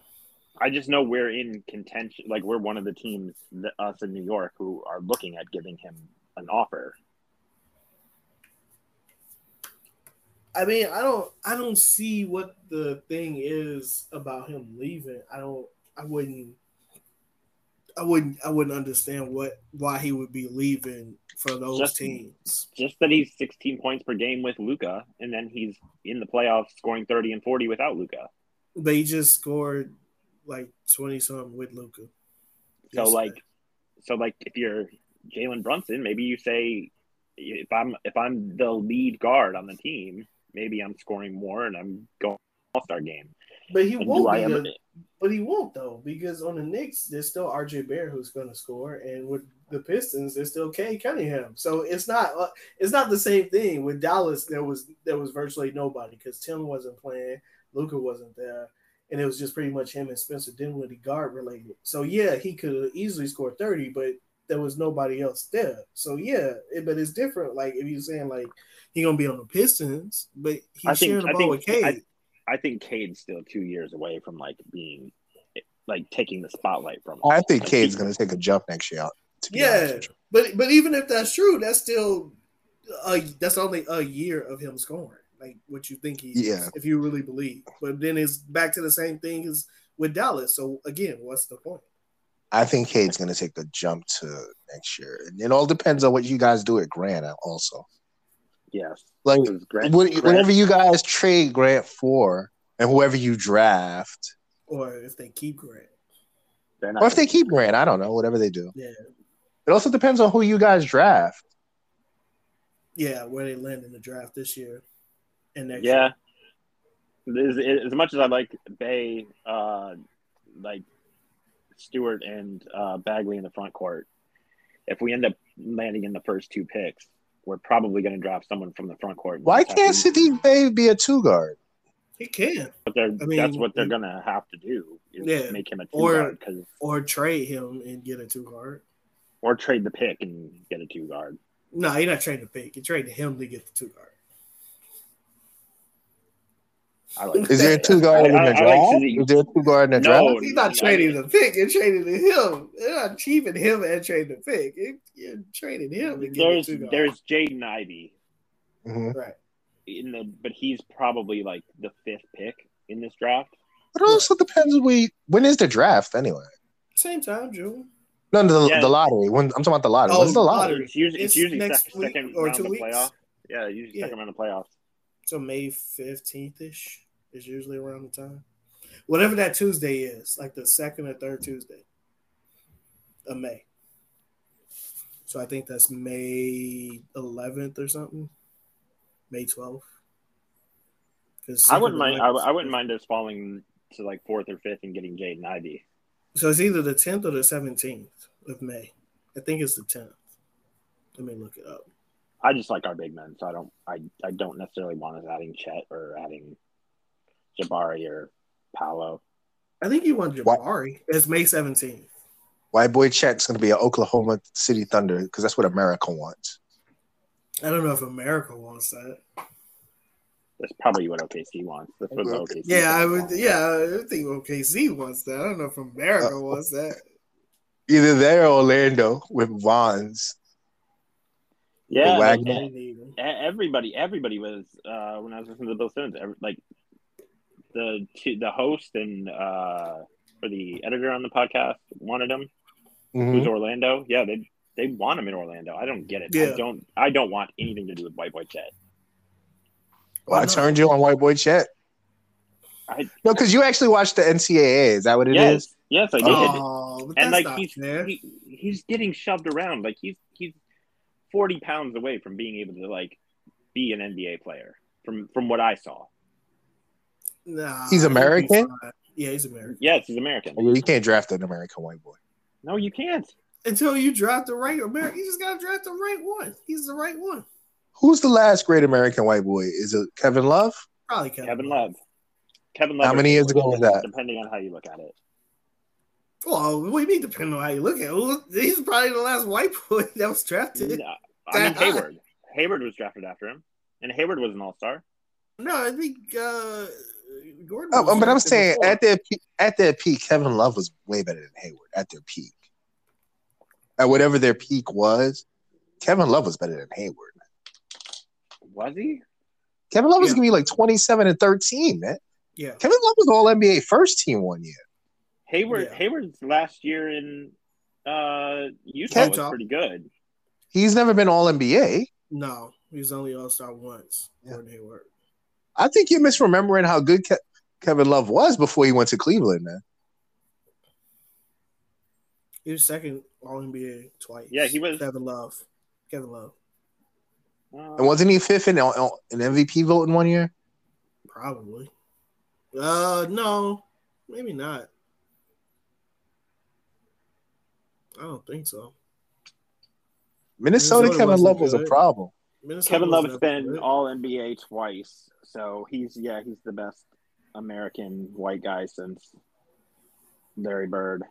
I just know we're in contention. Like we're one of the teams, that, us in New York, who are looking at giving him an offer. I mean, I don't, I don't see what the thing is about him leaving. I don't, I wouldn't, I wouldn't, I wouldn't understand what why he would be leaving for those Just- teams. Just that he's 16 points per game with Luca, and then he's in the playoffs scoring 30 and 40 without Luca. They just scored like twenty something with Luca. So like, so like if you're Jalen Brunson, maybe you say if I'm if I'm the lead guard on the team, maybe I'm scoring more and I'm going All Star game. but he And do won't. I be ever? the- But he won't though, because on the Knicks there's still RJ Barrett who's going to score, and with the Pistons there's still Kay Cunningham. So it's not uh, it's not the same thing. With Dallas there was there was virtually nobody because Tim wasn't playing, Luca wasn't there, and it was just pretty much him and Spencer Dinwiddie guard related. So yeah, he could easily score thirty, but there was nobody else there. So yeah, it, but it's different. Like if you're saying like he's gonna be on the Pistons, but he's I think- sharing the I ball think- with Kay. I- I think Cade's still two years away from like being like taking the spotlight from. him. I think Like, Cade's he- going to take a jump next year. To be honest Yeah, with you. but but even if that's true, that's still a, that's only a year of him scoring. Like what you think he is, Yeah. if you really believe. But then it's back to the same thing as with Dallas. So again, what's the point? I think Cade's going to take the jump to next year, and it all depends on what you guys do at Grant. Also, Yes. like Because Grant- what- Grant- whatever you guys trade Grant for, and whoever you draft, or if they keep Grant. they're not or if they gonna- keep Grant, I don't know. Whatever they do, Yeah, it also depends on who you guys draft. yeah, where they land in the draft this year and next. Yeah. As, as much as I like Bay, uh, like Stewart and uh, Bagley in the front court, if we end up landing in the first two picks, we're probably going to drop someone from the front court. Why can't Sadiq Bay be a two guard? year. he can But they're, I mean, that's what they're we- going to have to do. Is Yeah. Make him a two Or- guard 'cause- or trade him and get a two guard. or trade the pick and get a two guard. No, you're not trading the pick. You're trading him to get the two guard. I like Is there a two guard in I- I- I the like draft? Sadiq. Is there a two guard in the No, draft? You're not Oh, no. trading the pick. You're trading to him. You're not cheaping him and trading the pick. You're, you're trading him to get There's the two guard. there's Jaden Ivey Mhm. right. in the, but he's probably like the fifth pick in this draft. But it also depends we when is the draft anyway? Same time, June. No, the, Yeah. the lottery. When I'm talking about the lottery. Oh, When's the lottery? lottery. It's usually, it's It's usually next sec- week second or round two of weeks. playoff. Yeah, usually Yeah. second round of playoffs. So May 15th ish is usually around the time. Whatever that Tuesday is, like the second or third Tuesday of May. So I think that's May 11th or something. May 12th. 'Cause I wouldn't second mind. or I, third- I wouldn't mind us falling to like fourth or fifth and getting Jaden Ivey. So it's either the 10th or the 17th of May. I think it's the 10th. Let me look it up. I just like our big men, so I don't. I, I don't necessarily want us adding Chet or adding Jabari or Paolo. I think you want What? Jabari. It's May 17th. White boy Chet's gonna be an Oklahoma City Thunder because that's what America wants. I don't know if America wants that. That's probably what OKC wants. That's what the OKC Yeah, I fans would. want. Yeah, I think OKC wants that. I don't know if Uh, America wants that. Either there or Orlando with Vons. yeah. like, Wagner. e- e- everybody, everybody was uh, when I was listening to Bill Simmons. Every, like the two, the host and uh, or the editor on the podcast wanted him. Mhm. Hmm? who's Orlando. Yeah, they they want him in Orlando. I don't get it. Yeah. I don't I don't want anything to do with white boy Chet. Well, I not? turned you on White boy Chet. I- no, because you actually watched the NCAA. Is that what it is? yes, yes, I did. Oh, but that's and like not he's fair. he, he's getting shoved around. Like he's he's forty pounds away from being able to like be an NBA player. From from what I saw. Nah, He's he'll be American? fine. Yeah, he's American. Yes, he's American. Oh. You can't draft an American white boy. No, you can't. Until you draft the right American, you just gotta draft the right one. He's the right one. Who's the last great American white boy? Is it Kevin Love? Probably Kevin, Kevin Love. Kevin Love. How or many years ago was that? Depending on how you look at it. Well, we mean depending on how you look at. it. He's probably the last white boy that was drafted. No, I mean That- Hayward. Hayward was drafted after him. And Hayward was an all star. No, I think uh, Gordon. Oh, was but I'm drafted saying before. at their pe- at their peak, Kevin Love was way better than Hayward at their peak. At whatever their peak was, Kevin Love was better than Hayward. Was he? Kevin Love was Yeah. gonna be like 27 and 13, man. yeah, Kevin Love was all NBA first team one year. Hayward Yeah. Hayward's last year in uh, Utah Can't was talk. pretty good. He's never been all NBA. no, he was only All Star once. Yeah. Gordon Hayward. I think you're misremembering how good Ke- Kevin Love was before he went to Cleveland, man. He was second All NBA twice. Yeah, he was- Kevin Love. Kevin Love, Uh, And wasn't he fifth in, an MVP vote in one year? probably. Uh, no, maybe not. I don't think so. Minnesota, Minnesota Kevin wasn't Love was a good. problem. Minnesota Kevin was Love's never been good. All NBA twice, so he's yeah he's the best American white guy since Larry Bird.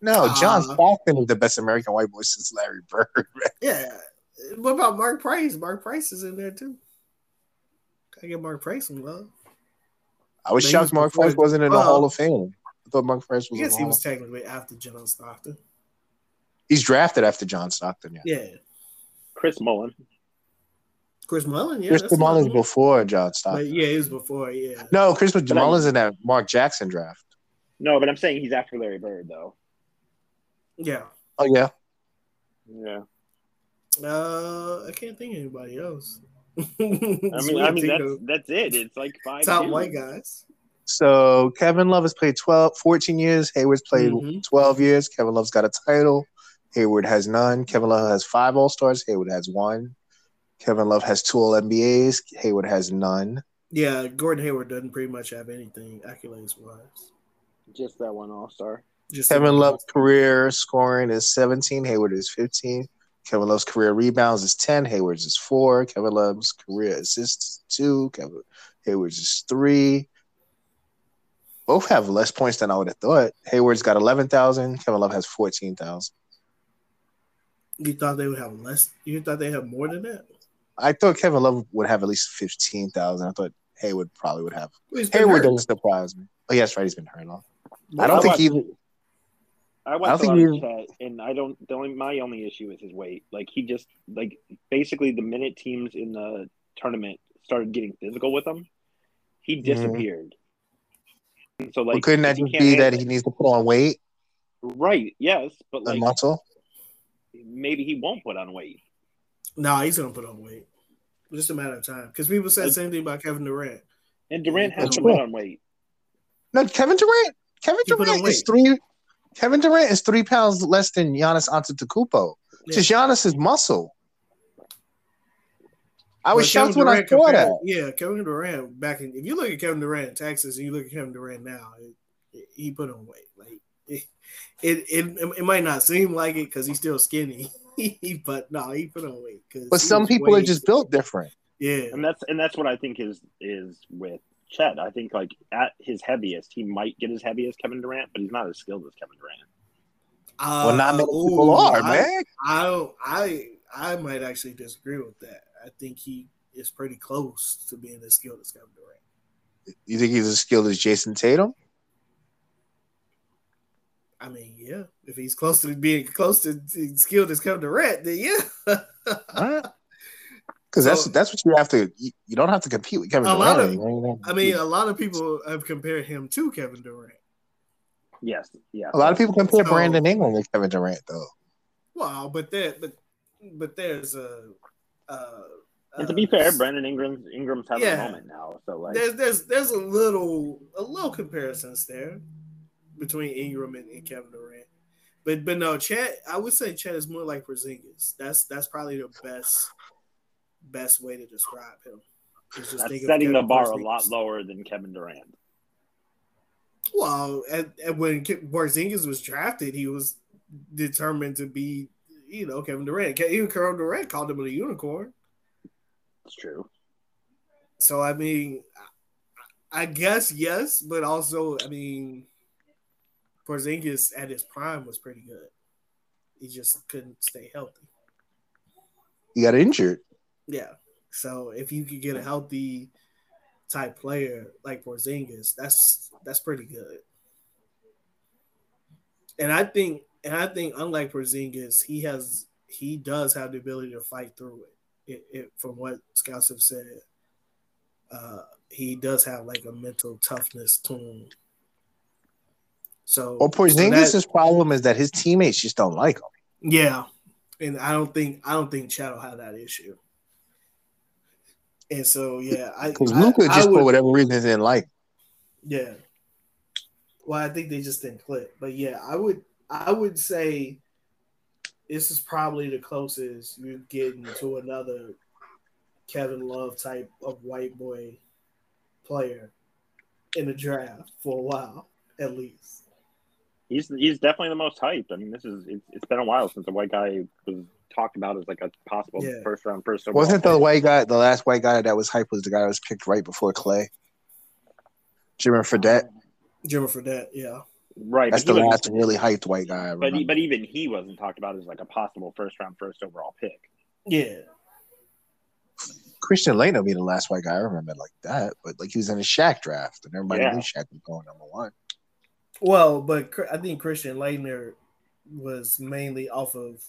No, John Ah. Stockton is the best American white boy since Larry Bird. Yeah. What about Mark Price? Mark Price is in there too. Gotta get Mark Price some love. I was But he shocked was Mark before- Price wasn't in the Well- Hall of Fame. I thought Mark Price I was. in guess the he Hall was of- technically after John Stockton. He's drafted after John Stockton. Yeah, Yeah. Chris Mullen. Chris Mullen, yeah. Chris that's not Mullins him. before John Stockton. But yeah, it was before, yeah. No, Chris Mullins I- in that Mark Jackson draft. No, but I'm saying he's after Larry Bird though. Yeah. Oh yeah, Yeah. Uh, I can't think of anybody else. I mean, I mean that's that's it. It's like five top dudes. white guys. So Kevin Love has played 12, 14 years. Hayward's played Mhm. 12 years. Kevin Love's got a title. Hayward has none. Kevin Love has five All Stars. Hayward has one. Kevin Love has two All NBAs. Hayward has none. Yeah, Gordon Hayward doesn't pretty much have anything accolades wise. Just that one all star. Just Kevin Love's career scoring is 17. Hayward is 15. Kevin Love's career rebounds is 10. Hayward's is four. Kevin Love's career assists is two. Kevin Hayward's is three. Both have less points than I would have thought. Hayward's got 11,000. Kevin Love has 14,000. You thought they would have less? You thought they had more than that? I thought Kevin Love would have at least fifteen thousand. I thought Hayward probably would have. Well, he's been Hayward hurt. doesn't surprise me. Oh, yes, right. He's been hurt long. Well, I don't How think about- he. I I watched a don't lot of think his chat, and I don't. The only my only issue is his weight. Like he just like basically the minute teams in the tournament started getting physical with him, he Mhm. disappeared. And So Well, like, couldn't that if he just can't be that handle he needs to put on weight it- right? Yes, but like and muscle? maybe he won't put on weight. No, he's gonna put on weight. It's just a matter of time. Because people said the same thing about Kevin Durant. And Durant has That's to true. put on weight. No, Kevin Durant. Kevin He put on Durant is weight. three. Kevin Durant is three pounds less than Giannis Antetokounmpo. Yeah. Just Giannis's muscle. I was But shocked Kevin when I Durant saw compared- that. Yeah, Kevin Durant back in. If you look at Kevin Durant in Texas and you look at Kevin Durant now, it, it- he put on weight. Like it, it, it, it might not seem like it because he's still skinny, but no, he put on weight. 'cause But he some was people are way- just built different. yeah. And that's and that's what I think is is with Chet. I think like at his heaviest, he might get as heavy as Kevin Durant, but he's not as skilled as Kevin Durant. Uh, Well, not many ooh, people are, I- man. I don't. I I might actually disagree with that. I think he is pretty close to being as skilled as Kevin Durant. You think he's as skilled as Jason Tatum? I mean, yeah, if he's close to being close to to skilled as Kevin Durant, then yeah. Because that's So- that's what you have to. You, you don't have to compete with Kevin A lot Durant. of- anymore. You don't have to I mean, compete. a lot of people have compared him to Kevin Durant. Yes, yes. a lot of people compare so- Brandon Ingram with Kevin Durant, though. Wow, but there, but but there's a. Uh, And to be uh, fair, Brandon Ingram's Ingram's having Yeah. a moment now. So like, there's there's there's a little a little comparisons there between Ingram and, and Kevin Durant, but but no, Chet. I would say Chet is more like Porzingis. That's that's probably the best best way to describe him. is just think that's of setting the Kevin bar a Porzingis. lot lower than Kevin Durant. Well, and, and when Ke- Porzingis was drafted, he was determined to be, you know, Kevin Durant. Ke- Even Kevin Durant called him a unicorn. It's true. So I mean, I- I guess yes, but also I mean, Porzingis at his prime was pretty good. He just couldn't stay healthy. He got injured. Yeah. So if you could get a healthy type player like Porzingis, that's that's pretty good. And I think and I think unlike Porzingis, he has he does have the ability to fight through it. it, it from what scouts have said, uh, he does have like a mental toughness to him. So Well, so Porzingis' that- problem is that his teammates just don't like him. yeah, and I don't think I don't think Chad will have that issue. And so yeah, I Because I- Luca I just would- for whatever reason didn't like. him. yeah. Well, I think they just didn't click, but yeah, I would I would say this is probably the closest you're getting to another Kevin Love type of white boy player in the draft for a while at least. He's he's definitely the most hyped. I mean, this is it's, it's been a while since a white guy was talked about as like a possible Yeah. first round first. overall Wasn't the pick. white guy the last white guy that was hyped was the guy that was picked right before Clay? Jimmy Fredette. Jimmy Fredette, yeah. right? That's but the he was- last really hyped white guy I But remember. he, but even he wasn't talked about as like a possible first round first overall pick. Yeah. Christian Lane will be the last white guy I remember like that. But like he was in a Shaq draft, and everybody Yeah. knew Shaq was going number one. Well, but Cr- I think Christian Leitner was mainly off of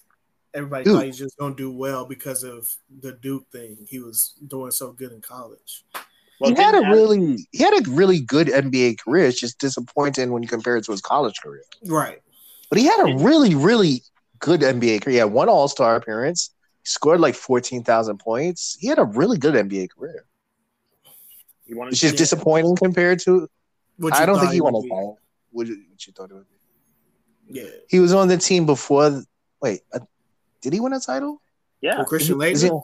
everybody Duke. thought he was just gonna do well because of the Duke thing. He was doing so good in college. Well, he had a didn't Adam- really he had a really good NBA career. It's just disappointing when you compare it to his college career. Right. But he had a really, really good NBA career. He had one All Star appearance. He scored like fourteen thousand points. He had a really good NBA career. he wanted It's to just be- disappointing compared to. What you I don't thought think he won a would be. title. Would you, what you thought it would be? Yeah. He was on the team before. th- Wait, uh, did he win a title? Yeah, Well, Christian Is he, Laettner. on,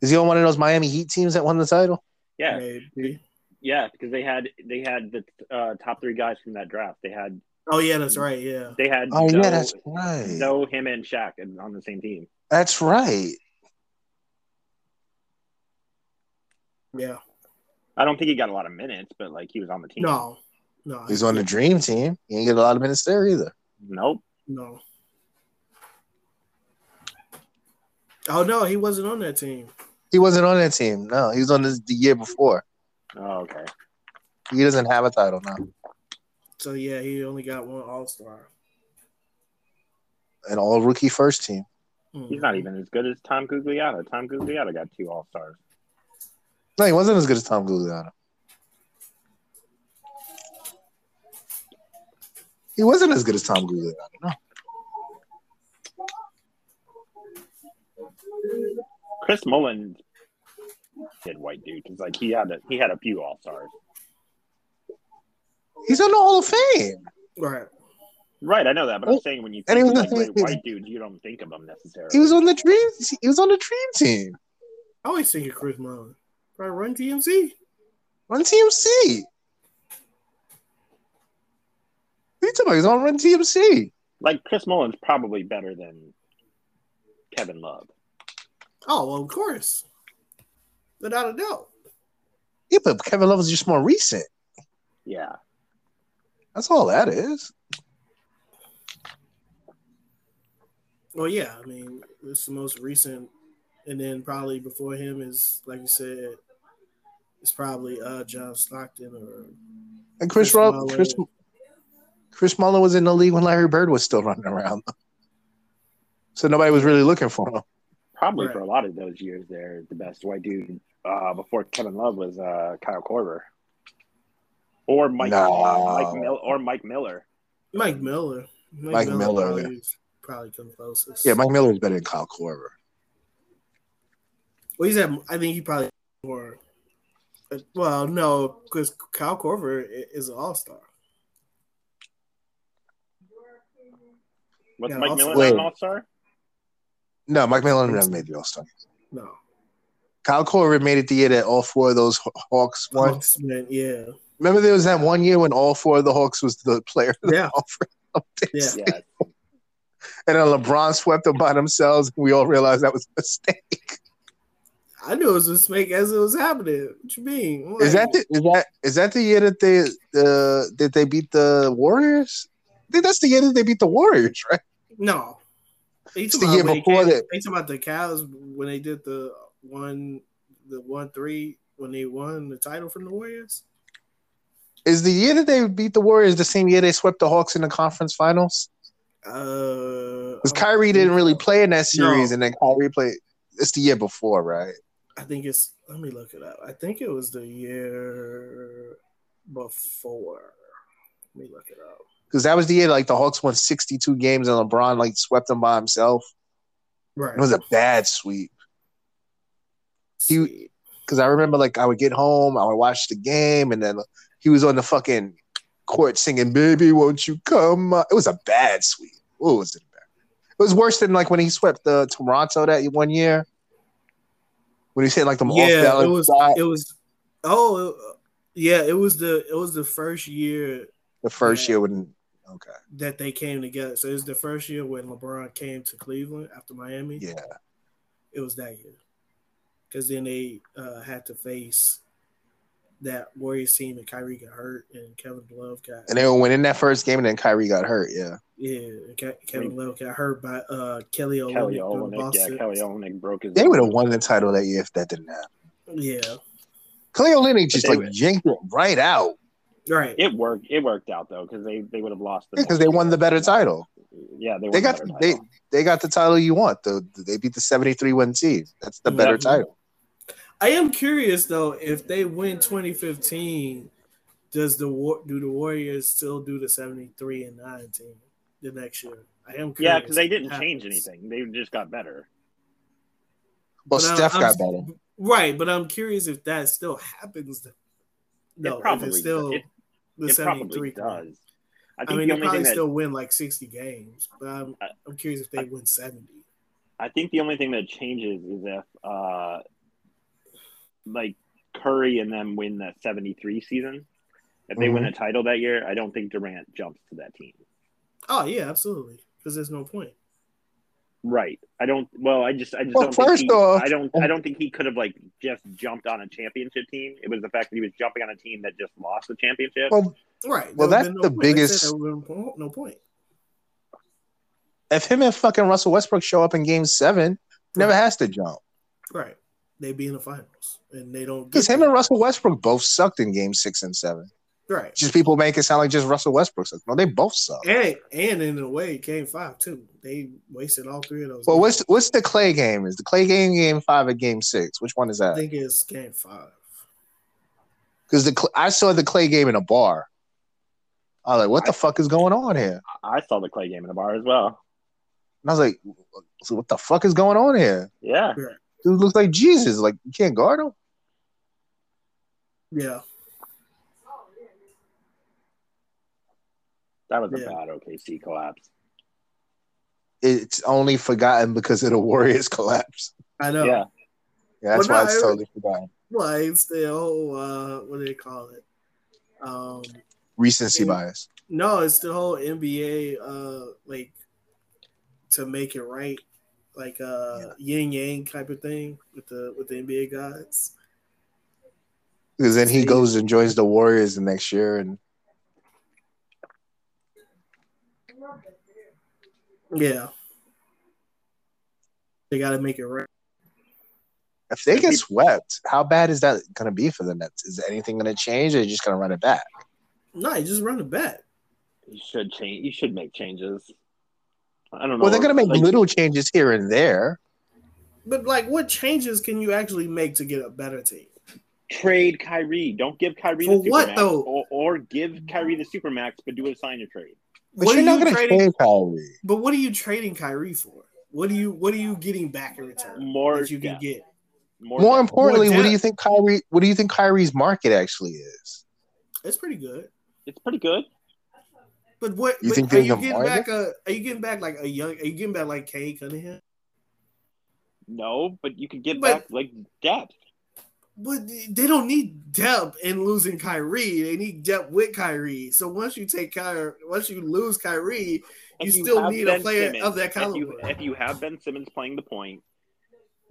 is he on one of those Miami Heat teams that won the title? yeah, Maybe. yeah. Because they had they had the uh, top three guys from that draft. They had Oh yeah, that's right. Yeah. they had Oh Zoe- yeah, that's right. Zoe, him, and Shaq and- on the same team. That's right. Yeah. I don't think he got a lot of minutes, but like he was on the team. No. No. He's on the Dream Team. He ain't get a lot of minutes there either. nope. No. Oh no, he wasn't on that team. He wasn't on that team. No, he was on this, the year before. Oh, okay. He doesn't have a title now. So yeah, he only got one All Star. An all rookie first team. Mm. He's not even as good as Tom Gugliotta. Tom Gugliotta got two All Stars. No, he wasn't as good as Tom Gugliotta. He wasn't as good as Tom Gugliotta. No, Chris Mullen did white dude because like he had a he had a few All Stars. he's on the Hall of Fame. right. Right, I know that, but I'm saying when you Oh, And he think of, was like, a- great white dudes, you don't think of them necessarily. He was on the Dream. He was on the Dream Team I always think of Chris Mullen. Right, run DMC. on TMC. What you talking about? He's on Run TMC. like Chris Mullen's probably better than Kevin Love. Oh well, of course. Without a doubt. Yeah, but Kevin Love is just more recent. Yeah, That's all that is. Well, yeah, I mean, it's the most recent, and then probably before him is like you said, it's probably uh John Stockton or And Chris Chris Rob, Mullin. Chris, Chris Mullin was in the league when Larry Bird was still running around. So nobody was really looking for him. probably Right. for a lot of those years, they're the best white dude. Uh, before Kevin Love was uh, Kyle Korver or Mike, No. Mike Mil- or Mike Miller. Mike Miller. Mike, Mike Miller, probably, probably come closest. Yeah, Mike Miller is better than Kyle Korver. Well, he's at. I think he probably more. but- Well, no, because Kyle Corver i- is an all star. What's Yeah, Mike also- Miller not an Wait. All Star? No, Mike Miller never made the All Star. No, Kyle Korver made it the year that all four of those Haw- Hawks won. Hawks, man, yeah, Remember, there was that one year when all four of the Hawks was the player of yeah, the conference, yeah. Yeah, and then LeBron swept them by themselves. And we all realized that was a mistake. I knew it was a snake as it was happening. What you mean? Is that Like, the, is that is that the year that they uh, that they beat the Warriors? I think that's the year that they beat the Warriors, right? no? They It's the talking year about when they before came- that. They talking about the Cavs when they did the one, the one three when they won the title from the Warriors. Is the year that they beat the Warriors the same year they swept the Hawks in the conference finals? Uh, Because Kyrie didn't really play in that series, No. and then Kyrie played. It's the year before, right? I think it's. Let me look it up. I think it was the year before. Let me look it up. Because that was the year like the Hawks won 62 games, and LeBron like swept them by himself. Right. It was a bad sweep. he- Because I remember like I would get home, I would watch the game, and then he was on the fucking court singing "Baby, won't you come?" It was a bad sweep. What was it? Bad? It was worse than like when he swept the Toronto that one year. When he said like the off yeah, it balance was. shot, It was. Oh, it- yeah. It was the. It was the first year the first yeah. year when okay. that they came together. So it was the first year when LeBron came to Cleveland after Miami. Yeah. It was that year. Because then they uh, had to face that Warriors team and Kyrie got hurt and Kevin Love got And they were winning that first game, and then Kyrie got hurt. Yeah. yeah and Ke- Kevin Love got hurt by uh, Kelly Olynyk Kelly from Olynyk. Boston. Yeah, Kelly Olynyk broke his. They would have won the title that year if that didn't happen. Yeah, Clay Olynyk just they like would- yanked it right out right. It worked. It worked out though because they, they would have lost. the- because they won the better title. Yeah, they, won They the got better the, title. they they got the title you want. The, they beat the 73 win team. That's the better Mhm. title. I am curious though if they win 2015, does the war do the Warriors still do the 73 and 9 team the next year? I am curious. Yeah, because they didn't what change happens. anything. They just got better. Well, But I- Steph I'm- got better. Right, but I'm curious if that still happens. No, if probably it's still does. It- the it probably 73 team. does. I I think the mean, they only thing probably that still win like 60 games, but I'm, I- I'm curious if they win 70. I think the only thing that changes is if uh like Curry and them win that 73 season. If they Mm-hmm. win a title that year, I don't think Durant jumps to that team. Oh, yeah, absolutely. Because there's no point. Right. I don't well, I just I just Well, don't think first he, off- I don't I don't think he could have like just jumped on a championship team. It was the fact that he was jumping on a team that just lost the championship. Well, Right. Well, there that's would've been the no point. Like I said, biggest- there would've been No point. if him and fucking Russell Westbrook show up in Game Seven, never has to jump Right. They be in the finals and they don't because get him there. and Russell Westbrook both sucked in Game Six and Seven. Right. Just people make it sound like just Russell Westbrook sucked. No, they both suck. And, and in a way, game five, too. They wasted all three of those. Well, what's games. what's the Clay game? Is the Clay game Game Five or Game Six? Which one is I that? think it's game five. Because the Cl- I saw the Clay game in a bar. I was like, what the fuck is going on here? I saw the Clay game in the bar as well. And I was like, so what the fuck is going on here? Yeah. Dude looks like Jesus. Like you can't guard him. Yeah. That was a Yeah. bad OKC collapse. It's only forgotten because of the Warriors collapse. I know. Yeah. Yeah, that's Well, why no, it's it- totally forgotten. Well, it's the whole, uh, what do they call it? Um, Recency Mm. bias. No, it's the whole NBA uh like to make it right, like uh yin yang type of thing with the with the NBA guys. Because then he See? goes and joins the Warriors the next year, and Yeah. They gotta make it right. if they get swept, how bad is that going to be for the Nets? Is anything going to change, or are just going to run it back? No, you just run the bet. You should change you should make changes. I don't know. Well, they're going to make like- little changes here and there. But like what changes can you actually make to get a better team? trade Kyrie. Don't give Kyrie For the what, supermax, though? Or, or give Kyrie the supermax, but do a sign and trade. But What you're are not you going to trading- trade Kyrie. But what are you trading Kyrie for? What are you what are you getting back in return More that you can depth, get? More, More depth. importantly, More what do you depth. think Kyrie? What do you think Kyrie's market actually is? It's pretty good. It's pretty good. But what You but think are they you can getting buy back a are you getting back like a young are you getting back like Kane Cunningham? No, but you could get But- back like depth. But they don't need depth in losing Kyrie. They need depth with Kyrie. So once you take Kyrie, once you lose Kyrie, If you still have need a Ben player of that If you, caliber. if you have Ben Simmons playing the point,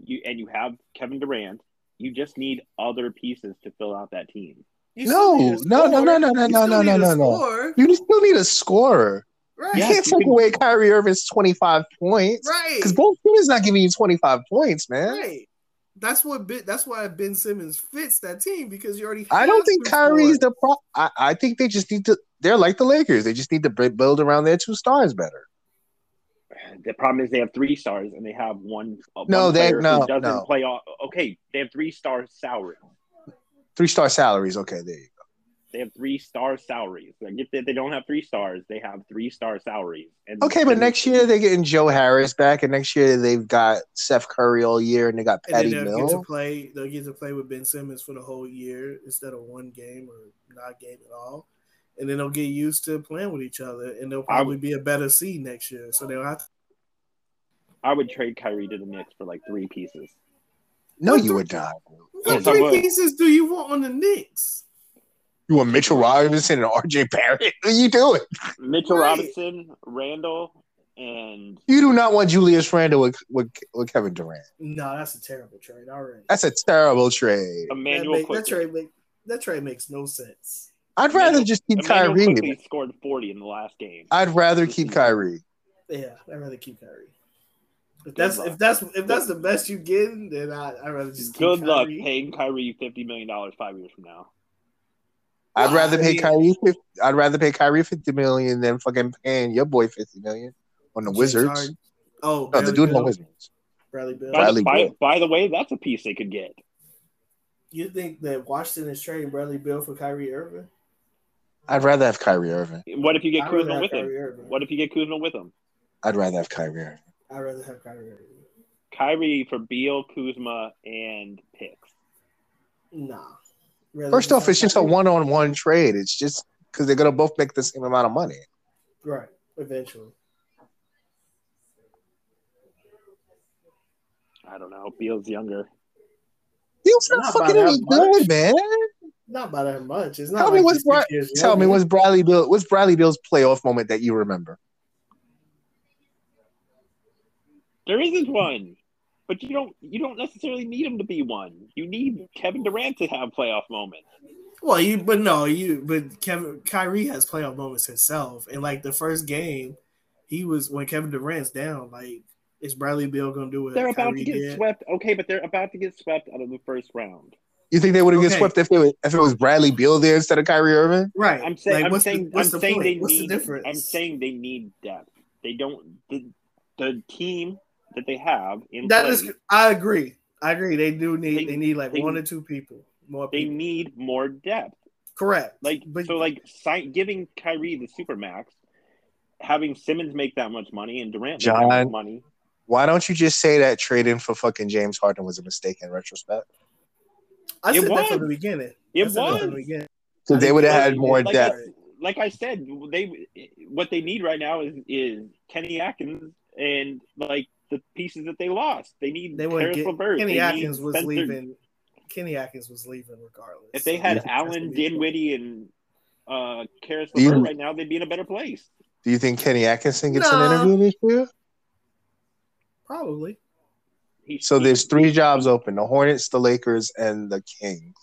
you and you have Kevin Durant, you just need other pieces to fill out that team. you No, still need a no, no, no, no, no, scorer. You no, still no, need no, a no, no. scorer. You still need a scorer. Right, You Yeah, can't you take can- away Kyrie Irving's 25 points right, because both teams not giving you 25 points, man. right. That's what. Ben, that's why Ben Simmons fits that team because you already. I don't have think two Kyrie's scorers. the pro. I, I think they just need to. They're like the Lakers. They just need to bu- build around their two stars better. The problem is they have three stars and they have one. Uh, No, one they- player no, who doesn't no. play. All, okay, they have three star salary. Three star salaries. Okay, there you go. They have three star salaries. Like if they, they don't have three stars, they have three star salaries. And Okay, but and- next year they're getting Joe Harris back, and next year they've got Seth Curry all year, and they got And Patty then they'll get to Mills. play. They'll get to play with Ben Simmons for the whole year instead of one game or not a game at all. And then they'll get used to playing with each other, and they'll probably be a better seed next year. So they'll have to I would trade Kyrie to the Knicks for like three pieces. No, you would not. What Yes, I three would. pieces do you want on the Knicks? You want Mitchell Robinson and RJ Barrett? What are you doing? Mitchell Right. Robinson, Randall, and You do not want Julius Randle with, with, with Kevin Durant. No, that's a terrible trade already. That's a terrible trade. that, Emmanuel make, that quickly. trade make, that trade makes no sense. I'd rather just keep Emmanuel Kyrie. quickly scored forty in the last game. I'd rather keep Kyrie. Yeah, I'd rather keep Kyrie. If that's luck. if that's if that's the best you get, then I I'd rather just keep Good luck Kyrie. paying Kyrie fifty million dollars five years from now. I'd rather I pay mean- Kyrie. fif- I'd rather pay Kyrie fifty million than fucking paying your boy fifty million on the James Wizards. Harden. Oh, No, the dude on the Bill, Wizards. Bradley Bill. Bradley by, Beal. by the way, that's a piece they could get. You think that Washington is trading Bradley Bill for Kyrie Irving? I'd rather have Kyrie Irving. What if you get I'd rather Kuzma have with him? Kyrie Irving. What if you get Kuzma with him? I'd rather have Kyrie Irving. I'd rather have Kyrie Irving. Kyrie for Beal, Kuzma, and picks. Nah. Rather First than off, it's just a Kyrie. one-on-one trade. It's just because they're gonna both make the same amount of money. Right. Eventually. I don't know. Beal's younger. Beal's Not not by fucking that any much. good, man. Not by that much. It's not. Tell like me what's he's six right- years Tell younger. me, what's Bradley Bill? What's Bradley Bill's playoff moment that you remember? There isn't one. But you don't you don't necessarily need him to be one. You need Kevin Durant to have playoff moments. Well, you but no, you but Kevin Kyrie has playoff moments himself, and like the first game, he was when Kevin Durant's down. Like, is Bradley Bill gonna do what They're about Kyrie to get did? swept. Okay, but they're about to get swept out of the first round. You think they would have Okay. get swept if it was, if it was Bradley Beal there instead of Kyrie Irving? Right. I'm saying Like, I'm what's the- saying what's I'm the saying point? they what's need the difference? I'm saying they need depth. They don't the, the team that they have in that place, is. I agree. I agree. They do need. They, They- need like they- one or two people. More they people. need more depth. Correct. Like but so, like sign, giving Kyrie the super max, having Simmons make that much money and Durant make that much John. money. Why don't you just say that trading for fucking James Harden was a mistake in retrospect? I it said that from was. the beginning. I It said that from the was beginning. Because they would have had Like, more like, depth. I- Like I said, they what they need right now is is Kenny Atkins and like the pieces that they lost. They need They wouldn't Caris get. LeVert. Kenny They need Atkins was Spencer- leaving. Kenny Atkins was leaving regardless. If they So had that's Allen what we- Dinwiddie and uh Karis Do you- LeVert right now, they'd be in a better place. Do you think Kenny Atkinson gets Nah. an interview this year? probably. He- So there's three jobs open: the Hornets, the Lakers, and the Kings.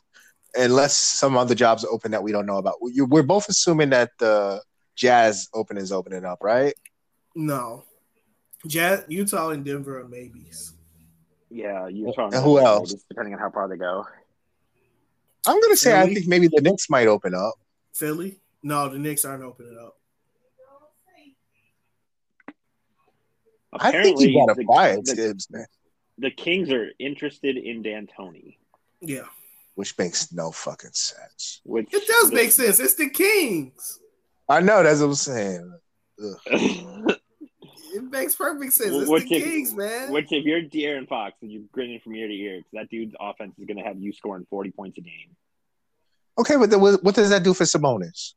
Unless some other jobs are open that we don't know about. We- We're both assuming that the Jazz open is opening up, right? No. Jazz, Utah and Denver are maybes. yeah, you're talking. And who else? Just depending on how far they go. I'm gonna say I Really? think maybe the Knicks might open up. Philly? No, the Knicks aren't opening up. I think Apparently, you gotta buy it, the, the, Gibbs, man. the Kings are interested in D'Antoni, Yeah. Which makes no fucking sense. which It does make sense. It's the Kings. I know that's what I'm saying. It makes perfect sense. It's Which the is- Kings, man. Which, if you're De'Aaron Fox and you're grinning from ear to ear, because that dude's offense is going to have you scoring 40 points a game. Okay, but then what what does that do for Sabonis?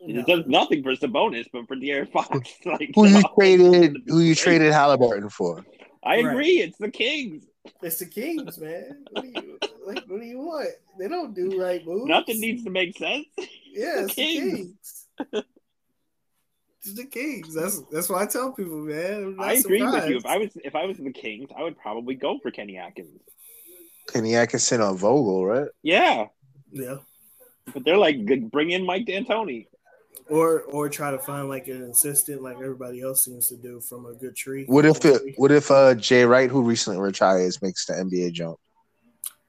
No. It does nothing for Sabonis, but for De'Aaron Fox, like Who you no. traded? Who you traded Halliburton for? I Right. agree. It's the Kings. It's the Kings, man. What do you like? What do you want? They don't do right moves. Nothing needs to make sense. Yeah, it's the Kings. Kings. it's the Kings. That's that's why I tell people, man. I'm not I agree with you. surprised. If I was if I was the Kings, I would probably go for Kenny Atkins. Kenny Atkinson on Vogel, right? Yeah, Yeah. but they're like, "Good, bring in Mike D'Antoni. Or or try to find like an assistant, like everybody else seems to do, from a good tree. What if it, what if uh Jay Wright, who recently retires, makes the NBA jump?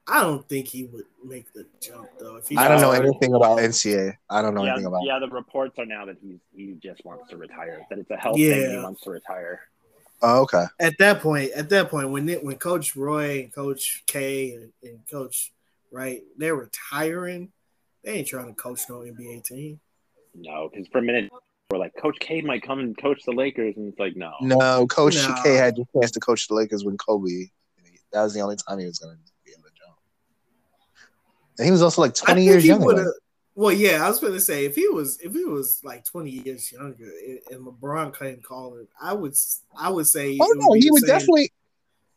I don't think he would make the jump though. If he I don't know started- anything about NCA. I don't know yeah, anything about. yeah. The reports are now that he's he just wants to retire. That it's a health thing. and He Yeah. wants to retire. Oh, okay. at that point, at that point, when it, when Coach Roy and Coach K and, and Coach Wright, they're retiring. They ain't trying to coach no NBA team. No, because for a minute we're like, Coach K might come and coach the Lakers, and it's like, no, No, Coach No. K had the chance to coach the Lakers when Kobe. That was the only time he was going to be able to jump. And he was also like I think twenty years he younger. would've- than- Well, yeah, I was going to say if he was if he was like twenty years younger and, and LeBron couldn't call him, I would s- I would say. Oh it no, be he the would same. definitely. He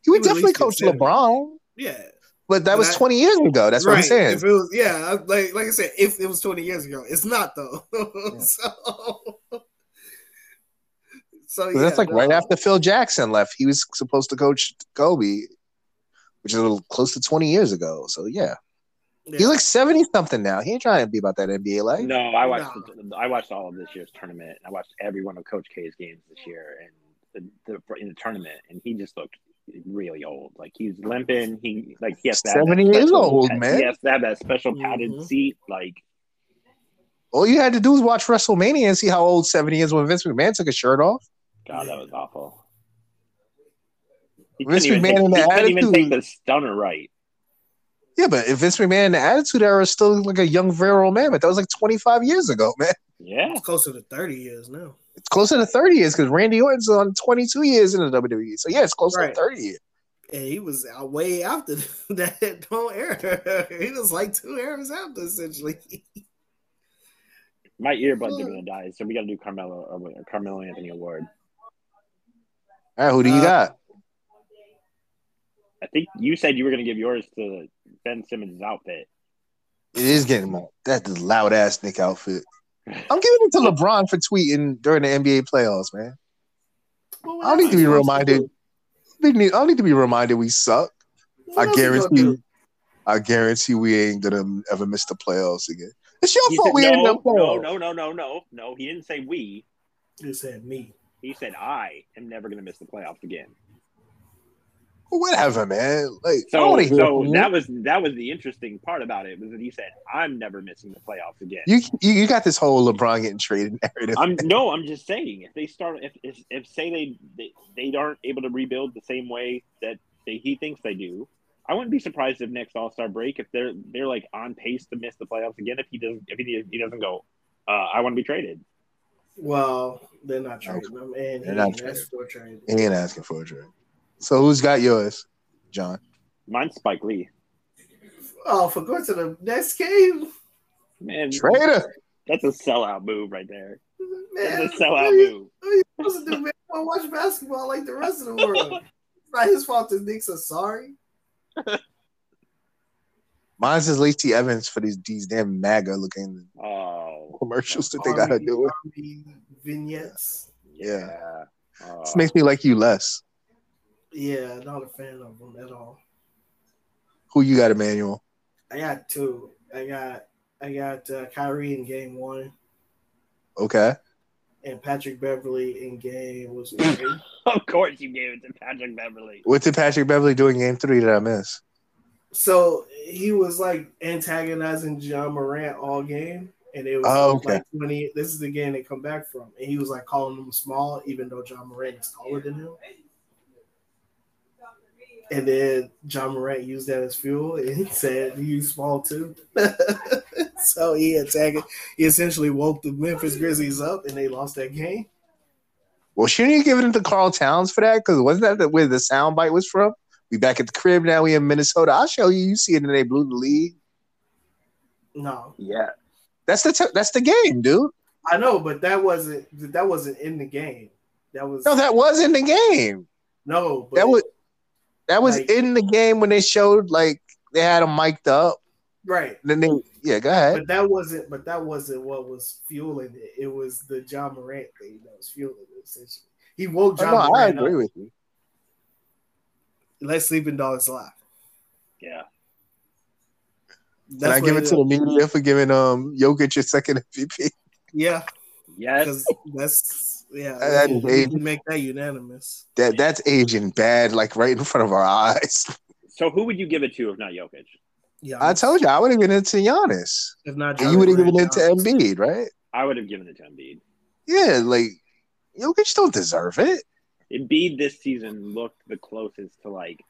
he would would at definitely least coach get seven. LeBron, Yeah, but that But was I- twenty years ago. That's what I'm saying. If it was, yeah, I- like like I said, if it was twenty years ago, it's not though. so, so 'Cause that's yeah, like right no. after Phil Jackson left. He was supposed to coach Kobe, which is a little close to twenty years ago. So yeah, Yeah. he's like seventy something now. He ain't trying to be about that NBA life. no. I watched I watched all of this year's tournament. and I watched every one of Coach K's games this year, and the, the, in the tournament, and he just looked really old. Like he was limping. He like he has to have that 70 years special- old, man. He has to have that special padded Mhm. seat. Like All you had to do was watch WrestleMania and see how old 70 is when Vince McMahon took his shirt off. God, that was awful. He Vince couldn't, even McMahon and take, he the couldn't even take attitude. the stunner right. Yeah, but if Vince McMahon in the Attitude Era is still like a young virile mammoth, that was like 25 years ago, man. Yeah. It's closer to 30 years now. It's closer to 30 years because Randy Orton's on 22 years in the WWE. So yeah, it's closer to Right. 30 years. And he was out way after that don't era. He was like two eras after, essentially. My earbuds are gonna die, so we gotta do Carmelo or wait, Carmelo Anthony Award. All right, who do you Uh, got? I think you said you were gonna give yours to Ben Simmons' outfit. It is getting my that loud ass Nick outfit. I'm giving it to LeBron for tweeting during the NBA playoffs, man. I don't need to be reminded. I don't need to be reminded we suck. I guarantee. I guarantee we ain't gonna ever miss the playoffs again. It's your He fault said, we ain't in the no, no, playoffs. no, no, no, no, no. He didn't say we. You said me. He said I am never gonna miss the playoffs again. Whatever, man. Like I So, want to hear so from you. that was that was the interesting part about it was that he said I'm never missing the playoffs again. you, you you got this whole LeBron getting traded narrative. I'm no, I'm just saying if they start if if, if say they, they they aren't able to rebuild the same way that they, he thinks they do, I wouldn't be surprised if next All Star break if they're they're like on pace to miss the playoffs again if he doesn't if he, he doesn't go, uh, I want to be traded. Well, they're not trading him, and They're he not ain't asked for a trade. He ain't asking for a trade. So who's got yours, John? Mine's Spike Lee. Oh, for going to the next game, Man, Trader. that's a sellout move right there. man. That's a sellout what are you- move. what are you supposed to do, man? I watch basketball like the rest of the world. it's not his fault the Knicks are sorry. Mine's is Lacey Evans for these these damn MAGA looking Oh, commercials that they gotta Army- do. It Army vignettes. yeah. Oh. This makes me like you less. Yeah, not a fan of them at all. Who you got, Emmanuel? I got two. I got I got uh, Kyrie in game one Okay. and Patrick Beverly in game was three. Oh. of course you gave it to Patrick Beverly. What did Patrick Beverly do in game three that I missed? So he was like antagonizing John Morant all game, and it was Oh, okay. like when he this is the game they come back from, and he was like calling him small, even though John Morant is taller than him. And then John Morant used that as fuel and said, "You small too." so he attacked. He essentially woke the Memphis Grizzlies up, and they lost that game. Well, shouldn't you give it to Carl Towns for that? Because wasn't that the, where the sound bite was from? We back at the crib now. We in Minnesota. I'll show you. You see it, and they blew the lead. No, Yeah. That's the t- that's the game, dude. I know, but that wasn't that wasn't in the game. That was No, that was in the game. no. But That was that was Like- in the game when they showed like they had them mic'd up. right. Then they yeah, go ahead. But that wasn't. But that wasn't what was fueling it. It was the John Morant thing that was fueling it. Essentially, he woke Oh, John no, I Morant agree up. with you. Let Sleeping Dogs Lie. Yeah. That's Can I what give it to is. the media for giving um Jokic your second MVP? Yeah, Yes. because that's yeah. That we is can- age. we can make that unanimous. That that's aging bad, like right in front of our eyes. So who would you give it to if not Jokic? Yeah, I told you I would have given it to Giannis. If not, And you would have given it Morant, to Embiid, right? I would have given it to Embiid. Yeah, like Jokic don't deserve it. Embiid this season looked the closest to like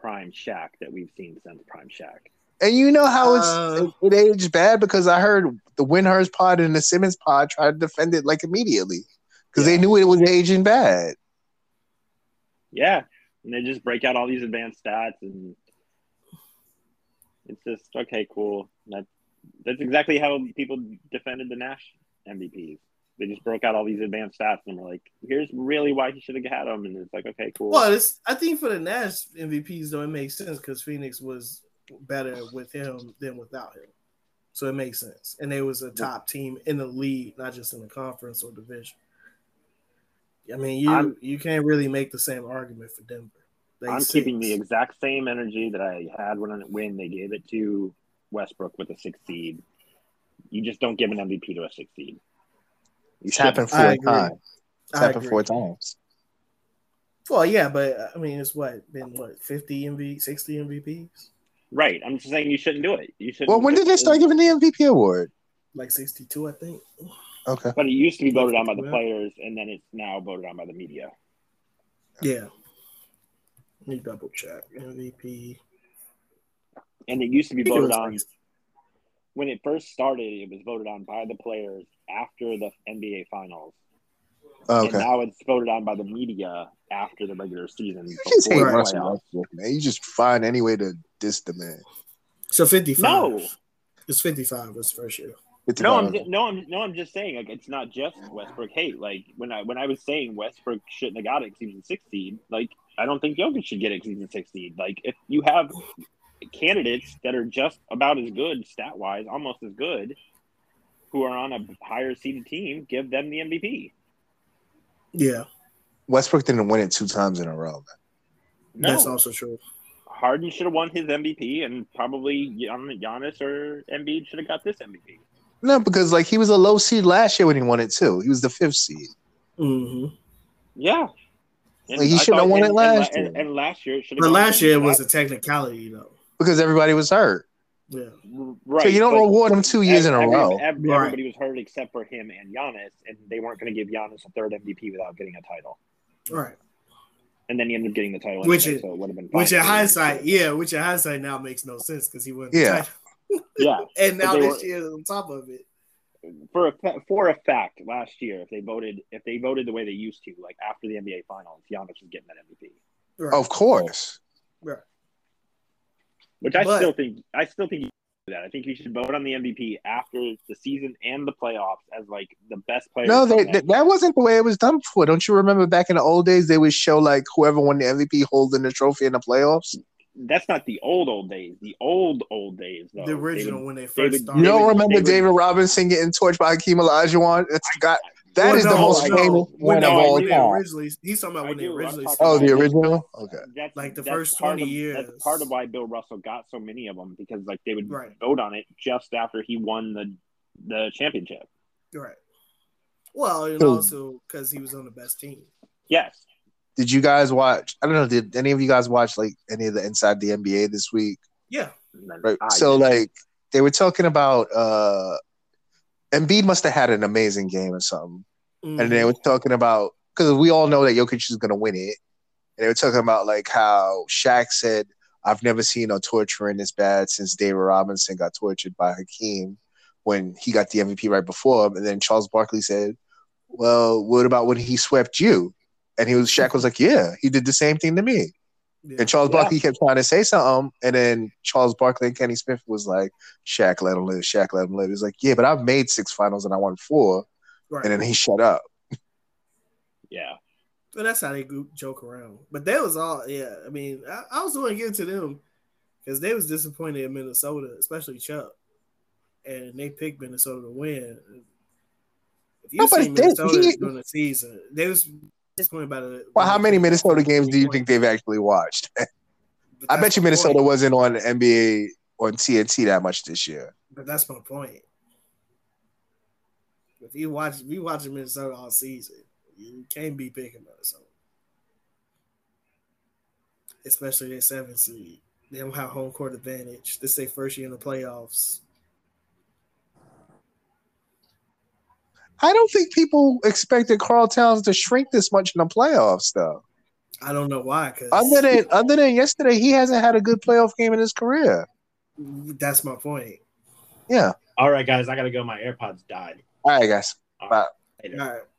prime Shaq that we've seen since prime Shaq. And you know how it's Uh. it aged bad because I heard the Winhurst pod and the Simmons pod try to defend it like immediately because Yeah. they knew it was aging bad. Yeah, and they just break out all these advanced stats, and it's just okay, cool. That that's exactly how people defended the Nash MVPs. They just broke out all these advanced stats, and were like, "Here's really why he should have had them." And it's like, okay, cool. Well, it's, I think for the Nash MVPs though, it makes sense because Phoenix was better with him than without him, so it makes sense. And they was a top team in the league, not just in the conference or division. I mean, you I'm- you can't really make the same argument for Denver. They I'm six. keeping the exact same energy that I had when when they gave it to Westbrook with a six seed. You just don't give an MVP to a six seed. You It's shouldn't. happened I four agree. times. It's I happened agree. four times. Well, yeah, but uh, I mean, it's what been what 50 MV, 60 MVPs, Right. I'm just saying you shouldn't do it. You should. Well, when did they start giving the MVP award? like 62, I think. Okay. But it used to be voted on by the players, and then it's now voted on by the media. Yeah. Let me double check MVP. and it used to be think it voted was on like- when it first started. It was voted on by the players after the NBA Finals, and Oh, Okay. now it's voted on by the media after the regular season. You just hate before the Russell playoffs. Westbrook, man. You just find any way to diss the man. So 55. No, It's 55 was first year. no, I'm ju- no, I'm no, I'm just saying like it's not just Westbrook hate. Like when I when I was saying Westbrook shouldn't have got it 'cause he was in sixth seed, like I don't think Jokic should get it 'cause he's in sixth seed. Like if you have candidates that are just about as good stat wise, almost as good, who are on a higher seeded team, give them the MVP. Yeah, Westbrook didn't win it two times in a row. Man. No, that's also true. Harden should have won his MVP, and probably Gian- Giannis or Embiid should have got this MVP. No, because like he was a low seed last year when he won it too. He was the fifth seed. hmm Yeah. Like, he I shouldn't have thought- won it and- last and, year. And, and last year, it should have But gone last to- year it was a technicality, though. Because everybody was hurt. Yeah. Right. so you don't but reward him two years in a every- row. ev- Right. Everybody was hurt except for him and Giannis, and they weren't going to give Giannis a third MVP without getting a title. Right. And then he ended up getting the title, Which anyway, is- so it would have been. fine. Which in hindsight, yeah, which in hindsight now makes no sense because he wasn't. Yeah. title. yeah, And But now they this were- year on top of it. for a fa- for a fact, last year, if they voted, if they voted the way they used to, like after the NBA Finals, Giannis was getting that MVP. Right. Of course. Which I But- still think, I still think you should do that. I think you should vote on the MVP after the season and the playoffs as like the best player. No, they, from th- that wasn't the way it was done before. Don't you remember back in the old days they would show like whoever won the MVP holding the trophy in the playoffs? that's not the old old days. The old old days, though. the they would- original when they first David- started. You don't David- remember David- David Robinson getting torched by Hakeem Olajuwon? It's got that Well, is the no, most no. famous When one they- of all when they time. Originally, he's talking about I when they do, I'm originally. talking Oh, started. the original. Okay. that's Like the that's first part 20 of- years. That's part of why Bill Russell got so many of them because like they would Right. vote on it just after he won the the championship. Right. Well, and Hmm. also because he was on the best team. Yes, Did you guys watch? I don't know. Did any of you guys watch like any of the Inside the NBA this week? Yeah. Right. Ah, so like they were talking about uh Embiid must have had an amazing game or something. Mhm. And they were talking about because we all know that Jokic is gonna win it. And they were talking about like how Shaq said, I've never seen a torturing this bad since David Robinson got tortured by Hakeem when he got the MVP right before him. And then Charles Barkley said, Well, what about when he swept you? And he was Shaq was like, Yeah, he did the same thing to me. Yeah. And Charles Yeah. Barkley kept trying to say something, and then Charles Barkley and Kenny Smith was like, "Shaq, let him live. Shaq, let him live." He's like, "Yeah, but I've made six finals and I won four. right. And then he shut up. yeah, But that's how they group joke around. But that was all. Yeah, I mean, I, I was going to give it to them because they was disappointed in Minnesota, especially Chuck, and they picked Minnesota to win. If you Nobody see did. Minnesota He- during the season, they was disappointed about it. Well, how many Minnesota games do you think they've actually watched? But I that's bet you my Minnesota point. wasn't on NBA on TNT that much this year. But that's my point. If you watch, if you watching Minnesota all season, you can't be picking Minnesota, especially their seven seed. They don't have home court advantage. This is their first year in the playoffs. I don't think people expected Carl Towns to shrink this much in the playoffs, though. I don't know why, because Other than other than yesterday, he hasn't had a good playoff game in his career. that's my point. Yeah. All right, guys, I gotta go. My AirPods died. All right, guys. All Bye. Later. All right.